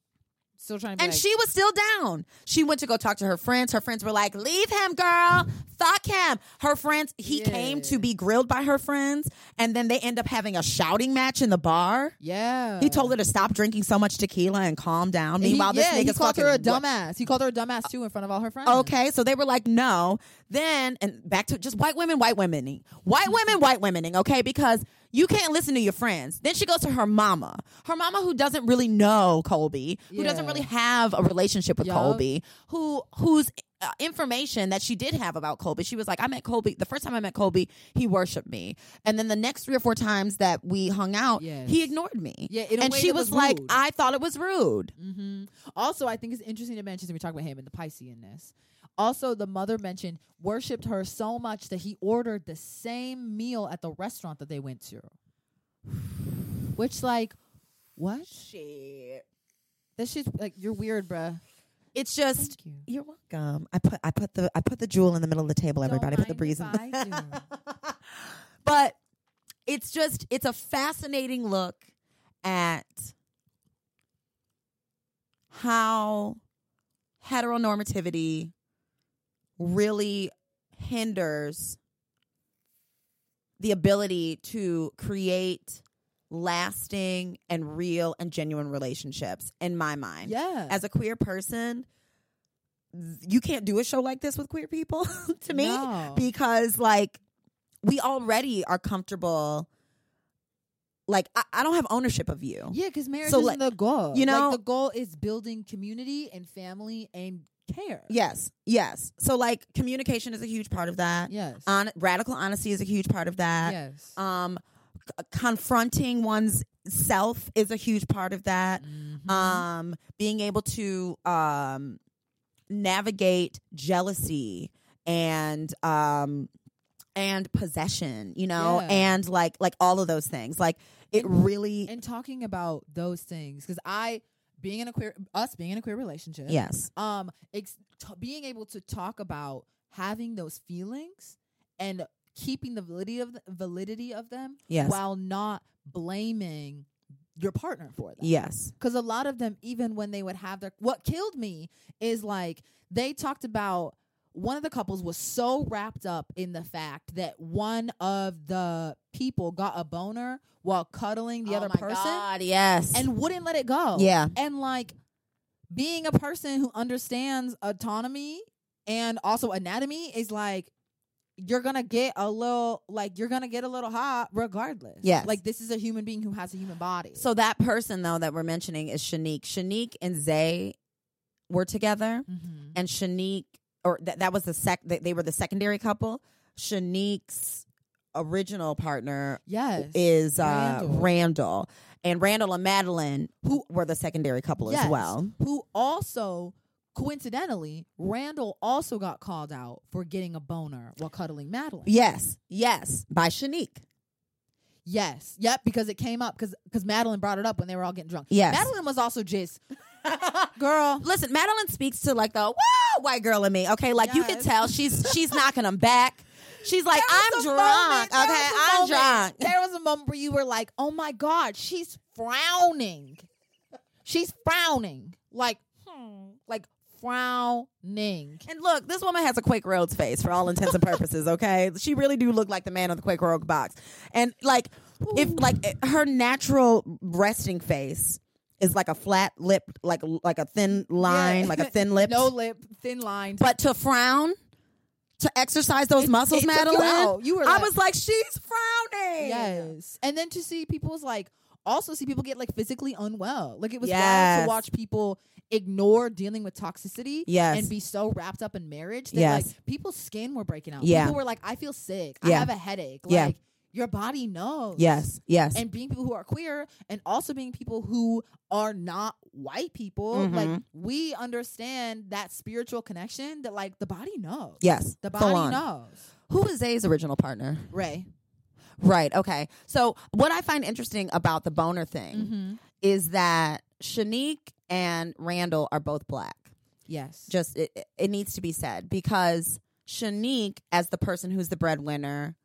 Still trying to be
And
like,
she was still down. She went to go talk to her friends. Her friends were like, "Leave him, girl. Fuck him." Her friends. He came to be grilled by her friends, and then they end up having a shouting match in the bar.
Yeah.
He told her to stop drinking so much tequila and calm down.
Uh. He-
Meanwhile,
yeah,
this
he
nigga's
called
fucking
her a dumbass. He called her a dumbass too in front of all her friends.
Okay, so they were like, no. Then and back to just white women, white womening, white
Mm-hmm.
women, white womening. Okay, because you can't listen to your friends. Then she goes to her mama, her mama who doesn't really know Colby, who doesn't
Yeah.
really have a relationship with
Yup.
Colby, who who's uh, information that she did have about Colby. She was like, I met Colby the first time I met Colby, he worshipped me, and then the next three or four times that we hung out,
Yes.
he ignored me.
Yeah, in a
and
way
she
that
was,
was
like,
rude.
I thought it was rude.
hmm Also, I think it's interesting to mention since we talk about him and the Pisceanness. Also, the mother mentioned worshipped her so much that he ordered the same meal at the restaurant that they went to. (sighs) Which, like, what?
Shit.
That shit's like you're weird, bruh.
It's just
Thank you.
You're welcome. I put I put the I put the jewel in the middle of the table. Everybody
Don't
put the
mind
breeze in.
if I (laughs) do.
(laughs) but it's just it's a fascinating look at how heteronormativity really hinders the ability to create lasting and real and genuine relationships in my mind
yeah.
as a queer person, you can't do a show like this with queer people (laughs) to me
No.
because like we already are comfortable. Like I, I don't have ownership of you.
yeah, because marriage
So, like,
isn't the goal.
you know-
like, the goal is building community and family and care.
Yes, yes. So like communication is a huge part of that.
Yes.
On radical honesty is a huge part of that.
yes.
Um, c- confronting one's self is a huge part of that.
Mhm.
um being able to um navigate jealousy and um and possession you know
Yeah.
and like like all of those things like it
And-
really
and talking about those things because I being in a queer us being in a queer relationship
yes
um ex- t- being able to talk about having those feelings and keeping the validity of the, validity of them
yes
while not blaming your partner for them
yes
because a lot of them even when they would have their what killed me is like they talked about one of the couples was so wrapped up in the fact that one of the people got a boner while cuddling the
Oh
other
my
person
God, yes
and wouldn't let it go
yeah
and like being a person who understands autonomy and also anatomy is like you're gonna get a little like you're gonna get a little hot regardless
Yes.
like this is a human being who has a human body
so that person though that we're mentioning is shanique shanique and zay were together
mm-hmm.
and Shanique, or th- that was the sec. They, they were the secondary couple. Shanique's original partner
Yes.
is uh,
Randall.
Randall. and Randall and Madeline, who were the secondary couple
Yes.
as well.
who also coincidentally Randall also got called out for getting a boner while cuddling Madeline.
Yes, yes, by Shanique.
Yes. Yep, because it came up cuz cuz Madeline brought it up when they were all getting drunk.
Yes.
Madeline was also just
(laughs)
girl.
Listen, Madeline speaks to like the whoa white girl in me. Okay, like you can
Yes.
tell she's she's knocking them back. She's like, I'm drunk. okay, I'm drunk.
There was a moment where you were like, "Oh my god, she's frowning. She's frowning." Like, hmm, like frowning.
And look, this woman has a Quake Roads face for all intents
(laughs)
and purposes. Okay, she really do look like the man on the Quake Road box. And like, if like eh, her natural resting face is like a flat lip, like like a thin line,
Yeah. (laughs)
like a thin lip.
No lip, thin lined.
but to frown, to exercise those muscles,
it took you
Madeline.
out. You were
I
like-
was like, she's frowning.
Yes. And then to see people's like also see people get like physically unwell. Like it was wild
Yes.
to watch people ignore dealing with toxicity
Yes.
and be so wrapped up in marriage that
Yes.
like people's skin were breaking out.
Yeah.
People were like, I feel sick. I
Yeah.
have a headache. Like
Yeah.
your body knows.
Yes. Yes.
And being people who are queer and also being people who are not white people,
Mhm.
like we understand that spiritual connection that like the body knows.
yes.
The
Full
body
on.
knows.
Who is Zay's original partner?
Ray.
Right. Okay. So what I find interesting about the boner thing.
Mm-hmm.
is that Shanique and Randall are both black.
Yes.
Just it, it- it needs to be said because Shanique, as the person who's the breadwinner,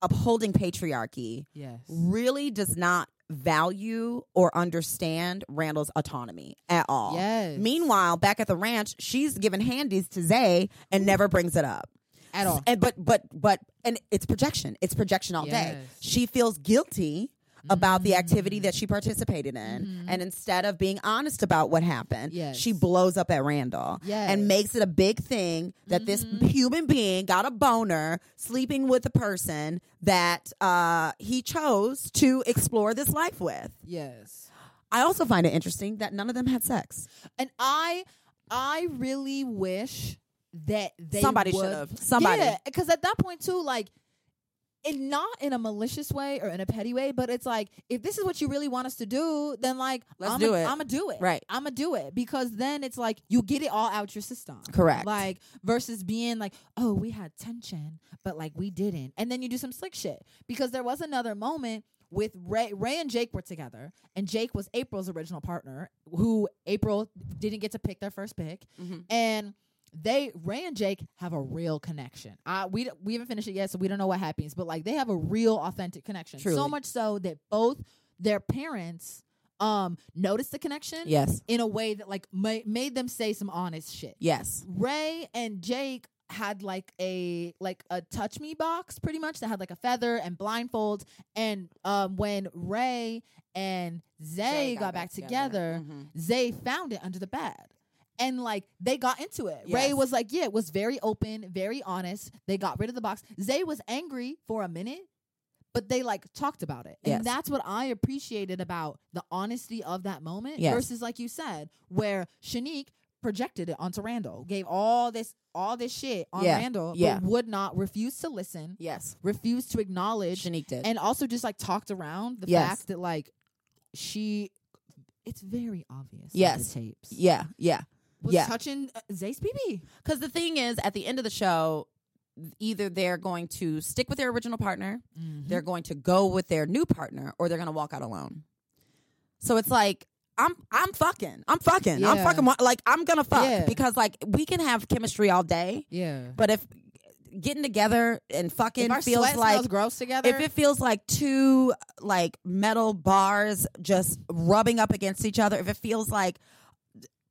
upholding patriarchy,
yes.
really does not value or understand Randall's autonomy at all.
Yes.
Meanwhile, back at the ranch, she's giving handies to Zay and never brings it up.
at all.
And but but but and it's projection. It's projection all day.
Yes.
She feels guilty about the activity that she participated in and instead of being honest about what happened
Mm-hmm. Yes.
she blows up at randall
Yes. Mm-hmm.
and makes it a big thing that this human being got a boner sleeping with a person that uh, he chose to explore this life with
Yes.
i also find it interesting that none of them had sex
And I I really wish that they
Somebody
would-
should have. Somebody.
because at that point too, like, and not in a malicious way or in a petty way, but it's like if this is what you really want us to do, then like
Let's
I'm
do it.
I'm gonna do it.
Right.
I'm gonna do it because then it's like you get it all out your system.
Correct.
Like versus being like, oh, we had tension, but like we didn't, and then you do some slick shit because there was another moment with Ray. Ray and Jake were together, and Jake was April's original partner, who April didn't get to pick their first pick,
Mhm.
and they Ray and Jake have a real connection. I we don't- we haven't finished it yet, so we don't know what happens, but like they have a real authentic connection. So
Truly.
much so that both their parents um noticed the connection
Yes.
in a way that like ma- made them say some honest shit.
Yes.
Ray and Jake had like a like a touch me box pretty much that had like a feather and blindfolds and um when Ray and Zay, got, back together, Mm-hmm.
Mhm.
Zay found it under the bed. And like they got into it. Ray
Yes.
was like, yeah, it was very open, very honest. They got rid of the box. Zay was angry for a minute, but they like talked about it.
Yes.
And that's what I appreciated about the honesty of that moment
Yes.
versus like you said, where Shanique projected it onto Randall, gave all this all this shit on
Yeah.
Randall,
Yeah.
but would not refuse to listen,
Yes.
refuse to acknowledge
Shanique did.
and also just like talked around the
Yes.
fact that like she it's very obvious
Yes.
on the tapes
yeah. Yeah.
was
yeah.
touching uh, Zay's BB
Because the thing is, at the end of the show, either they're going to stick with their original partner,
Mm-hmm.
they're going to go with their new partner, or they're going to walk out alone. So it's like I'm I'm fucking I'm fucking I'm
Yeah.
fucking wa- like I'm gonna fuck
Yeah.
because like we can have chemistry all day,
yeah
but if getting together and fucking
if our
feels
sweat
like
smells gross together
if it feels like two like metal bars just rubbing up against each other if it feels like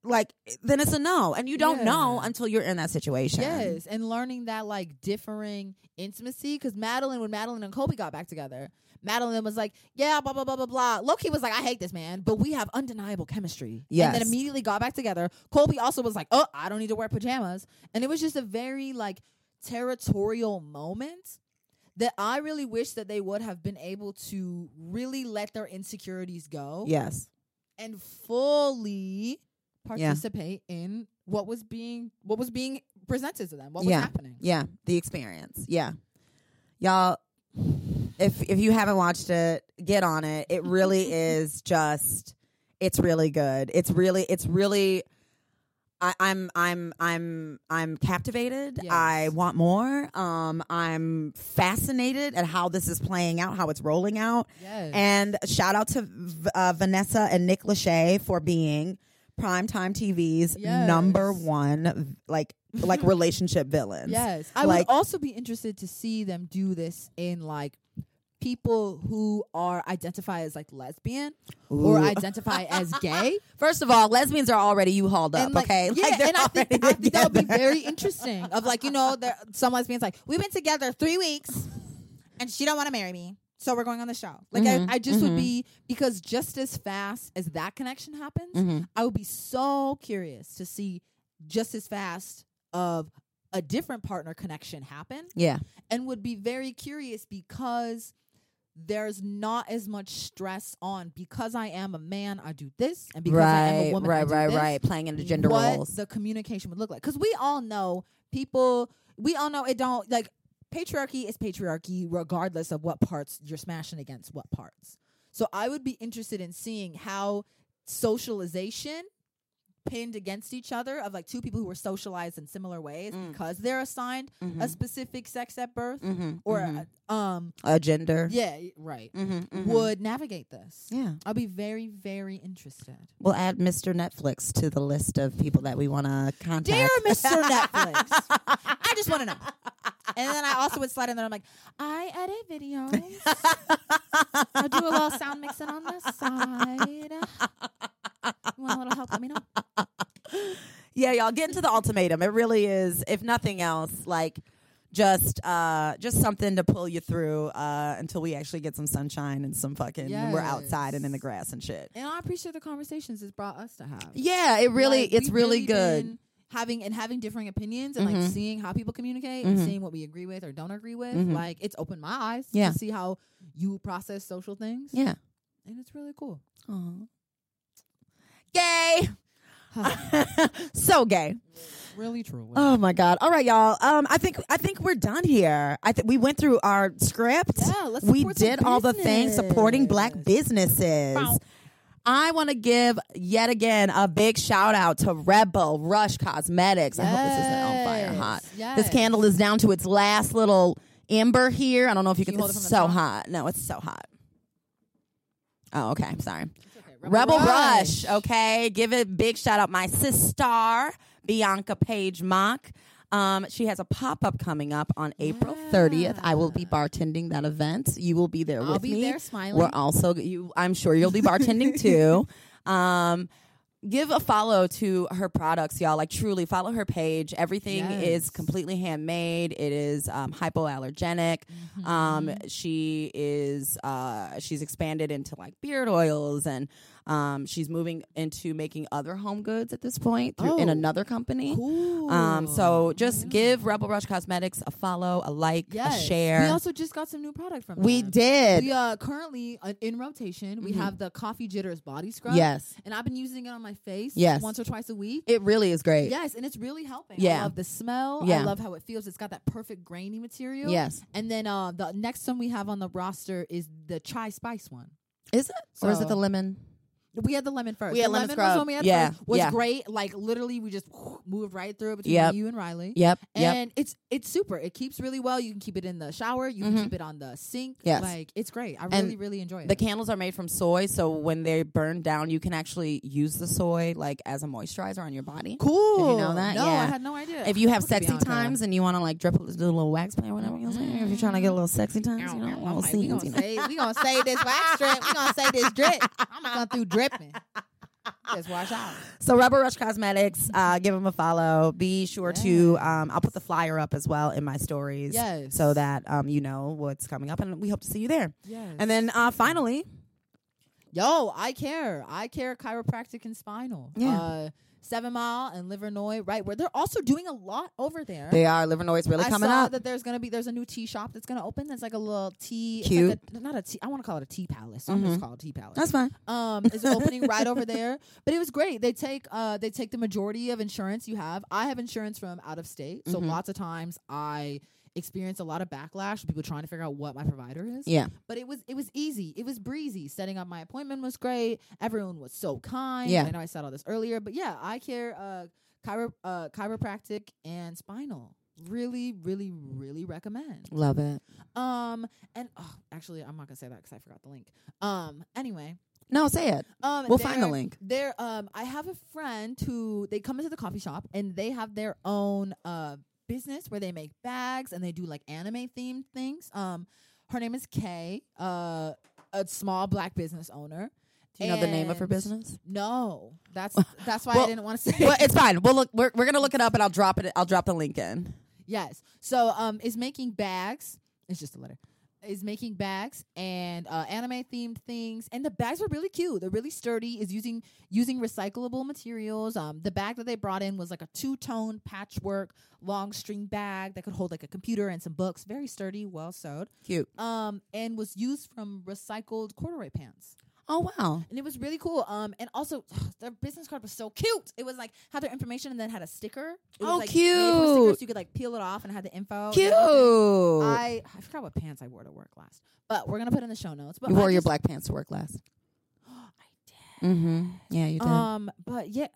like then it's a no and you don't
Yeah.
know until you're in that situation
yes and learning that like differing intimacy because Madeline when Madeline and Kobe got back together Madeline was like yeah blah blah blah blah blah Loki was like I hate this man but we have undeniable chemistry and
Yes.
then immediately got back together Kobe also was like oh I don't need to wear pajamas and it was just a very like territorial moment that I really wish that they would have been able to really let their insecurities go
yes
and fully participate in what was being what was being presented to them, what was
Yeah.
happening.
yeah the experience yeah y'all if if you haven't watched it get on it it
(laughs)
really is just it's really good it's really it's really I, I'm I'm I'm I'm captivated.
Yes.
I want more. Um, I'm fascinated at how this is playing out, how it's rolling out.
Yes.
And shout out to V- uh, Vanessa and Nick Lachey for being primetime TV's
Yes.
number one like
(laughs)
like relationship villains.
yes. I
like-
would also be interested to see them do this in like people who are identify as like lesbian or
Ooh.
identify as gay.
First of all, lesbians are already you hauled (laughs) up,
And like,
okay? (laughs)
yeah,
they're
and I think,
already
I think that would be
together. (laughs)
very interesting. Of like, you know, there some lesbians like we've been together three weeks, and she don't want to marry me, so we're going on the show. Like,
Mhm,
I, I just
mhm.
would be because just as fast as that connection happens,
Mhm.
I would be so curious to see just as fast of a different partner connection happen,
Yeah.
and would be very curious because. There's not as much stress on because I am a man, I do this, and because I am a
Right,
woman, I
right,
do
right,
this
right. Playing into gender
what
roles.
the communication would look like because we all know people we all know it don't like patriarchy is patriarchy regardless of what parts you're smashing against what parts so i would be interested in seeing how socialization pinned against each other of like two people who were socialized in similar ways
Mm.
because they're assigned
Mhm.
a specific sex at birth
Mhm,
or
mhm.
uh, um
a gender.
yeah right
Mhm, mhm.
would navigate this
Yeah.
i'll be very very interested
We'll add Mr. Netflix to the list of people that we want to contact.
Dear Mr. Netflix, I just want to know. And then I also would slide in there. I'm like, I edit videos. I do a little (laughs) sound mixing on the side. You want a little help? Let me know.
(laughs) yeah y'all get into the ultimatum it really is if nothing else like just uh just something to pull you through uh until we actually get some sunshine and some fucking we're outside and in the grass and shit
And I appreciate the conversations it's brought us to have.
yeah it really
Like,
it's
we've
really, good
been Having and having differing opinions and like
Mhm.
seeing how people communicate
Mm-hmm.
and seeing what we agree with or don't agree with,
Mhm.
like it's opened my eyes
Yeah.
to see how you process social things.
yeah
And it's really cool.
Aw. yay (laughs) so gay.
Really, truly.
Oh my god. All right, y'all. Um, I think I think we're done here. I think we went through our script.
Yeah, let's
we
support some
did all the things supporting black businesses. I want to give yet again a big shout out to Rebel Rush Cosmetics. I hope this isn't on fire
Yes,
hot. This
yes.
candle is down to its last little ember here. I don't know if you can.
you hold
it's
it from the
so
top?
hot. No, it's so hot. Oh, okay. Sorry. Rebel,
Rebel
Rush. Okay, give it a big shout out. My sister Bianca Page Mock. Um, she has a pop up coming up on April 30th. I will be bartending that event. You will be there
I'll
with
be
me.
there smiling.
We're also you. I'm sure you'll be bartending
(laughs)
too. Um, give a follow to her products, y'all. Like truly, follow her page. Everything is
Yes.
completely handmade. It is um, hypoallergenic.
Mm-hmm.
Um, she is uh, she's expanded into like beard oils, and um, she's moving into making other home goods at this point through, in
Oh.
another company.
Cool.
Um, so just give Rebel Rush Cosmetics a follow, a like,
Yes.
a share.
We also just got some new product from
We
them.
did. Mm-hmm.
We uh, currently uh, in rotation. We have the Coffee Jitters body scrub.
Yes.
and I've been using it on my face.
Yes.
once or twice a week.
it really is great.
Yes, and it's really helping.
Yeah.
I love the smell.
Yeah.
I love how it feels. It's got that perfect grainy material.
Yes.
And then uh, the next one we have on the roster is the chai spice one.
Is it? or is it
So-
the lemon?
We had the lemon first.
We had
the
lemon
was
scrub.
one we had
Yeah,
first. Was
yeah.
great. Like literally, we just moved right through it between
Yep.
you and Riley.
Yep. Yep.
And it's it's super. It keeps really well. You can keep it in the shower. You
Mhm.
can keep it on the sink.
Yes.
Like it's great. I
And
really really enjoy it.
The candles are made from soy, so when they burn down, you can actually use the soy like as a moisturizer on your body.
cool.
Did you know that?
No,
Yeah.
I had no idea.
If you have
Look at
sexy
Bianca.
times and you want to like drip, do a little wax play or whatever, you know what I'm saying? If you're trying to get a little sexy times, you know, little
we
scenes,
gonna
you know.
say we gonna say this wax drip. We gonna say this drip. I'm gonna through dripping. Just
(laughs)
watch out.
So Rubber Rush Cosmetics, uh, give them a follow. Be sure to, um, I'll put the flyer up as well in my stories,
Yes.
so that um, you know what's coming up, and we hope to see you there.
Yes.
And then uh, finally,
Yo, I care. I care chiropractic and spinal.
Yeah.
Uh, Seven Mile and Livernois, right where they're also doing a lot over there.
they are Liver Noise really
I
coming
saw
up.
that there's gonna be there's a new tea shop that's gonna open. That's like a little tea,
Cute. Mm-hmm.
It's like a, not a tea. I want to call it a tea palace. So I'm just call it tea palace.
That's fine.
um is opening right over there but it was great they take uh they take the majority of insurance you have i have insurance from out of state so
Mm-hmm.
lots of times i experience a lot of backlash people trying to figure out what my provider is
Yeah.
but it was it was easy it was breezy setting up my appointment was great everyone was so kind
Yeah.
i know i said all this earlier but yeah i care uh chiro- uh chiropractic and spinal really really really recommend
Love it.
um and oh, actually i'm not gonna say that because i forgot the link um anyway
No, say it.
um,
We'll find the
they're-
link.
They're um, I have a friend who they come into the coffee shop and they have their own uh business where they make bags and they do like anime themed things. Um, her name is Kay, uh, a small black business owner.
Do you know the name of her
And-
business?
No,
(laughs)
that's that's why
Well-
I didn't want to say.
well, it's fine. We'll look. We're, we're gonna look it up, and I'll drop it. I'll drop the link in.
Yes. So um is making bags. It's just a letter. Is making bags and uh, anime themed things, and the bags were really cute. They're really sturdy. Is using using recyclable materials. Um, the bag that they brought in was like a two tone patchwork long string bag that could hold like a computer and some books. Very sturdy, well sewed.
Cute.
Um, and was used from recycled corduroy pants
Oh wow.
and it was really cool. Um, and also (sighs) their business card was so cute. It was like had their information and then had a sticker. It was,
Oh,
like, made for stickers,
cute.
you could like peel it off and had the info.
Cute.
I I forgot what pants I wore to work last, but we're gonna put in the show notes. But
you wore
I
your
just,
black pants to work last.
(gasps) I
Mm-hmm. Yeah, you
did. Um, but yeah,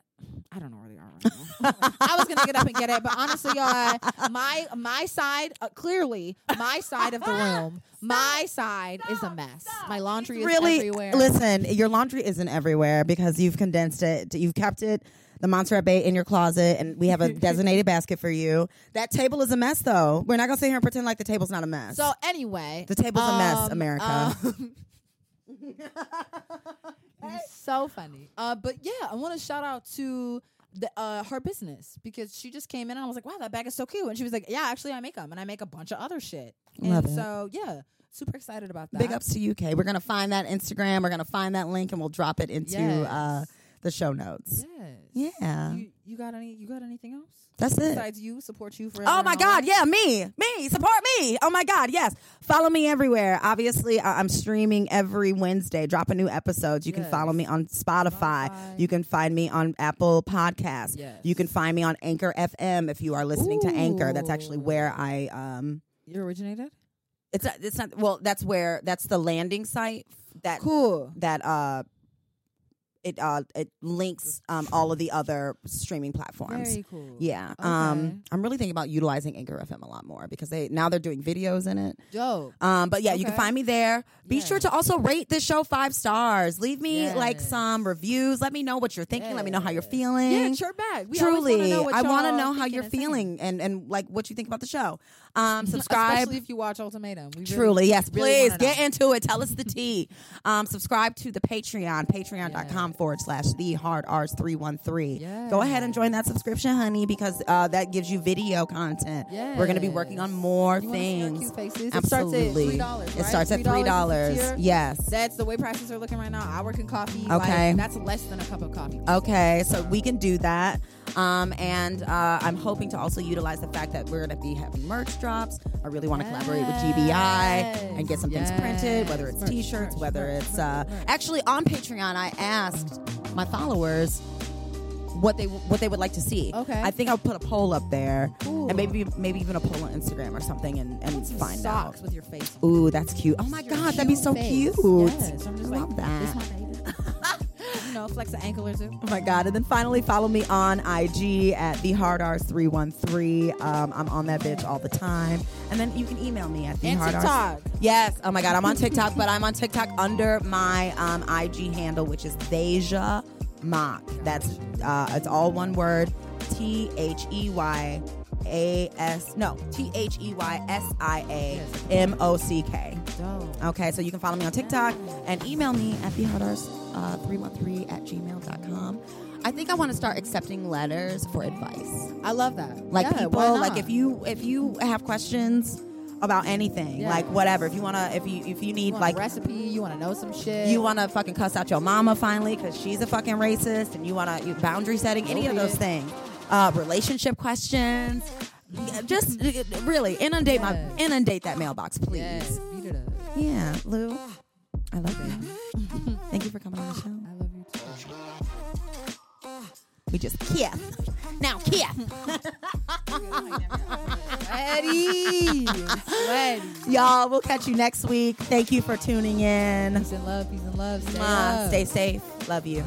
I don't know where they are right now. (laughs) I was gonna get up and get it, but honestly, y'all, I- my my side uh, clearly my side of the room, my side is a mess. My laundry is
really
everywhere.
listen. Your laundry isn't everywhere because you've condensed it. You've kept it. The Montserrat Bay in your closet, and we have
(laughs)
a designated basket for you. That table is a mess, though. We're not gonna sit here and pretend like the table's not a mess.
So anyway,
the table's a mess,
um,
America.
(laughs)
(laughs)
um, it's so funny. Uh, but yeah, I want to shout out to the uh, her business because she just came in and I was like, wow, that bag is so cute, and she was like, yeah, actually, I make them and I make a bunch of other shit. And
Love it.
So yeah, super excited about that.
Big ups to UK. We're gonna find that Instagram. We're gonna find that link, and we'll drop it into
Yes.
uh, the show notes.
Yes.
Yeah.
You, you got any? You got anything else
That's it.
besides you? Support you for.
Oh my God! Yeah, me, me, support me. Oh my God! Yes, follow me everywhere. Obviously, I- I'm streaming every Wednesday. Drop a new episode. You can
Yes.
follow me on Spotify.
Spotify.
You can find me on Apple Podcasts.
Yes.
You can find me on Anchor FM if you are listening to Anchor. That's actually
Ooh.
where I um.
You originated.
It's not, it's not well. That's where that's the landing site that
Cool.
that uh. It uh it links um all of the other streaming platforms.
Very cool.
Yeah.
Okay.
Um, I'm really thinking about utilizing Anchor FM a lot more because they now they're doing videos in it.
Dope.
Um, but yeah, you can
Okay.
find me there. Be sure
Yes.
to also rate this show five stars. Leave me like
Yes.
some reviews. Let me know what you're thinking. Let me know how you're
Yes.
feeling.
Yeah, chirp back. We always wanna
Truly,
know what
I want to
y'all
know how
thinking
you're
and saying.
feeling and and like what you think about the show. Um, subscribe.
(laughs) Especially if you watch Ultimatum. We really-
Truly, yes,
really
please
wanna
get
know.
into it. Tell us the tea. Um, subscribe to the Patreon, patreon.com forward slash the hard R's 313. Go ahead and join that subscription, honey, because uh, that gives you video content. We're going to be working on more
You wanna see our
things.
cute faces?
Absolutely.
It starts at $3.
It
right?
starts at
$3 is the
$3.
tier.
Yes.
That's the way prices are looking right now. I work in coffee.
Okay. Uh,
Like, that's less than a cup of coffee.
Okay, so we can do that. Um, and uh, I'm hoping to also utilize the fact that we're going to be having merch drops. I really want to collaborate with GBI and get some things printed, whether it's
Merch,
t shirts,
merch,
whether
merch,
it's.
merch,
Uh,
merch.
Actually, on Patreon, I asked my followers. What they what they would like to see.
Okay.
I think I'll put a poll up there,
Cool.
and maybe maybe even a poll on Instagram or something, and, and find
Socks
out.
with your face. on.
Ooh, that's cute. Oh my
Your
god, that'd be
cute
so
face.
cute.
Yes. I'm just
Love
like,
that.
This my baby. (laughs) you know, flex an ankle or two.
Oh my God. And then finally, follow me on IG at the Hard 313 Um, I'm on that bitch all the time. And then you can email me at the
And TikTok.
Yes. Oh my God. I'm on TikTok, but I'm on TikTok under my um, IG handle, which is Deja Mock. That's uh, it's all one word. T H E Y A S no T H E Y S I A M O C K.
Dope.
Okay, so you can follow me on TikTok and email me at uh, thehardars313 at gmail.com. I think I want to start accepting letters for advice.
I love that.
Like
Yeah, why
people, like
not?
if you if you have questions about anything,
Yeah.
like whatever, if you wanna if you if you need
You want
like
a recipe, you want to know some shit.
you wanna fucking cuss out your mama finally because she's a fucking racist, and you wanna you, boundary setting, any of those
Appropriate.
things, uh, relationship questions, just uh, really inundate my
Yes.
inundate that mailbox, please.
Yes, beat it up.
Yeah, Lou, I love you. (laughs) Thank you for coming on the show.
I love you too.
We just kiss. Now kiss.
Sweaty. Sweaty.
Y'all, we'll catch you next week. Thank you for tuning in.
Peace and love. Peace and love. Stay
Mwah.
up.
Stay safe. Love you.